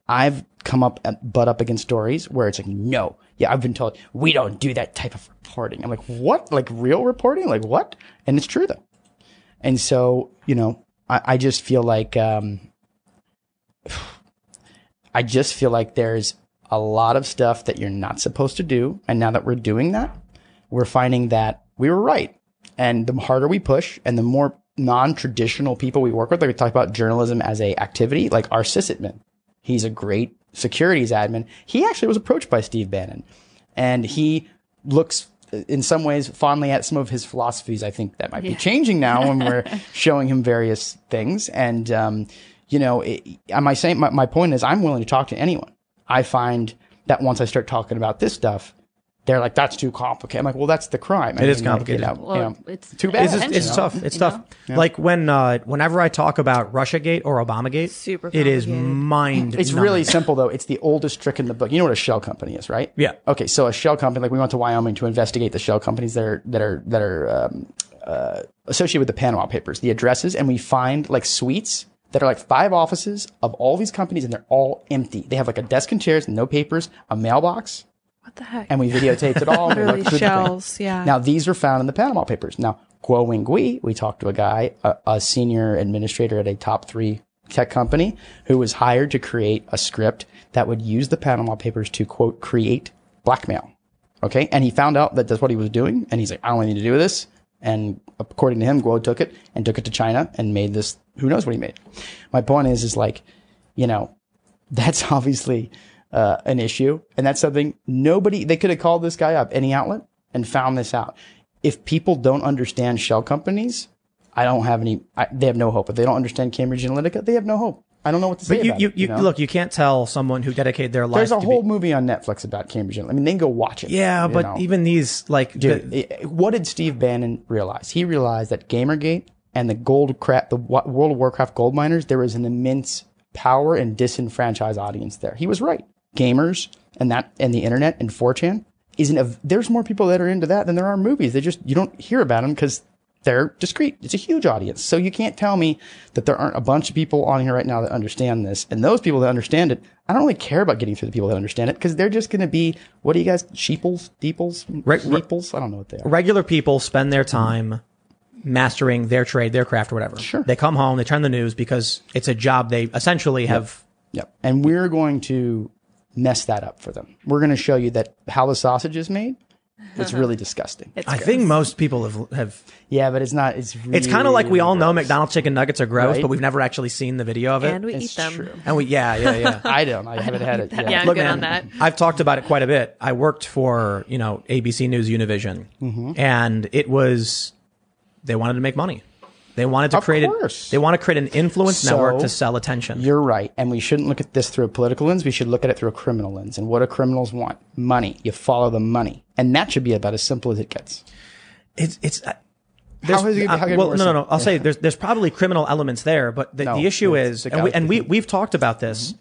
I've come up uh, butt up against stories where it's like, no, yeah, I've been told we don't do that type of reporting. I'm like, what? Like real reporting? Like what? And it's true though. And so, you know, I, I just feel like um, I just feel like there's a lot of stuff that you're not supposed to do. And now that we're doing that, we're finding that we were right. And the harder we push and the more non-traditional people we work with, like we talk about journalism as a activity, like our sysadmin. He's a great securities admin. He actually was approached by Steve Bannon and he looks in some ways fondly at some of his philosophies. I think that might be changing now when we're showing him various things. And, um, you know, it, am I saying my, my point is I'm willing to talk to anyone. I find that once I start talking about this stuff, they're like, that's too complicated. I'm like, well, that's the crime. It is is complicated. Well, it's- too bad. It's just- It's Yeah. tough. It's tough. Like when, uh, whenever I talk about Russiagate or Obamagate, Super it is complicated. mind. It's really simple though. It's the oldest trick in the book. You know what a shell company is, right? Yeah. Okay, so a shell company, like we went to Wyoming to investigate the shell companies that are that are that are um, uh, associated with the Panama Papers, the addresses, and we find like suites that are like five offices of all these companies, and they're all empty. They have like a desk and chairs, no papers, a mailbox, What the heck? and we videotaped it all. and we Really looked through the thing. shells, yeah. Now, these are found in the Panama Papers. Now, Guo Wing Gui, we talked to a guy, a, a senior administrator at a top three tech company, who was hired to create a script that would use the Panama Papers to, quote, create blackmail. Okay. And he found out that that's what he was doing. And he's like, I don't need to do this. And according to him, Guo took it and took it to China and made this. Who knows what he made? My point is, is like, you know, that's obviously uh, an issue. And that's something nobody, they could have called this guy up, any outlet, and found this out. If people don't understand shell companies, I don't have any, I, they have no hope. If they don't understand Cambridge Analytica, they have no hope. I don't know what to say. But you, about you, it, you know? look, you can't tell someone who dedicated their life. There's a to whole Be, movie on Netflix about Cambridge Analytica. I mean, they can go watch it. yeah, you but know? even these, like, Dude, the- i- what did Steve Bannon realize? He realized that Gamergate and the gold crap, the wa- World of Warcraft gold miners, there was an immense power and disenfranchised audience there. He was right. Gamers and that and the internet and 4chan isn't. A, there's more people that are into that than there are movies. They just you don't hear about them because they're discreet. It's a huge audience, so you can't tell me that there aren't a bunch of people on here right now that understand this. And those people that understand it, I don't really care about getting through the people that understand it because they're just going to be what do you guys sheeples, deeples, Right, right. Meeples? I don't know what they are. regular people spend their time mastering their trade, their craft, or whatever. Sure. They come home, they turn the news because it's a job they essentially have. Yep. And we're going to mess that up for them. We're going to show you that how the sausage is made. It's really disgusting. I think most people have have. yeah, but it's not. It's really It's kind of like we all know McDonald's chicken nuggets are gross, Right. but we've never actually seen the video of it. and we It's eat them. true. And we yeah, yeah, yeah. I don't. I haven't had it. Yet. Yeah, I'm Look, good man, on that. I've talked about it quite a bit. Mm-hmm. I worked for you know ABC News Univision, and it was they wanted to make money. They wanted to Of create. a- course. They want to create an influence So, network to sell attention. You're right. And we shouldn't look at this through a political lens. We should look at it through a criminal lens. And what do criminals want? Money. You follow the money. And that should be about as simple as it gets. it's it's. Uh, How is it- how can it be well, no, worse no, than- no. I'll say there's there's probably criminal elements there, but the, No, the issue it's is, the Mm-hmm. and, we, guy and we picking- we've talked about this.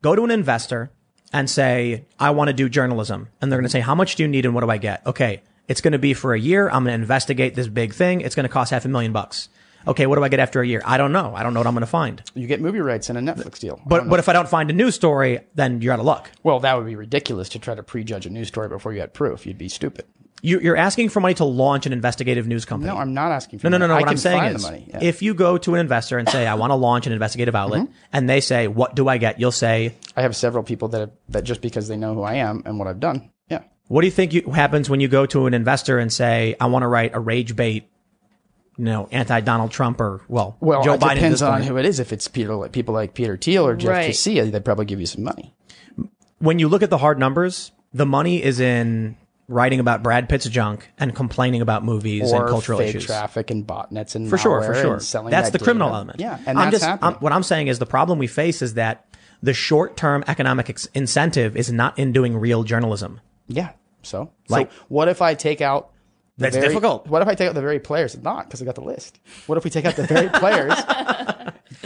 Go to an investor and say, I want to do journalism, and they're going to say, How much do you need, and what do I get? Okay, it's going to be for a year. I'm going to investigate this big thing. It's going to cost half a million bucks. Okay, what do I get after a year? I don't know. I don't know what I'm going to find. You get movie rights in a Netflix deal. I don't But know. but if I don't find a news story, then you're out of luck. well, that would be ridiculous to try to prejudge a news story before you had proof. You'd be stupid. You, you're asking for money to launch an investigative news company. No, I'm not asking for No, no, no, money. no. I what I'm can saying find is, the money. Yeah. Mm-hmm. if you go to an investor and say, "I want to launch an investigative outlet," and they say, "What do I get?" You'll say, I have several people that have, that just because they know who I am and what I've done. Yeah. "What do you think you, happens when you go to an investor and say, I want to write a rage bait, you know, anti Donald Trump or well, Well, Joe it Biden?" at depends this on point. who it is. If it's Peter, like people like Peter Thiel or Jeff Right. Cassia, they probably give you some money. When you look at the hard numbers, the money is in writing about Brad Pitt's junk and complaining about movies or and cultural fake issues. traffic and botnets and for sure, malware for and sure. selling That's that the criminal data. element. Yeah, and I'm that's just happening. I'm, what I'm saying is the problem we face is that the short-term economic ex- incentive is not in doing real journalism. yeah. So, Like- so what if I take out? the That's very- difficult. What if I take out the very players? Not because I got the list. What if we take out the very players?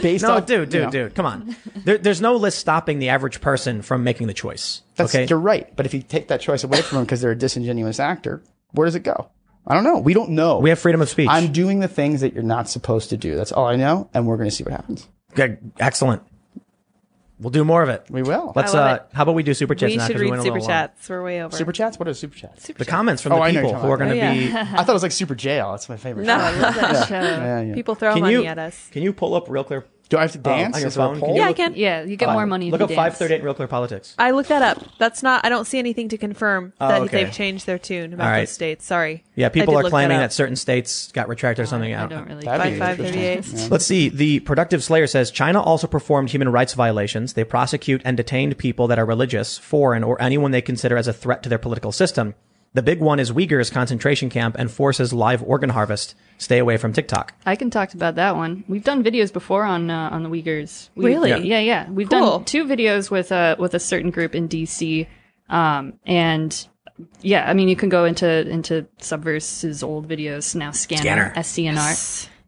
based No, off- dude, you dude, know, dude, come on. There, there's no list stopping the average person from making the choice. That's, okay, You're right. But if you take that choice away from them because they're a disingenuous actor, where does it go? I don't know. We don't know. we have freedom of speech. I'm doing the things that you're not supposed to do. That's all I know. And we're going to see what happens. Okay, Excellent. We'll do more of it. We will. Let's. I love Uh, how about we do super chats? we now, should 'cause went read a super little long. chats. We're way over. super chats? What are super chats? The comments from Oh, I the know people you're who are going talking to about. be. I thought it was like super jail. That's my favorite. No. show. I love that show. Yeah, yeah. People throw Can money you? at us. Can you pull up Real Clear? uh, do I have to dance? on your Is there a phone? Can poll? you Yeah, I look- can. Yeah, you get more money. Look if up you five dance. thirty-eight Real Clear Politics. I looked that up. That's not. I don't see anything to confirm that Oh, okay. they've changed their tune about All right. those states. Sorry. Yeah, I people did are look claiming up. that, certain states got retracted or something. I out. don't really. That'd By be five interesting. thirty-eight. Let's see. The productive slayer says China also performed human rights violations. They prosecute and detained people that are religious, foreign, or anyone they consider as a threat to their political system. The big one is Uyghurs concentration camp and forces live organ harvest. Stay away from TikTok. I can talk about that one. We've done videos before on uh, on the Uyghurs. We- Really? Yeah, yeah. yeah. We've Cool. done two videos with a with a certain group in DC, um, and yeah, I mean you can go into into Subverse's old videos now. Scanner. Scanner, SCNR.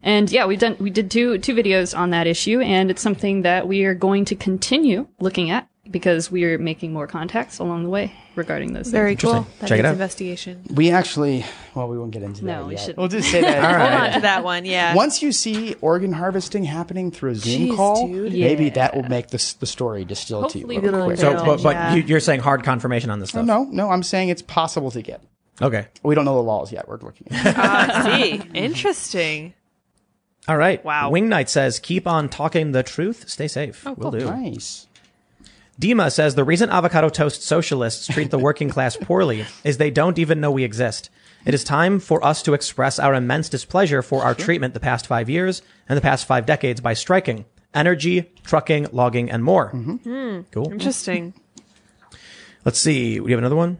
And yeah, we've done we did two two videos on that issue, and it's something that we are going to continue looking at because we are making more contacts along the way regarding those. Very things. cool. That Check it needs out. investigation. We actually, well, we won't get into that. No, we yet. shouldn't. We'll just say that. All Hold on right. to that one. Yeah. Once you see organ harvesting happening through a Zoom Jeez, call, dude. maybe Yeah. that will make this, the story distill Hopefully to you. a little it'll quick. So, Yeah. but, but Yeah. you, you're saying hard confirmation on this stuff. no, no, I'm saying it's possible to get. Okay. We don't know the laws yet. We're looking. At it. Ah, see. Interesting. All right. Wow. Wing Knight says, keep on talking the truth. Stay safe. Oh, Will do. nice. Dima says the reason avocado toast socialists treat the working class poorly is they don't even know we exist. It is time for us to express our immense displeasure for our treatment the past five years and the past five decades by striking energy, trucking, logging, and more. Cool. Interesting. Let's see. We have another one.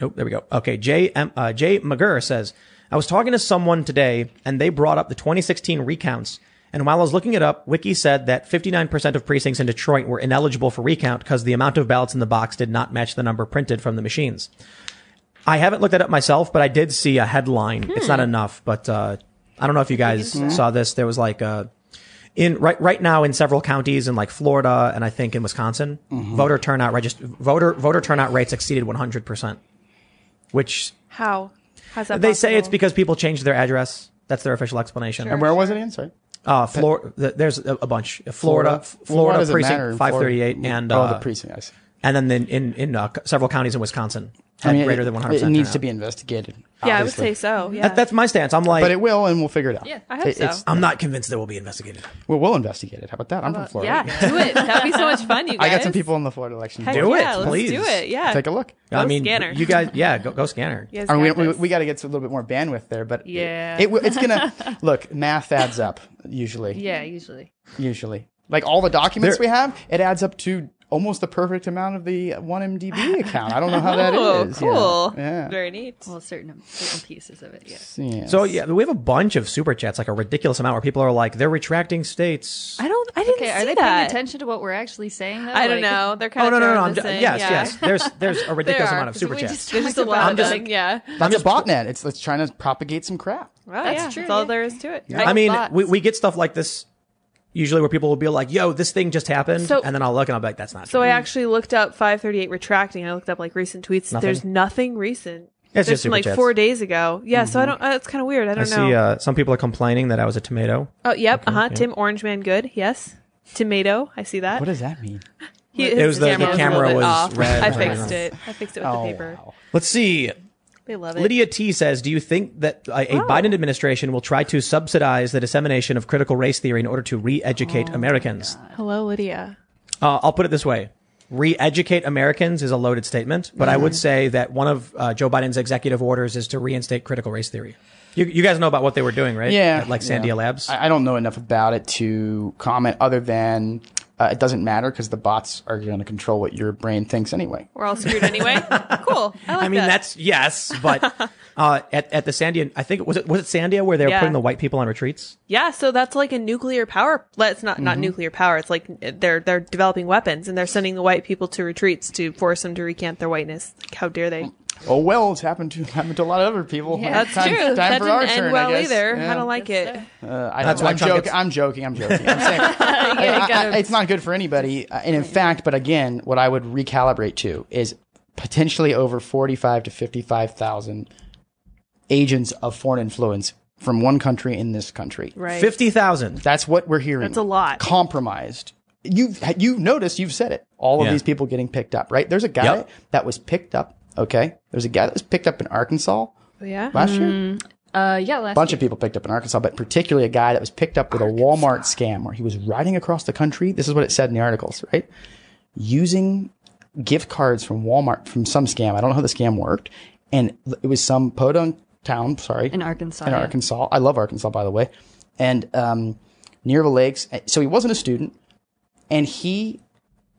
Nope. There we go. Okay. Jay M, uh, Jay McGurr says, I was talking to someone today and they brought up the 2016 recounts. And while I was looking it up, Wiki said that 59% of precincts in Detroit were ineligible for recount because the amount of ballots in the box did not match the number printed from the machines. I haven't looked that up myself, but I did see a headline. It's not enough, but uh, I don't know if you guys saw this. There was like a in right right now in several counties in like Florida and I think in Wisconsin, Mm-hmm. voter turnout regist- voter voter turnout rates exceeded 100 percent, which How? How's that? they say it's possible? because people changed their address. That's their official explanation. And where was it in? Sorry. Uh, Flor- th- there's a, a bunch. Florida, F- Well, why Florida, does it matter precinct in 538, Florida? and oh, uh, the precinct. I see. and then in in, in uh, c- several counties in Wisconsin had I mean, greater it, than 100. percent It needs to be investigated. Yeah, I would obviously. say so. Yeah. That, that's my stance. I'm like, But it will, and we'll figure it out. Yeah, I hope It- so. it's- I'm not convinced that will be investigated. Well, we'll investigate it. How about that? I'm from Florida. yeah. Do it. That'd be so much fun, you guys. I got some people in the Florida election. Heck Do it, yeah, Let's please. do it. Yeah. Take a look. I mean, Scanner. you guys, yeah, go, go scanner. You guys I mean, got we, we, this. we got to get a little bit more bandwidth there, but it- Yeah. it, will- it's gonna look. Math adds up usually. Yeah, usually. usually. Like all the documents There- we have, it adds up to almost the perfect amount of the one MDB account. I don't know how that is. Yeah. Oh, cool. Yeah. Very neat. Well, certain certain pieces of it. Yeah. Yeah. So yeah, we have a bunch of super chats, like a ridiculous amount, where people are like, they're retracting states. I don't. I didn't Okay, see are they paying that. attention to what we're actually saying? Though? I don't Like- know. They're kind Oh of no no no! throwing I'm this ju- in. yes yeah. yes. There's there's a There ridiculous are, amount of 'cause super we chats. just There's just a talked about lot of just- them. Yeah. I'm it's just a botnet. It's, it's trying to propagate some crap. Well, That's yeah. true, That's all yeah. there is to it. I mean, Bots. we, we get stuff like this usually where people will be like, "Yo, this thing just happened," So- and then I'll look and I'll be like, "That's not So true." I actually looked up 538 retracting. I looked up like recent tweets. Nothing? There's nothing recent. It's There's just from, super like chats. Mm-hmm. four days ago. Yeah, so I don't. Uh, it's kind of weird. I I don't know. see uh, some people are complaining that I was a tomato. oh, yep. uh huh. Tim Orange Man, good. Yes. Tomato. I see that. What does that mean? He- It was his the- the a little camera bit was red. I Yeah. fixed it. I fixed it with Oh, the paper. wow. Let's see. They love it. Lydia T says, "Do you think that uh, Oh. a Biden administration will try to subsidize the dissemination of critical race theory in order to re-educate Oh, Americans?" Hello, Lydia. Uh, I'll put it this way. Re-educate Americans is a loaded statement, but I Mm-hmm. would say that one of uh, Joe Biden's executive orders is to reinstate critical race theory. You, you guys know about what they were doing, right? Yeah. At, like Sandia Yeah. Labs. I, I don't know enough about it to comment other than uh, it doesn't matter because the bots are going to control what your brain thinks anyway. We're all screwed anyway. cool. I, like I mean, that. that's yes, but uh, at at the Sandia, I think was it was it Sandia where they were Yeah. putting the white people on retreats. Yeah, so that's like a nuclear power. Let's not Mm-hmm. not nuclear power. It's like they're they're developing weapons and they're sending the white people to retreats to force them to recant their whiteness. Like, how dare they? Oh well, it's happened to happened to a lot of other people. Yeah. That's time, true. Time that for didn't our end turn, well I guess. either. Yeah. I don't like it. Uh, That's I, That's why I'm, Trump joking. gets- I'm joking. I'm joking. I'm saying uh, I- I- gotta- it's not good for anybody. Uh, And in fact, but again, what I would recalibrate to is potentially over forty-five to fifty-five thousand agents of foreign influence from one country in this country. Right. Fifty thousand. That's what we're hearing. That's a lot. Compromised. You've you noticed. You've said it. All of Yeah. these people getting picked up. Right. There's a guy Yep. that was picked up. Okay. There's a guy that was picked up in Arkansas yeah. last year Uh, yeah, last bunch of people picked up in Arkansas, but particularly a guy that was picked up with a Walmart scam where he was riding across the country. This is what it said in the articles, right? Using gift cards from Walmart from some scam. I don't know how the scam worked. And it was some podunk town, sorry. in Arkansas. In yeah. Arkansas. I love Arkansas, by the way. And um, near the lakes. So he wasn't a student. And he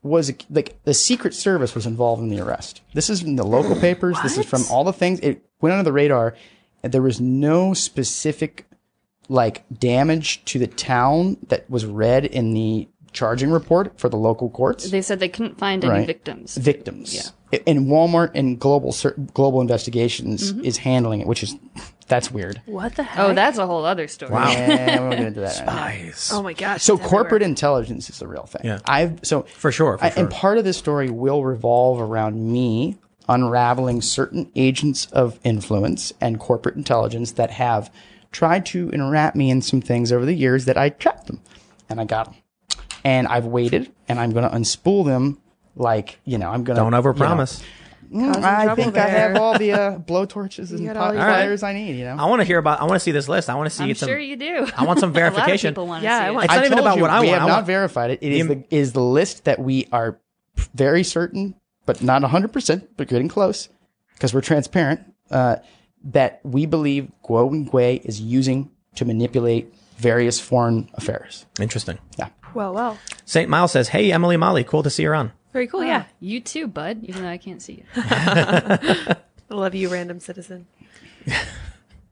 was like the Secret Service was involved in the arrest. This is from the local papers. This is from all the things. It went under the radar. And there was no specific like damage to the town that was read in the charging report for the local courts They said they couldn't find any Right. victims. victims. Yeah. And Walmart and global Ser- global investigations is handling it, which is that's weird. What the hell? Oh, that's a whole other story. Yeah, we won't get into that. right now. Nice. Oh my gosh. So it's corporate everywhere. intelligence is the real thing. Yeah. I've so For sure, for I- sure. And part of this story will revolve around me unraveling certain agents of influence and corporate intelligence that have tried to enwrap me in some things over the years that I trapped them, and I got them, and I've waited, and I'm going to unspool them. Like you know, I'm going to Don't overpromise. I trouble think I there. have all the uh, blowtorches and got all pot your- fires I need. You know, I want to hear about. I want to see this list. I want to see I'm some. sure you do. I want some verification. A lot of people want Yeah, to I see want- it. it's not even told about you, what I we want. have I not want- verified it. It is The- the is the list that we are very certain, but not hundred percent, but getting close because we're transparent. Uh, that we believe Guo and Gui is using to manipulate various foreign affairs. Interesting. well, well, Oh. Saint Miles says, "Hey, Emily, Molly, cool to see her on." very cool. Yeah, Oh, You too, bud, even though I can't see you. I love you, random citizen.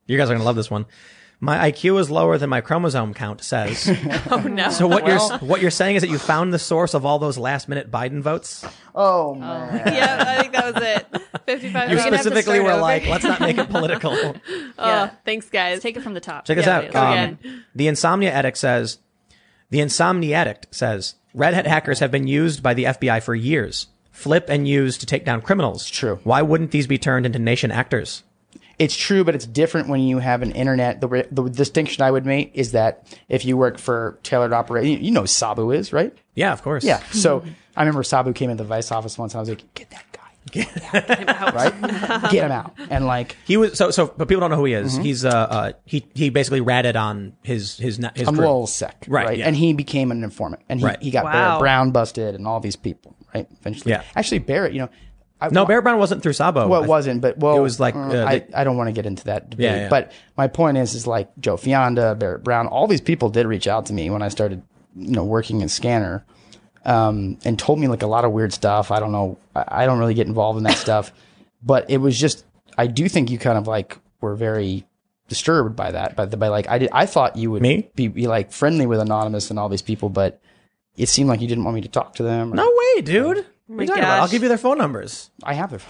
You guys are gonna love this one. My IQ is lower than my chromosome count says. Oh no. So what you're what you're saying is that you found the source of all those last minute Biden votes. Oh man! yeah, I think that was it. Fifty-five. You We're gonna have to specifically start were over. like, let's not make it political. Oh, Yeah. thanks, guys. Take it from the top. Check this Yeah, out. yeah, yeah. Um, the insomnia addict says, the insomnia addict says, red hat hackers have been used by the FBI for years, flip and use to take down criminals. true. Why wouldn't these be turned into nation actors? It's true, but it's different when you have an internet. The, re- the distinction I would make is that if you work for tailored operation, you know Sabu is right. Yeah, of course. Yeah. So I remember Sabu came into the Vice office once, and I was like, "Get that guy, get, that guy. right? Get him out." And like, He was so so, but people don't know who he Mm-hmm. is. He's uh, uh he he basically ratted on his his na- his I'm crew. lol sec, Right, right? yeah. And he became an informant, and he, Right. he got Wow. Barrett Brown busted, and all these people, right? Eventually, Yeah. Actually, Barrett, you know, I, No, Bear Brown wasn't through Sabo. Well, I- it wasn't, but well, It was like, mm, uh, I, they- I don't want to get into that debate. Yeah, yeah. But my point is, is like Joe Fionda, Barrett Brown, all these people did reach out to me when I started, you know, working in Scanner, um, and told me like a lot of weird stuff. I don't know. I I don't really get involved in that stuff, but it was just. I do think you kind of like were very disturbed by that. By the by, like I did. I thought you would Me? Be, be like friendly with anonymous and all these people, but it seemed like you didn't want me to talk to them. or- No way, dude. What are my you talking about? I'll gosh. give you their phone numbers. I have their.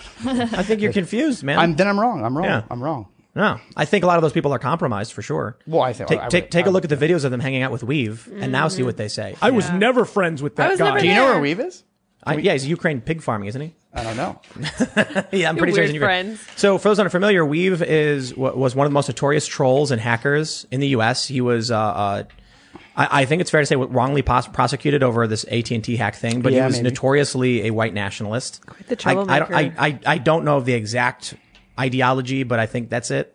I think you're confused, man. I'm then I'm wrong. I'm wrong. Yeah. I'm wrong. no, I think a lot of those people are compromised for sure. Well, I think Take, I would- take, take I a would- look at the videos of them hanging out with Weave, and now see what they say. I was never friends with that Mm. was guy. never Do Do you- you know Yeah. where Weave is? I, yeah, he's Ukraine pig farming, isn't he? I don't know. yeah, I'm pretty sure he's in weird Ukraine. friends. So, for those unfamiliar, Weave is wa- was one of the most notorious trolls and hackers in the U.S. He was, uh, uh, I, I think it's fair to say, wrongly pos- prosecuted over this AT and T hack thing, but he Yeah, was maybe. notoriously a white nationalist. Quite the I, I, don't- I, troublemaker. I, I don't know of the exact ideology, but I think that's it.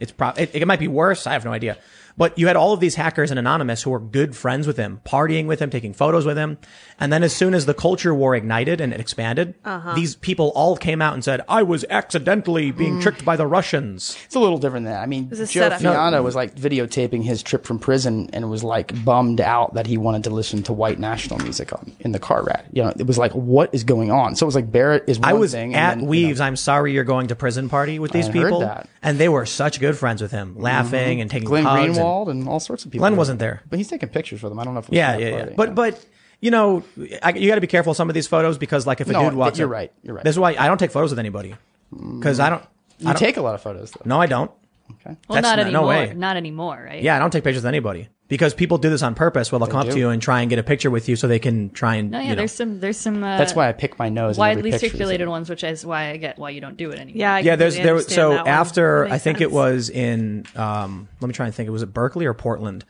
It's pro- it, it might be worse. I have no idea. But you had all of these hackers and anonymous who were good friends with him, partying with him, taking photos with him. And then as soon as the culture war ignited and it expanded, Uh-huh. these people all came out and said, I was accidentally being tricked by the Russians. Mm. It's a little different than that. I mean, was a Joe setup. No. Fiana was like videotaping his trip from prison and was like bummed out that he wanted to listen to white national music on in the car rack. You know, it was like, what is going on? So it was like Barrett is one I was thing. and at then, you Weaves. know, I'm sorry you're going to prison party with these I heard people. that. Mm-hmm. And they were such good friends with him, laughing and taking Glenn hugs. and- Greenwald and, all sorts of people. Glenn wasn't there. but he's taking pictures with them. I don't know if it was Yeah, from that yeah, yeah. party. But but you know, I, you got to be careful of some of these photos because like if a No, dude walks, you're up- right, you're right. That's why I don't take photos with anybody because I don't. I you don't- take a lot of photos though. No, I don't. Okay. Well, not That's anymore. not- no way. Not anymore, right? Yeah, I don't take pictures with anybody because people do this on purpose. Where they'll come up to do. you and try and get a picture with you so they can try and. No, yeah. you know. There's some. There's some. Uh, That's why I pick my nose. in every widely picture. circulated ones, which is why I get why you don't do it anymore. Yeah, I yeah, there's completely there. was- understand So that one. after That I makes think it sense. was in. Um, let me try and think. It was at Berkeley or Portland.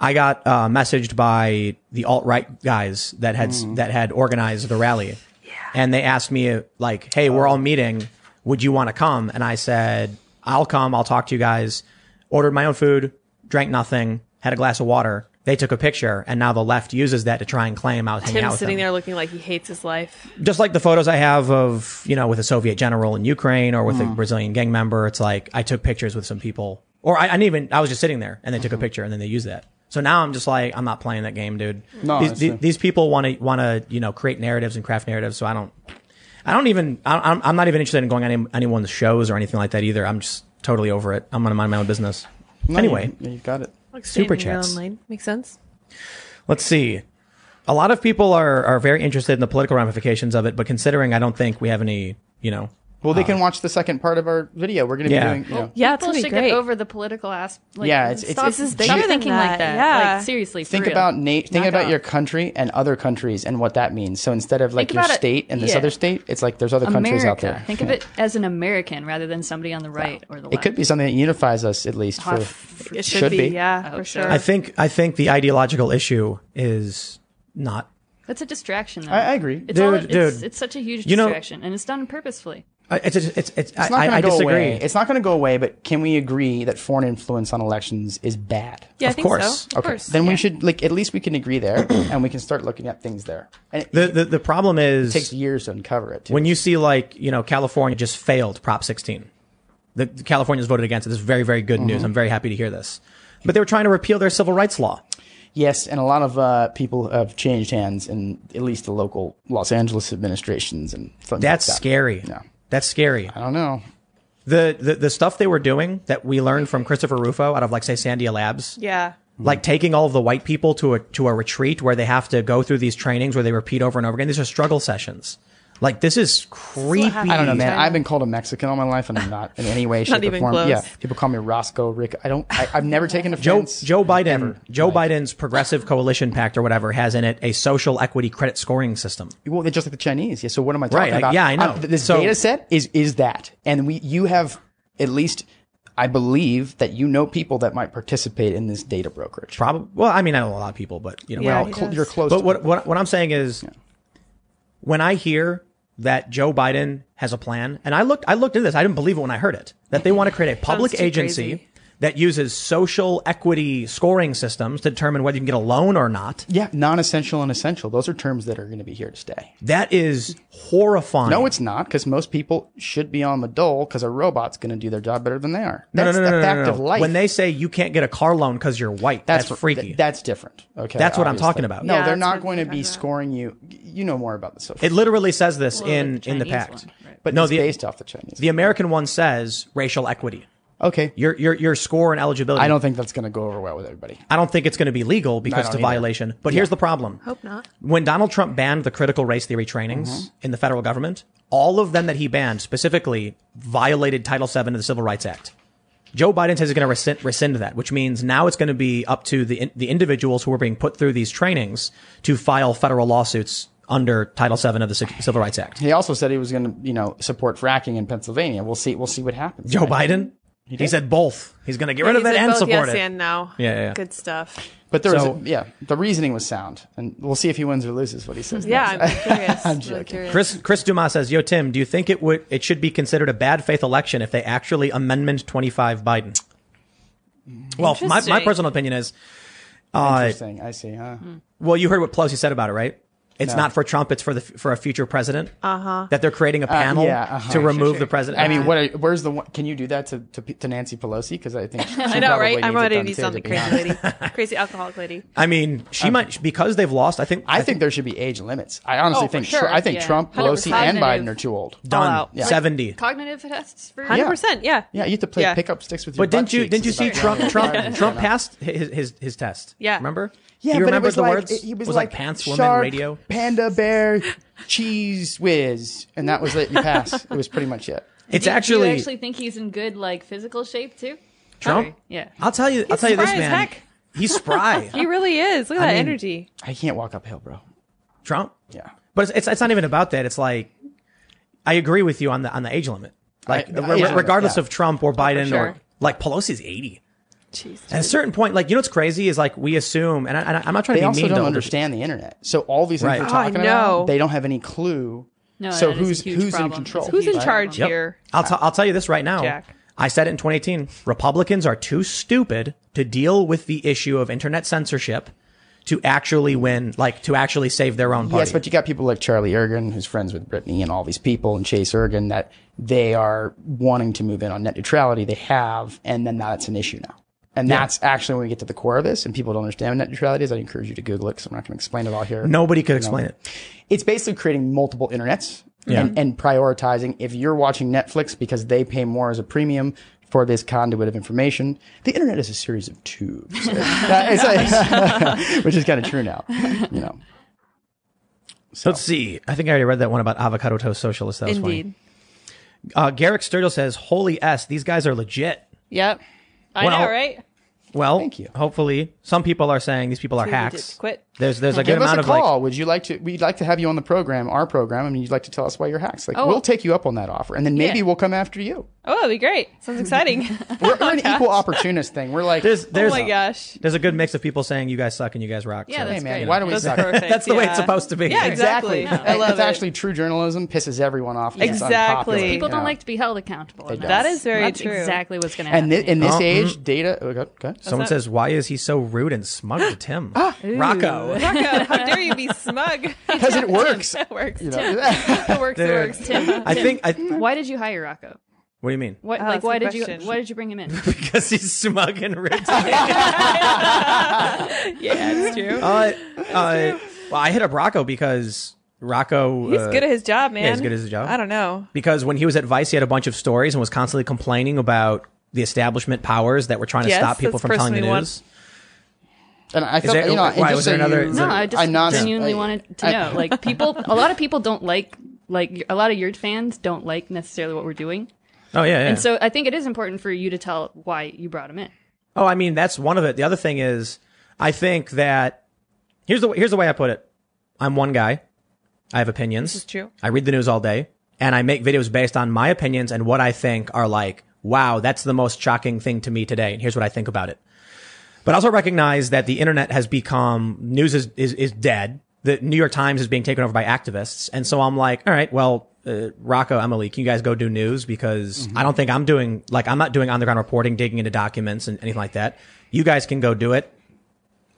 I got uh, messaged by the alt right guys that had that had organized the rally, and they asked me uh, like, "Hey, we're all meeting. Would you want to come?" And I said, "I'll come. I'll talk to you guys." Ordered my own food, drank nothing, had a glass of water. They took a picture, and now the left uses that to try and claim I was hanging Him out with sitting them there looking like he hates his life. just like the photos I have of you know with a Soviet general in Ukraine or with Mm. a Brazilian gang member, it's like I took pictures with some people, or I, I didn't even I was just sitting there and they took a Mm-hmm. picture and then they used that. So now I'm just like I'm not playing that game, dude. No, these, that's the- true. these people want to want to you know create narratives and craft narratives. So I don't, I don't even I, I'm I'm not even interested in going on any, anyone's shows or anything like that either. I'm just totally over it. I'm gonna mind my own business. No, anyway, you, you've got it. Like Super staying in your chats. own lane. Makes sense. Let's see. A lot of people are, are very interested in the political ramifications of it, but considering I don't think we have any, you know, Well, they can watch the second part of our video. We're going to Uh, Yeah. be doing. You know, Yeah, it's People gonna be should great. get over the political aspect. Like, Yeah, it's- it's- stop, it's stop bigger than thinking like that, that. yeah. Like seriously, for think real. about na- think Knock about it your off. country and other countries and what that means. So instead of like Think your about it- state and this yeah. other state, it's like there's other countries out there. America. Think of it as an American rather than somebody on the right or the left. It could be something that unifies us at least for It should, should be, be. yeah, hope for so. sure. I think I think the ideological issue is not. That's a distraction. Though. I- I agree. It's all, Dude, It's, dude. it's such a huge You know- distraction, and it's done purposefully. I- It's it's it's. it's, It's I, not going I to go disagree. away. It's not going to go away, but can we agree that foreign influence on elections is bad? yeah, I of think course. so. Of course. Then we should like at least we can agree there and we can start looking at things there. And it the, the the problem is takes years to uncover it. Too. when you see like you know California just failed Prop 16. The the Californians voted against it. This is very very Mm-hmm. good news. I'm very happy to hear this. But they were trying to repeal their civil rights law. yes, and a lot of uh, people have changed hands in at least the local Los Angeles administrations and things That's like that. scary. Yeah. Uh-huh. That's scary. I don't know. The, the the stuff they were doing that we learned from Christopher Rufo out of like say Sandia Labs. Yeah. like taking all of the white people to a to a retreat where they have to go through these trainings where they repeat over and over again. These are struggle sessions. Like this is creepy. happens. I don't know, man. China. I've been called a Mexican all my life, and I'm not in any way, shape, or even form. close. Yeah, people call me Roscoe Rick. I don't. I, I've never taken Joe, offense. Joe Biden, Joe Biden's Progressive Coalition Pact or whatever has in it a social equity credit scoring system. Well, they're just like the Chinese. Yeah. So what am I Right, talking I- about? yeah, I know. Uh, this So- data set is is that, and we you have at least. I believe that you know people that might participate in this data brokerage. Probably. Well, I mean, I know a lot of people, but you know, Yeah, Well, he cl- does. you're close. But to what, what what I'm saying is, when I hear that Joe Biden has a plan, and I looked I looked into this, I didn't believe it when I heard it that they want to create a public too agency crazy. that uses social equity scoring systems to determine whether you can get a loan or not. Yeah, non-essential and essential. Those are terms that are going to be here to stay. That is horrifying. No, it's not, because most people should be on the dole because a robot's going to do their job better than they are. No, no, That's no, no, the no, no, fact no. of life. When they say you can't get a car loan because you're white, that's, freaky. th- that's different. Okay, That's what I'm obviously. talking about. No, Yeah, they're that's not what going to I'm be talking about. scoring you. You know more about the social, it literally says this Well, in, the in the Chinese pact. one, right. but no, it's the- based off the Chinese. The American one says racial equity. okay, Your your your score and eligibility. I don't think that's going to go over well with everybody. I don't think it's going to be legal because don't it's a either. violation. But here's the problem. Hope not. When Donald Trump banned the critical race theory trainings Mm-hmm. in the federal government, all of them that he banned specifically violated Title VII of the Civil Rights Act. Joe Biden says he's going to rescind, rescind that, which means now it's going to be up to the in- the individuals who are being put through these trainings to file federal lawsuits under Title VII of the Ci- Civil Rights Act. He also said he was going to, you know, support fracking in Pennsylvania. We'll see. We'll see what happens. Joe Biden, he, said both. He's going to get rid of He it said and both support yes it. and no. Yeah, yeah, yeah. Good stuff. But there was, So- yeah, the reasoning was sound, and we'll see if he wins or loses. What he says. Yeah, next. I'm curious. I'm really curious. Chris Chris Dumas says, "Yo Tim, do you think it would it should be considered a bad faith election if they actually amendment 25 Biden?" Well, my, my Interesting. personal opinion is, uh, Interesting. I see. Huh. Hmm. well, you heard what Pelosi said about it, right? It's not for Trump; it's for the for a future president. Uh Uh-huh. huh. That they're creating a panel yeah, uh-huh. to Sure, remove the president. I mean, what? Are, where's the? one Can you do that to to, P- to Nancy Pelosi? Because I think she I know, probably right? needs I'm it ready to done be too, something be crazy honest. lady, crazy alcoholic lady. I mean, she might because they've lost. I think. Uh-huh. I think there should be age limits. I honestly Oh, for think sure, I think yeah. Trump, Pelosi, 100% and Biden cognitive. are too old. all done out. 70. Cognitive tests for Hundred percent. Yeah. Yeah, you have to play Yeah. pickup sticks with your. But didn't butt you cheeks didn't you is see about Trump the only Trump reason I Trump know. passed his his his test? Yeah. remember? Yeah, he but it remembers was the like, words. It, he was, like, like, pants, women, shark, radio. panda, bear, cheese, whiz, and that was it. You pass. it was pretty much it. It's Do you actually, actually think he's in good like physical shape too? Trump. Okay, Yeah. I'll tell you. I'll tell you this, spry as man. heck. He's spry. He really is. Look at that mean- energy. I can't walk uphill, bro. Trump. Yeah. But it's, it's it's not even about that. It's like I agree with you on the on the age limit. Like I- the- I- yeah, regardless yeah. of Trump or Biden or sure. like Pelosi's eighty. Jeez. At a certain point, like you know what's crazy is like we assume, and, I, and I- I'm not trying They to be also mean to don't older- understand the internet. So all these things Right. we're Oh, I talking about, know. they don't have any clue. No, so that is a who's huge who's in problem. control? It's a Who's in Right. charge Yep. here? I'll t- I'll tell you this right now. Jack. I said it in 2018. Republicans are too stupid to deal with the issue of internet censorship to actually win, like to actually save their own party. Yes, but you got people like Charlie Ergen, who's friends with Brittany and all these people, and Chase Ergen, that they are wanting to move in on net neutrality. They have, and then that's an issue now. And that's actually when we get to the core of this, and people don't understand what net neutrality is. I encourage you to Google it because I'm not going to explain it all here. Nobody could explain it. It's basically creating multiple internets and, and prioritizing. If you're watching Netflix because they pay more as a premium for this conduit of information, the internet is a series of tubes, That is- which is kind of true now. You know. So- Let's see. I think I already read that one about avocado toast socialists. That was funny. Indeed. Uh, Garrick Sturgill says, "Holy s, these guys are legit." Yep. I Well, know, right? Well, Thank you. Hopefully, some people are saying these people are Too legit hacks. to quit. There's there's a good Give us amount a of like call. Would you like to? We'd like to have you on the program, our program, and you'd like to tell us why you're hacks. Like, Oh. we'll take you up on that offer, and then maybe Yeah. we'll come after you. Oh, that'd be great. Sounds exciting. We're, we're an equal opportunist thing. We're like, there's oh there's my gosh. there's a good mix of people saying you guys suck and you guys rock. Yeah, so- that's man, great. why do we that's suck? perfect. That's the way it's yeah. supposed to be. Yeah, exactly. exactly. I love it's it. actually true journalism pisses everyone off. 'cause it's Exactly. unpopular, People you don't know. like to be held accountable. and don't. that's- That is very that's true. Exactly what's going to happen. And thi- in this Oh, age, data. oh, go- go. Someone not- says, "Why is he so rude and smug to Tim?" Ah, Rocco. Rocco, how dare you be smug? Because it works. that works. You know? it works. It Dude. works. Tim. I think I. Why did you hire Rocco? What do you mean? What, Oh, like, that's a why good did you? question. Why did you bring him in? Because he's smug and rude. Yeah, that's true. uh, uh, well, I hit up Rocco because Rocco. He's uh, good at his job, man. yeah, he's good at his job. I don't know. because when he was at Vice, he had a bunch of stories and was constantly complaining about the establishment powers that were trying to Yes, stop people that's from telling the personally one. news. and I felt, there- you know, and why, just was so there another- you- is No, there- I just I'm not- genuinely I- wanted I- to know. like people, a lot of people don't like like a lot of your fans don't like necessarily what we're doing. Oh yeah, yeah. And so I think it is important for you to tell why you brought him in. Oh, I mean, that's one of it. The other thing is, I think that here's the here's the way I put it. I'm one guy. I have opinions. This is true. I read the news all day, and I make videos based on my opinions and what I think are like. Wow, that's the most shocking thing to me today, and here's what I think about it. But I also recognize that the internet has become news is is, is dead. The New York Times is being taken over by activists, and so I'm like, all right, well, uh, Rocco, Emily, can you guys go do news? Because I don't think I'm doing, like, I'm not doing on the ground reporting, digging into documents and anything like that. You guys can go do it.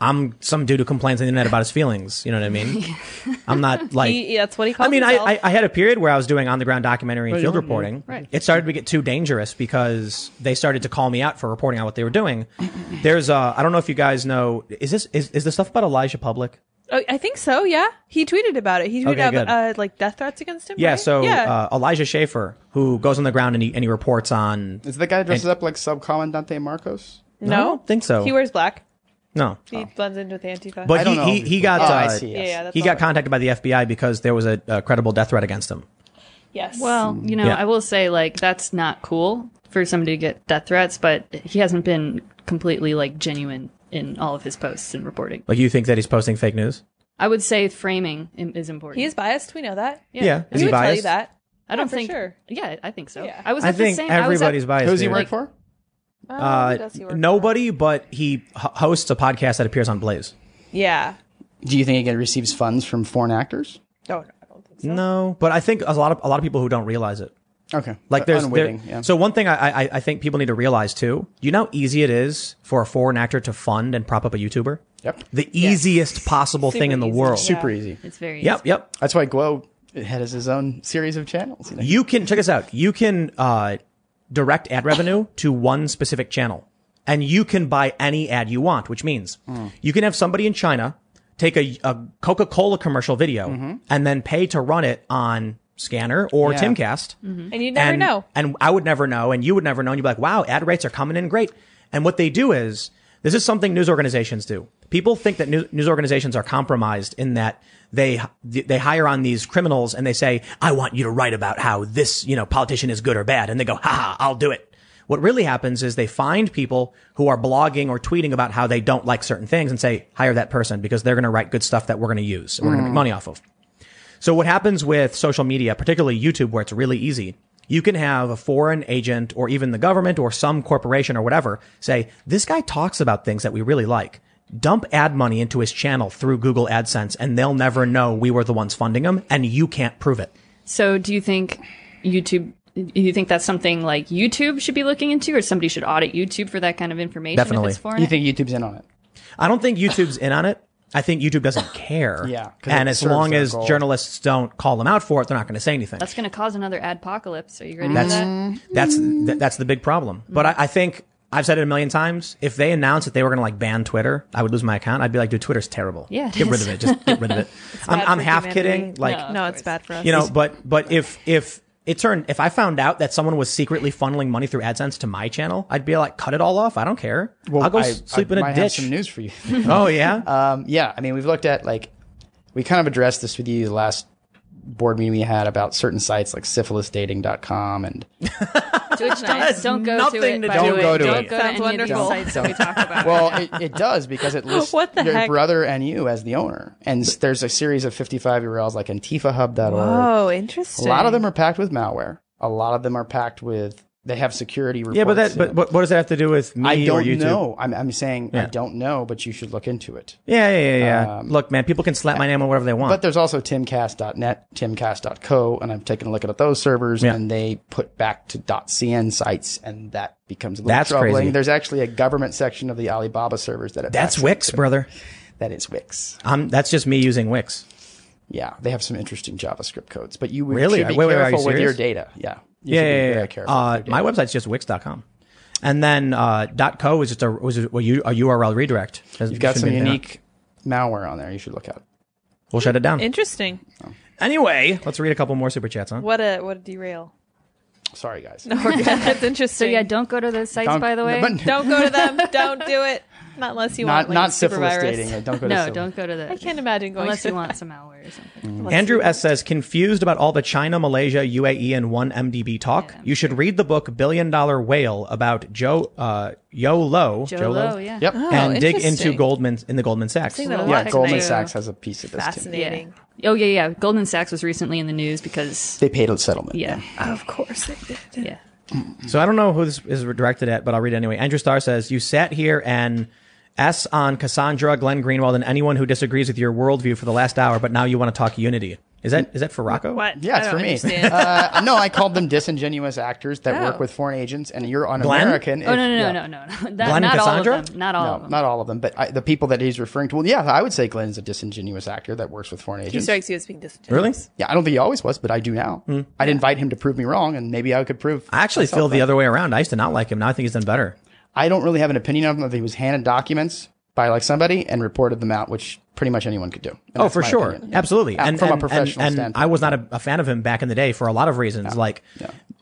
I'm some dude who complains on the internet about his feelings. You know what I mean? I'm not like. He- that's what he calls I mean, I, himself. I, I had a period where I was doing on the ground documentary and field yeah, reporting. Right. It started to get too dangerous because they started to call me out for reporting on what they were doing. There's, uh, I don't know if you guys know, is this is, is the stuff about Elijah Public? Oh, I think so. Yeah, he tweeted about it. He tweeted Okay, about uh, good. like death threats against him. Yeah, right? so yeah, Uh, Elijah Schaefer, who goes on the ground and he, and he reports on. Is the guy that dresses up like Subcomandante Marcos? No, I don't think so. He wears black. no, He blends into with Antifa. but I don't he, know. he he got Oh, uh, I see. yeah, Yes. yeah that's he all got right. contacted by the FBI because there was a, a credible death threat against him. yes. Well, Hmm. you know, Yeah. I will say like that's not cool for somebody to get death threats, but he hasn't been completely like genuine in all of his posts and reporting. Like you think that he's posting fake news? I would say framing im- is important. he is biased. We know that. Yeah, is we he would tell you biased? that. I don't Yeah, for think. sure. Yeah, I think so. Yeah. I was. I at think the same, everybody's I was at, biased. Who's he dude. work for? Oh, who Uh, does he work for? nobody, but he h- hosts a podcast that appears on Blaze. Yeah. Oh, Do you think he get- receives funds from foreign actors? No, no, I don't think so. No, but I think a lot of a lot of people who don't realize it. Okay. Like Uh, there's there, unwitting, yeah. so one thing I, I I think people need to realize too. You know how easy it is for a foreign actor to fund and prop up a YouTuber. Yep. The easiest possible Super thing in the easy. world. Super easy. It's very. Yep, yep. That's why Guo has his own series of channels. You know? You can check us out. You can uh, direct ad revenue to one specific channel, and you can buy any ad you want. Which means you can have somebody in China take a, a Coca Cola commercial video and then pay to run it on Scanner or Yeah. Timcast. And you never and, know. And I would never know, and you would never know. And you'd be like, wow, ad rates are coming in great. And what they do is this is something news organizations do. People think that news, news organizations are compromised in that they they hire on these criminals and they say, I want you to write about how this you know politician is good or bad, and they go, ha ha, I'll do it. What really happens is they find people who are blogging or tweeting about how they don't like certain things and say, hire that person because they're going to write good stuff that we're going to use and we're Mm. going to make money off of. So what happens with social media, particularly YouTube, where it's really easy, you can have a foreign agent or even the government or some corporation or whatever say, this guy talks about things that we really like. Dump ad money into his channel through Google AdSense and they'll never know we were the ones funding him and you can't prove it. So, do you think YouTube? Do you think that's something like YouTube should be looking into, or somebody should audit YouTube for that kind of information? Definitely. If it's foreign. You think YouTube's in on it? I don't think YouTube's in on it. I think YouTube doesn't care. Yeah, 'cause And it as serves long their as goal. journalists don't call them out for it, they're not going to say anything. that's going to cause another adpocalypse? Are you ready That's for that? that's Mm. th- that's the big problem. But I, I think I've said it a million times. If they announced that they were going to like ban Twitter, I would lose my account. I'd be like, dude, Twitter's terrible. Yeah, it get rid is. of it. Just get rid of it. I'm, bad I'm for half humanity. kidding. Like No. No, Of it's course. bad for us. you know, but but if if it turned if I found out that someone was secretly funneling money through AdSense to my channel, I'd be like, cut it all off. I don't care. I'll go I- s- sleep I in a might Have ditch. some news for you. oh yeah. um, yeah, I mean, we've looked at like we kind of addressed this with you the last board meeting we had about certain sites like syphilisdating.com and Twitch don't go to nothing it. to by do the with way. it. Don't go to Sounds any wonderful. of these sites that we talk about. well, it, it does because it lists What the your heck? brother and you as the owner. And s- there's a series of 55 URLs like antifahub.org. Oh, A interesting. lot of them are packed with malware. A lot of them are packed with they have security reports. yeah, but that in but them. what, what does that have to do with me I or don't YouTube? know. I'm, I'm saying I Yeah. don't know, but you should look into it. Yeah, yeah, yeah. yeah. Look, man, people can slap my name on whatever they want. Um, But there's also timcast.net, timcast.co, and I've taken a look at those servers, Yeah. and they put back to .cn sites, and that becomes a little That's troubling. crazy. There's actually a government section of the Alibaba servers that it that's backs Wix, up to. brother. That is Wix. I'm, that's just me using Wix. Yeah, they have some interesting JavaScript codes, but you would- Really? should be Wait, wait, are you careful with your serious? data. Yeah, Yeah, you should be yeah, yeah, very yeah. careful. with Uh, your my data. website's just wix.com. And then uh, .co is just a was a, a URL redirect. You've got some unique malware on there. You should look at. We'll shut it down. Interesting. anyway, let's read a couple more super chats, huh? What a what a derail. Sorry, guys. That's interesting. so yeah, don't go to those sites. Don't- by the way, but- don't go to them. Don't do it. Not unless you want not like, not a super syphilis virus. dating. Don't go to no, syphilis. don't go to the. I can't imagine going unless to you want some malware or Mm, something. Unless Andrew you- S says confused about all the China, Malaysia, UAE, and one MDB talk. you should read the book Billion Dollar Whale about Joe uh, Yo Lo, Joe, Joe Lo, Lo, yeah. Yep. and dig into Oh, interesting. Goldman in the Goldman Sachs. Seen that a lot Yeah, tonight. Goldman Fascinating. Sachs has a piece of this too. Fascinating. Dating. Yeah. Oh yeah, yeah. Goldman Sachs was recently in the news because They paid a settlement. yeah, Of course they did. yeah. So I don't know who this is directed at, but I'll read it anyway. Andrew Starr says, You sat here and S on Cassandra, Glenn Greenwald, and anyone who disagrees with your worldview for the last hour, but now you want to talk unity. Is that is that for Rocco? What? I Yeah, it's don't for me. understand. Uh, no, I called them disingenuous actors that Oh. work with foreign agents, and you're on Glenn? American. Oh no no no yeah. no no no. That, Glenn not all Cassandra? of them. Not all No, of them. not all of them, but I, the people that he's referring to. Well, yeah, I would say Glenn is a disingenuous actor that works with foreign He agents. strikes you as being disingenuous. Really? yeah, I don't think he always was, but I do now. I'd invite him to prove me wrong, and maybe I could prove. Hmm. I actually myself feel the wrong. other way around. I used to not like him. Now I think he's done better. I don't really have an opinion of him. That he was handed documents by like somebody and reported them out, which pretty much anyone could do. And Oh, that's for my sure, opinion. absolutely. Yeah, and from a and- and, professional and standpoint. I was not a, a fan of him back in the day for a lot of reasons. Like,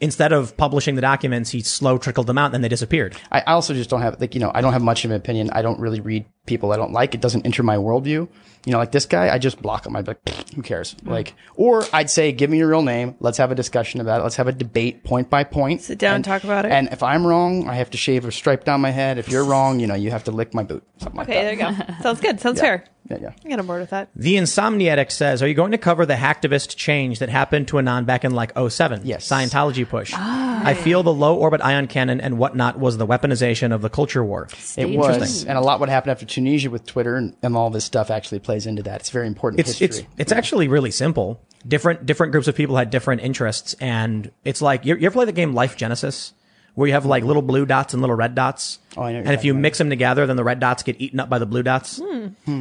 instead of publishing the documents, he slow trickled them out, and then they disappeared. I I also just don't have like you know I don't have much of an opinion. I don't really read people I don't like. It doesn't enter my worldview. You know, like this guy, I just block him. I'd be like, "Pfft, who cares? Mm. Like, or I'd say, give me your real name. Let's have a discussion about it. Let's have a debate, point by point. Sit down and and talk about it. And if I'm wrong, I have to shave a stripe down my head. If you're wrong, you know, you have to lick my boot. Something Okay, there like you go. Sounds good. Sounds fair. that. Yeah, yeah. I get on board with that. The Insomniatic says, "Are you going to cover the hacktivist change that happened to Anon back in like 07? Yes. Scientology push. I feel the low orbit ion cannon and whatnot was the weaponization of the culture war. It was, and a lot what happened after Tunisia with Twitter and, and all this stuff actually plays into that. It's very important It's history. it's it's actually really simple. Different different groups of people had different interests, and it's like you, you ever play the game Life Genesis, where you have like little blue dots and little red dots. Oh, I know what And you're if you talking about. Hmm. mix them together, then the red dots get eaten up by the blue dots.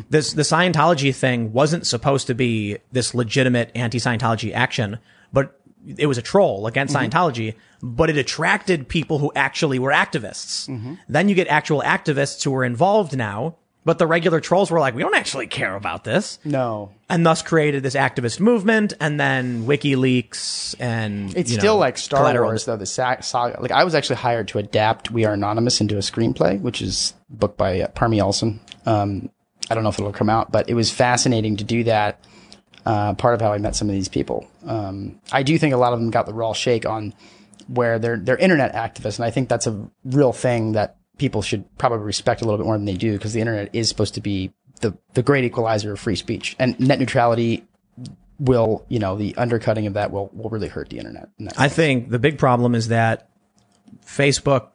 This the Scientology thing wasn't supposed to be this legitimate anti-Scientology action, but it was a troll against Mm-hmm. Scientology, but it attracted people who actually were activists. Mm-hmm. Then you get actual activists who are involved now, but the regular trolls were like, we don't actually care about Mm-hmm. this no, and thus created this activist movement and then WikiLeaks and It's you know, still like Star collateral. Wars, though the sa- saga. Like I was actually hired to adapt "We Are Anonymous" into a screenplay, which is a book by uh, Parmi Olson. Um, I don't know if it'll come out, but it was fascinating to do that. Uh, part of how I met some of these people. Um, I do think a lot of them got the raw shake on where they're they're internet activists, and I think that's a real thing that people should probably respect a little bit more than they do because the internet is supposed to be the the great equalizer of free speech and net neutrality will you know the undercutting of that will will really hurt the internet. in that I think the big problem is that Facebook,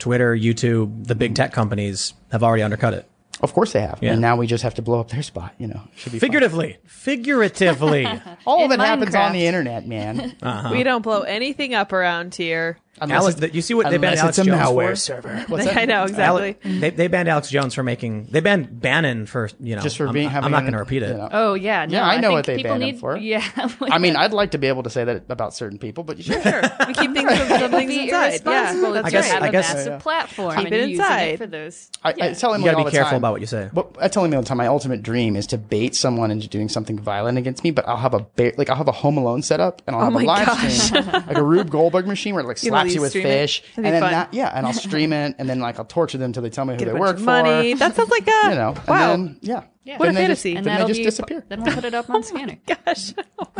Twitter, YouTube, the big tech companies have already undercut it. Of course they have. And now we just have to blow up their spot, you know. Should be Figuratively. Figuratively. all of In it happens on Minecraft. the internet, man. We don't blow anything up around here. Alex, that you see what they banned Alex unless it's a Jones malware for? server. I know exactly. Ale- they, they banned Alex Jones for making. They banned Bannon for you know. Just for I'm- being I'm, having not an- going to repeat it. you know. Oh yeah, no, Yeah, I know think what they people banned him need, for. Yeah, I mean, I'd like to be able to say that about certain people, but you sure. We keep things from some things be inside. irresponsible. Yeah, I I guess- guess, have I guess- a massive yeah. platform. Keep and it you're using inside. for those. I, I yeah. tell him You gotta all be the careful time, about what you say. But I tell him all the time. My ultimate dream is to bait someone into doing something violent against me. But I'll have a ba- like I'll have a Home Alone setup, and I'll have my a live gosh. stream, like a Rube Goldberg machine, where it like know, slaps you Oh you with stream it. fish, That'd and be then fun. that, yeah, and I'll stream it, and then like I'll torture them till they tell me who Get a they bunch work of money. for. That sounds like a you know, and wow. then yeah, What a Then they fantasy. Just, and then they that'll just be, disappear. Then we'll put it up on scanner. Gosh,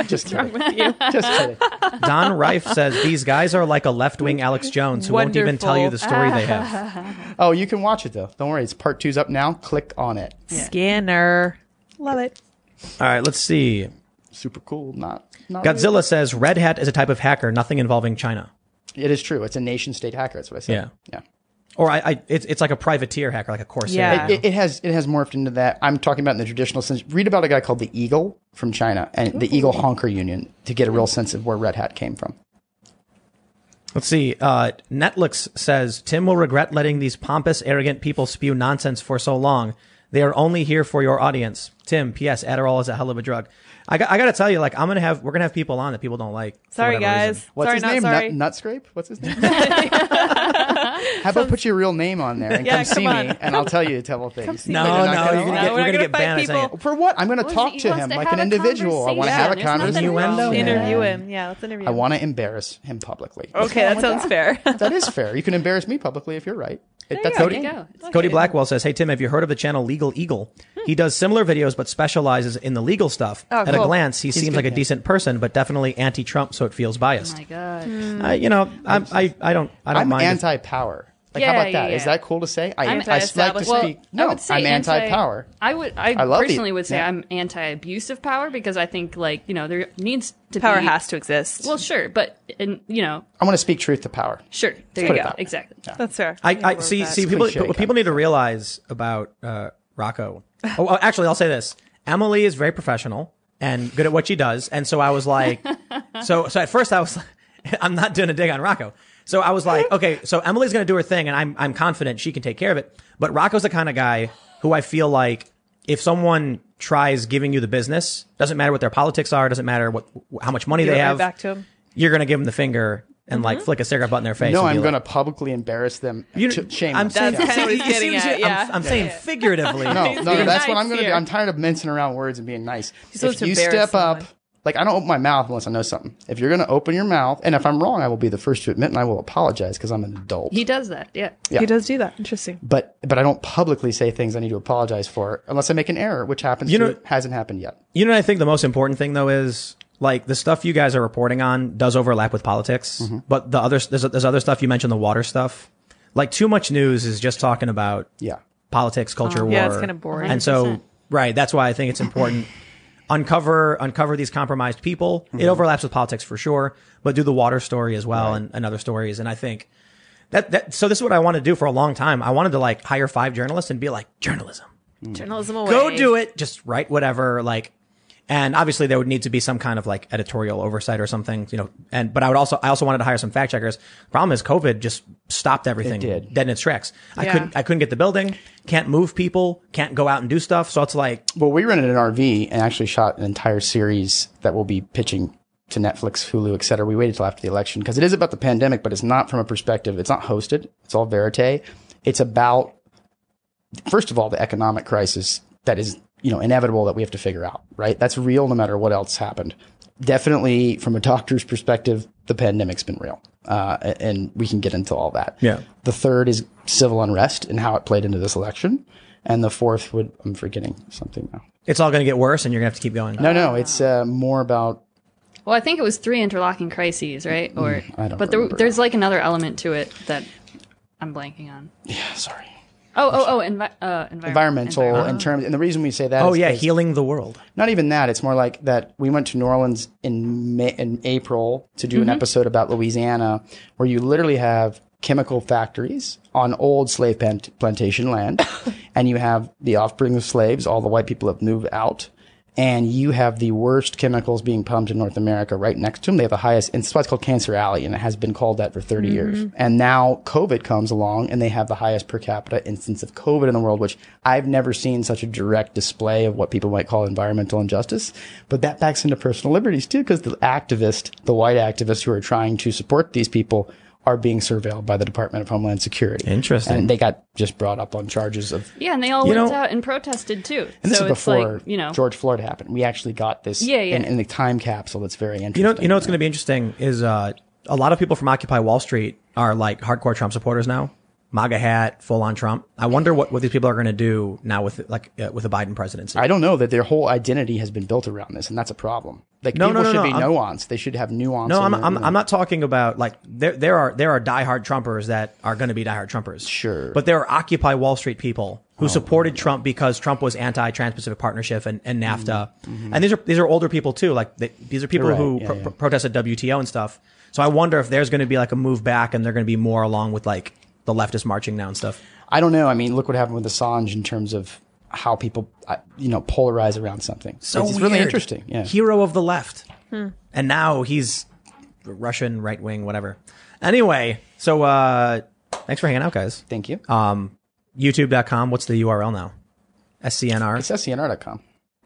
just kidding. with you. Just kidding. Don Reif says these guys are like a left wing Alex Jones who won't even tell you the story they have. Oh, you can watch it though. Don't worry, it's part two's up now. Click on it. Scanner. Love it. All right, let's see. Super cool. Not, not really. Godzilla says Red Hat is a type of hacker, nothing involving China. It is true. It's a nation state hacker. That's what I said. Yeah, Or I, I it's, it's like a privateer hacker, like a corsair. Yeah. It, it has it has morphed into that. I'm talking about in the traditional sense. Read about a guy called the Eagle from China and the Eagle Honker Union to get a real sense of where Red Hat came from. Let's see. Uh, Netflix says Tim will regret letting these pompous, arrogant people spew nonsense for so long. They are only here for your audience. Tim, P.S. Adderall is a hell of a drug. I got, I got to tell you, like I'm gonna have we're gonna have people on that people don't like. for Sorry, whatever reason. guys. What's sorry, his not name? sorry. Nut, Nutscrape? What's his name? How about put your real name on there and Yeah, come see come on. me, and I'll tell you terrible things. No, They're no, not gonna you're like gonna it. get, No, we're gonna get we're not gonna banned. fight at saying people. it. For what? I'm going What to is talk it? He to wants him to like have an a individual. I want to conversation. have a There's nothing wrong. Innuendo, conversation. man. Innuendo him. Yeah, let's interview. I him. want to embarrass him publicly. Okay, that sounds fair. that is fair. You can embarrass me publicly if you're right. It, that's go. the There you game. go. It's Cody Blackwell says, "Hey Tim, have you heard of the channel Legal Eagle? He does similar videos but specializes in the legal stuff. Oh, At a cool. glance, he seems good, like a yeah. decent person, but definitely anti-Trump, so it feels Oh biased. my god. Hmm. Uh, you know, I'm, I I don't I don't I'm mind. if- anti-power. Like Yeah, how about that? Is yeah, yeah. that cool to say? I, I like to anti-establishment. Well, speak. No, I would say am anti-power. I would. I, I love the- personally would say yeah. I'm anti-abuse of power because I think like you know there needs to Power be, has to exist. Well, sure, but and you know, I want to speak truth to power. sure. There put you it go. that way. Exactly. that's fair. I, I see. See, people, cliche what kind people need to realize about uh, Rocco. Oh, oh, actually, I'll say this: Emily is very professional. and good at what she does. And so I was like, so so at first I was, like, I'm not doing a dig on Rocco. So I was like, okay, so Emily's gonna do her thing, and I'm I'm confident she can take care of it. But Rocco's the kind of guy who I feel like if someone tries giving you the business, doesn't matter what their politics are, doesn't matter what how much money Give it they right have, back to 'em. Mm-hmm. you're gonna give them the finger and like flick a cigarette butt in their face. and No, be I'm like- going to publicly embarrass them. You- to shame I'm them. saying, That's kinda what he's you see getting what you- at, yeah. I'm, I'm saying figuratively. No, He's no, being that's what nice I'm gonna do. here. I'm tired of mincing around words and being nice. supposed if to you embarrass step up, someone. like I don't open my mouth unless I know something. If you're gonna open your mouth, and if I'm wrong, I will be the first to admit, and I will apologize because I'm an adult. He does that. Yeah. Yeah. He does do that. Interesting. but but I don't publicly say things I need to apologize for unless I make an error, which happens. You You know- know, hasn't happened yet. You know what I think the most important thing though is like the stuff you guys are reporting on does overlap with politics, but the other there's, there's other stuff you mentioned the water stuff. Like too much news is just talking about Yeah, politics, culture, war. Uh, yeah, it's kinda boring. And so 100%. right, that's why I think it's important uncover uncover these compromised people. It overlaps with politics for sure, but do the water story as well and, and other stories and I think that, that so this is what I wanted to do for a long time. I wanted to like hire five journalists and be like journalism Journalism away. go do it. Just write whatever, like, and obviously there would need to be some kind of like editorial oversight or something, you know. And but I would also, I also wanted to hire some fact checkers. Problem is, COVID just stopped everything did. dead in its tracks. I Yeah. couldn't, I couldn't get the building, can't move people, can't go out and do stuff. So it's like, Well, we rented an RV and actually shot an entire series that we'll be pitching to Netflix, Hulu, et cetera. We waited till after the election because it is about the pandemic, but it's not from a perspective. It's not hosted. It's all verite. It's about, first of all, the economic crisis that is, you know, inevitable that we have to figure out, right? That's real no matter what else happened. Definitely from a doctor's perspective, the pandemic's been real. Uh, a- and we can get into all that. Yeah. The third is civil unrest and how it played into this election. And the fourth would, I'm forgetting something now. it's all going to get worse, and you're going to have to keep going. No, no, it's uh, more about Well, I think it was three interlocking crises, right? Or Mm, I don't but there, remember. there's like another element to it that I'm blanking on. sorry Oh, oh, oh, envi- uh, environment, environmental environment. in terms. And the reason we say that, Oh is yeah, 'cause- healing the world. not even that. It's more like that. We went to New Orleans in May, in April to do an episode about Louisiana, where you literally have chemical factories on old slave plant- plantation land, and you have the offspring of slaves. All the white people have moved out. And you have the worst chemicals being pumped in North America right next to them. They have the highest, and it's why it's called Cancer Alley, and it has been called that for 30 Mm-hmm. years. And now COVID comes along, and they have the highest per capita instance of COVID in the world, which I've never seen such a direct display of what people might call environmental injustice. But that backs into personal liberties too, because the activist, the white activists who are trying to support these people are being surveilled by the Department of Homeland Security. Interesting. And they got just brought up on charges of Yeah, and they all You went know- out and protested too. and this so is it's before like you know, George Floyd happened. We actually got this Yeah, yeah. In, in the time capsule. That's very interesting. You know, you know what's going to be interesting is uh, a lot of people from Occupy Wall Street are like hardcore Trump supporters now, MAGA hat, full on Trump. I wonder what, what these people are going to do now with like uh, with the Biden presidency. I don't know that their whole identity has been built around this, and that's a problem. Like No, no, people no, should no, be I'm- nuanced. They should have nuance. No, in I'm, their- I'm, in I'm their- not talking about like there there are there are diehard Trumpers that are going to be diehard Trumpers. Sure. Oh. but there are Occupy Wall Street people who supported Trump because Trump was anti-Trans-Pacific Partnership and, and NAFTA, and these are these are older people too. Like they, these are people Mm-hmm. Right, who yeah, pro- yeah. pro- protested WTO and stuff. So I wonder if there's going to be like a move back, and they're going to be more along with like the leftist marching now and stuff. I don't know. I mean, look what happened with Assange in terms of how people, uh, you know, polarize around something. So it's, it's really weird. interesting. Yeah. Hero of the left. And now he's Russian right wing, whatever. Anyway, so uh thanks for hanging out, guys. Thank you. Uh, YouTube.com, what's the URL now? SCNR. it's scnr.com.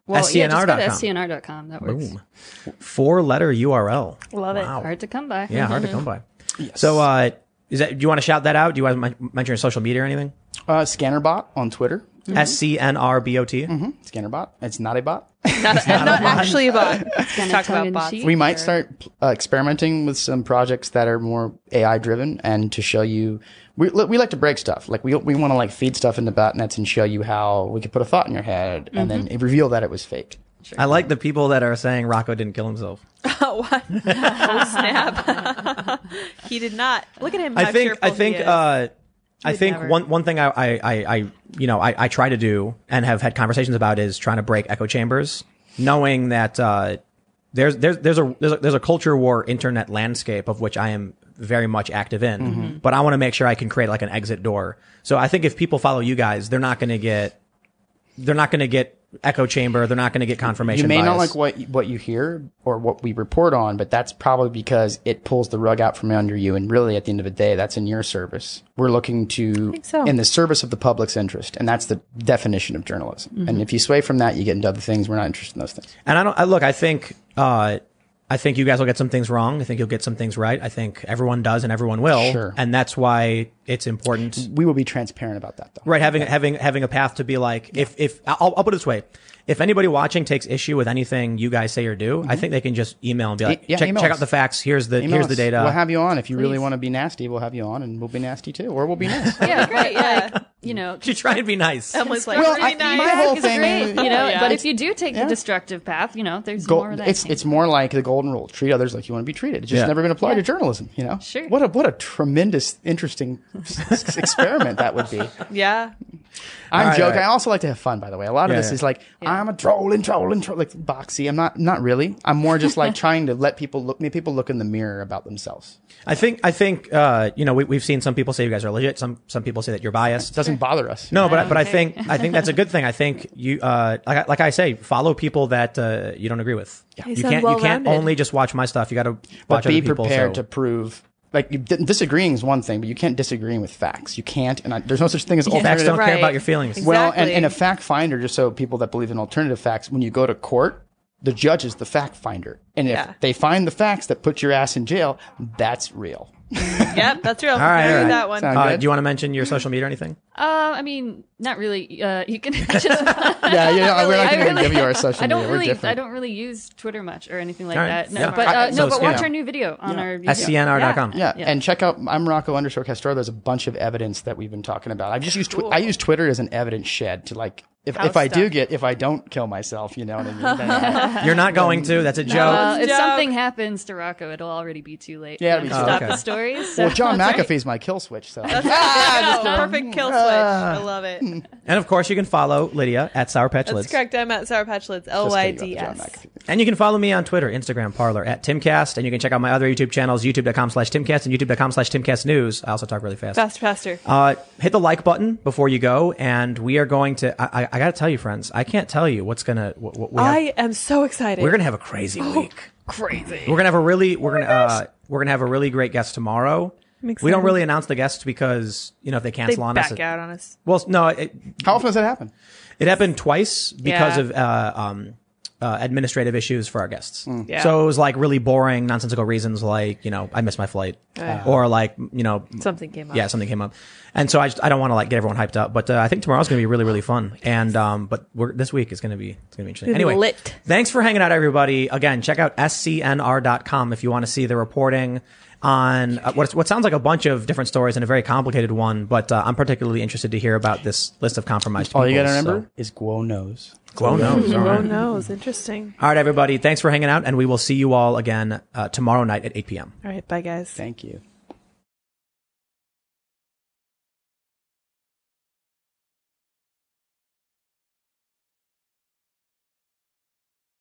well, yeah, just go to SCNR.com. scnr.com. That works. Boom. Four letter URL. Love it. Wow. Hard to come by. Yeah, hard to come by. So uh is that do you want to shout that out? Do you want to men- mention your social media or anything? Uh, Scannerbot on Twitter. SCNRBOT. Mm-hmm. Scannerbot. It's not a bot. Not, not actually a bot. kinda Talk about tongue in bots. cheek. we might or- start uh, experimenting with some projects that are more AI driven and to show you we, look, we like to break stuff like we, we want to like feed stuff into botnets and show you how we could put a thought in your head and then it reveal that it was fake I like the people that are saying Rocco didn't kill himself. Oh, what? oh snap! he did not. Look at him. I how think cheerful I he think is. uh, I would think never. one one thing I, I, I, I you know I, I try to do and have had conversations about is trying to break echo chambers, knowing that uh, there's there's there's a there's a, there's a culture war internet landscape of which I am very much active in, Mm-hmm. but I want to make sure I can create like an exit door. So I think if people follow you guys, they're not going to get they're not going to get echo chamber. They're not going to get confirmation. You may not bias. like what what you hear or what we report on, but that's probably because it pulls the rug out from under you. And really, at the end of the day, that's in your service. We're looking to so. in the service of the public's interest, and that's the definition of journalism. And if you sway from that, you get into other things. We're not interested in those things. And I don't. I, look, I think. Uh, I think you guys will get some things wrong. I think you'll get some things right. I think everyone does, and everyone will. Sure. And that's why it's important. We will be transparent about that, though. Right, having having having a path to be like if if I'll, I'll put it this way, if anybody watching takes issue with anything you guys say or do, I think they can just email and be like, Mm-hmm. yeah, check, email check us. out the facts. Here's the Email here's the us. data. We'll have you on if you really Please. want to be nasty. We'll have you on, and we'll be nasty too, or we'll be nice. yeah, but like you know, you try and be Oh. nice. Emily's like, Well, really I- nice. my whole is thing- great, you know. Yeah. But if you do take Yeah. the destructive path, you know, there's Gold- more of that. it's thing. it's more like the golden rule: treat others like you want to be treated. It's just Yeah. never been applied to journalism, you know. Sure. What a what a tremendous, interesting s- experiment that would be. yeah. I'm right, joking. all right. I also like to have fun, by the way. A lot of Yeah, this yeah. is like I'm a troll and troll and troll, like boxy. I'm not not really. I'm more just like trying to let people look, make people look in the mirror about themselves. I think I think uh, you know we, we've seen some people say you guys are legit. Some some people say that you're biased. It doesn't bother us. No, but I, but I Okay. think I think that's a good thing. I think you uh, like, I- like I say, follow people that uh, you don't agree with. He You can't said you can't well-rounded. only just watch my stuff. You got to watch but be other people. prepared so- Uh, to prove. Like you, disagreeing is one thing, but you can't disagreeing with facts. You can't, and I, there's no such thing as facts alternative don't care Right. about your feelings. Exactly. Well, and, and a fact finder, just so people that believe in alternative facts, when you go to court, the judge is the fact finder. And if Yeah. they find the facts that put your ass in jail, that's real. Yep, that's real. All right, all right. that one. Sound- Uh, good. do you want to mention your social media or anything? Uh, I mean, not really. Uh, you can just. Yeah, yeah, we're not I going to really- give you our social I don't media. really, we're different. I don't really use Twitter much or anything like All right. that. No, Yeah. but I- uh, so no, but it's- watch yeah. our new video on our SCNR.com. Yeah. Yeah. yeah, and check out I'm Rocco underscore Castor. There's a bunch of evidence that we've been talking about. I've just used twi- I use Twitter as an evidence shed to like if, if I do stuff. get if I don't kill myself, you know what I mean. Then- You're not going to. That's a joke. Well, Uh, if Joke. something happens to Rocco, it'll already be too late. Yeah, for it'll them be too to stop late. the stories. well, John McAfee's my kill switch, so Yeah, perfect kill switch. I love it. And of course, you can follow Lydia at Sour Patch That's Lids. correct. I'm at Sour Patch Lids. L Just Y kidding about the D John S. McAfee. And you can follow me on Twitter, Instagram, Parlor at Timcast. And you can check out my other YouTube channels, youtube.com slash Timcast and youtube.com slash Timcast News. I also talk really fast. Faster, faster. Uh, hit the like button before you go. And we are going to, I, I, I got to tell you, friends, I can't tell you what's going to, what, what we have, I Oh, am so excited. we're going to have a crazy week. crazy. We're gonna have a really we're gonna uh, we're gonna have a really great guest tomorrow. Oh Makes We don't sense. really announce the guests because you know if they they cancel on us. back it- out on us. Well, no, it, How often does that happen? it happened twice because Yeah. of uh, um, uh, administrative issues for our guests. Yeah. So it was like really boring, nonsensical reasons like you know I missed my flight or like you know Something came up. yeah something came up, and so I just, I don't want to like get everyone hyped up, but uh, I think tomorrow's gonna be really really fun, and um but we're, this week is gonna be it's gonna be interesting. Oh Gonna be Anyway, lit. Thanks for hanging out, everybody. Again, check out scnr.com if you want to see the reporting on uh, what, what sounds like a bunch of different stories and a very complicated one, but uh, I'm particularly interested to hear about this list of compromised All Oh, you people, gotta remember so- is Guo knows. Glow knows. All Oh right. no, it's interesting. All right, everybody. Thanks for hanging out, and we will see you all again uh, tomorrow night at 8 p.m. All right, bye guys. Thank you.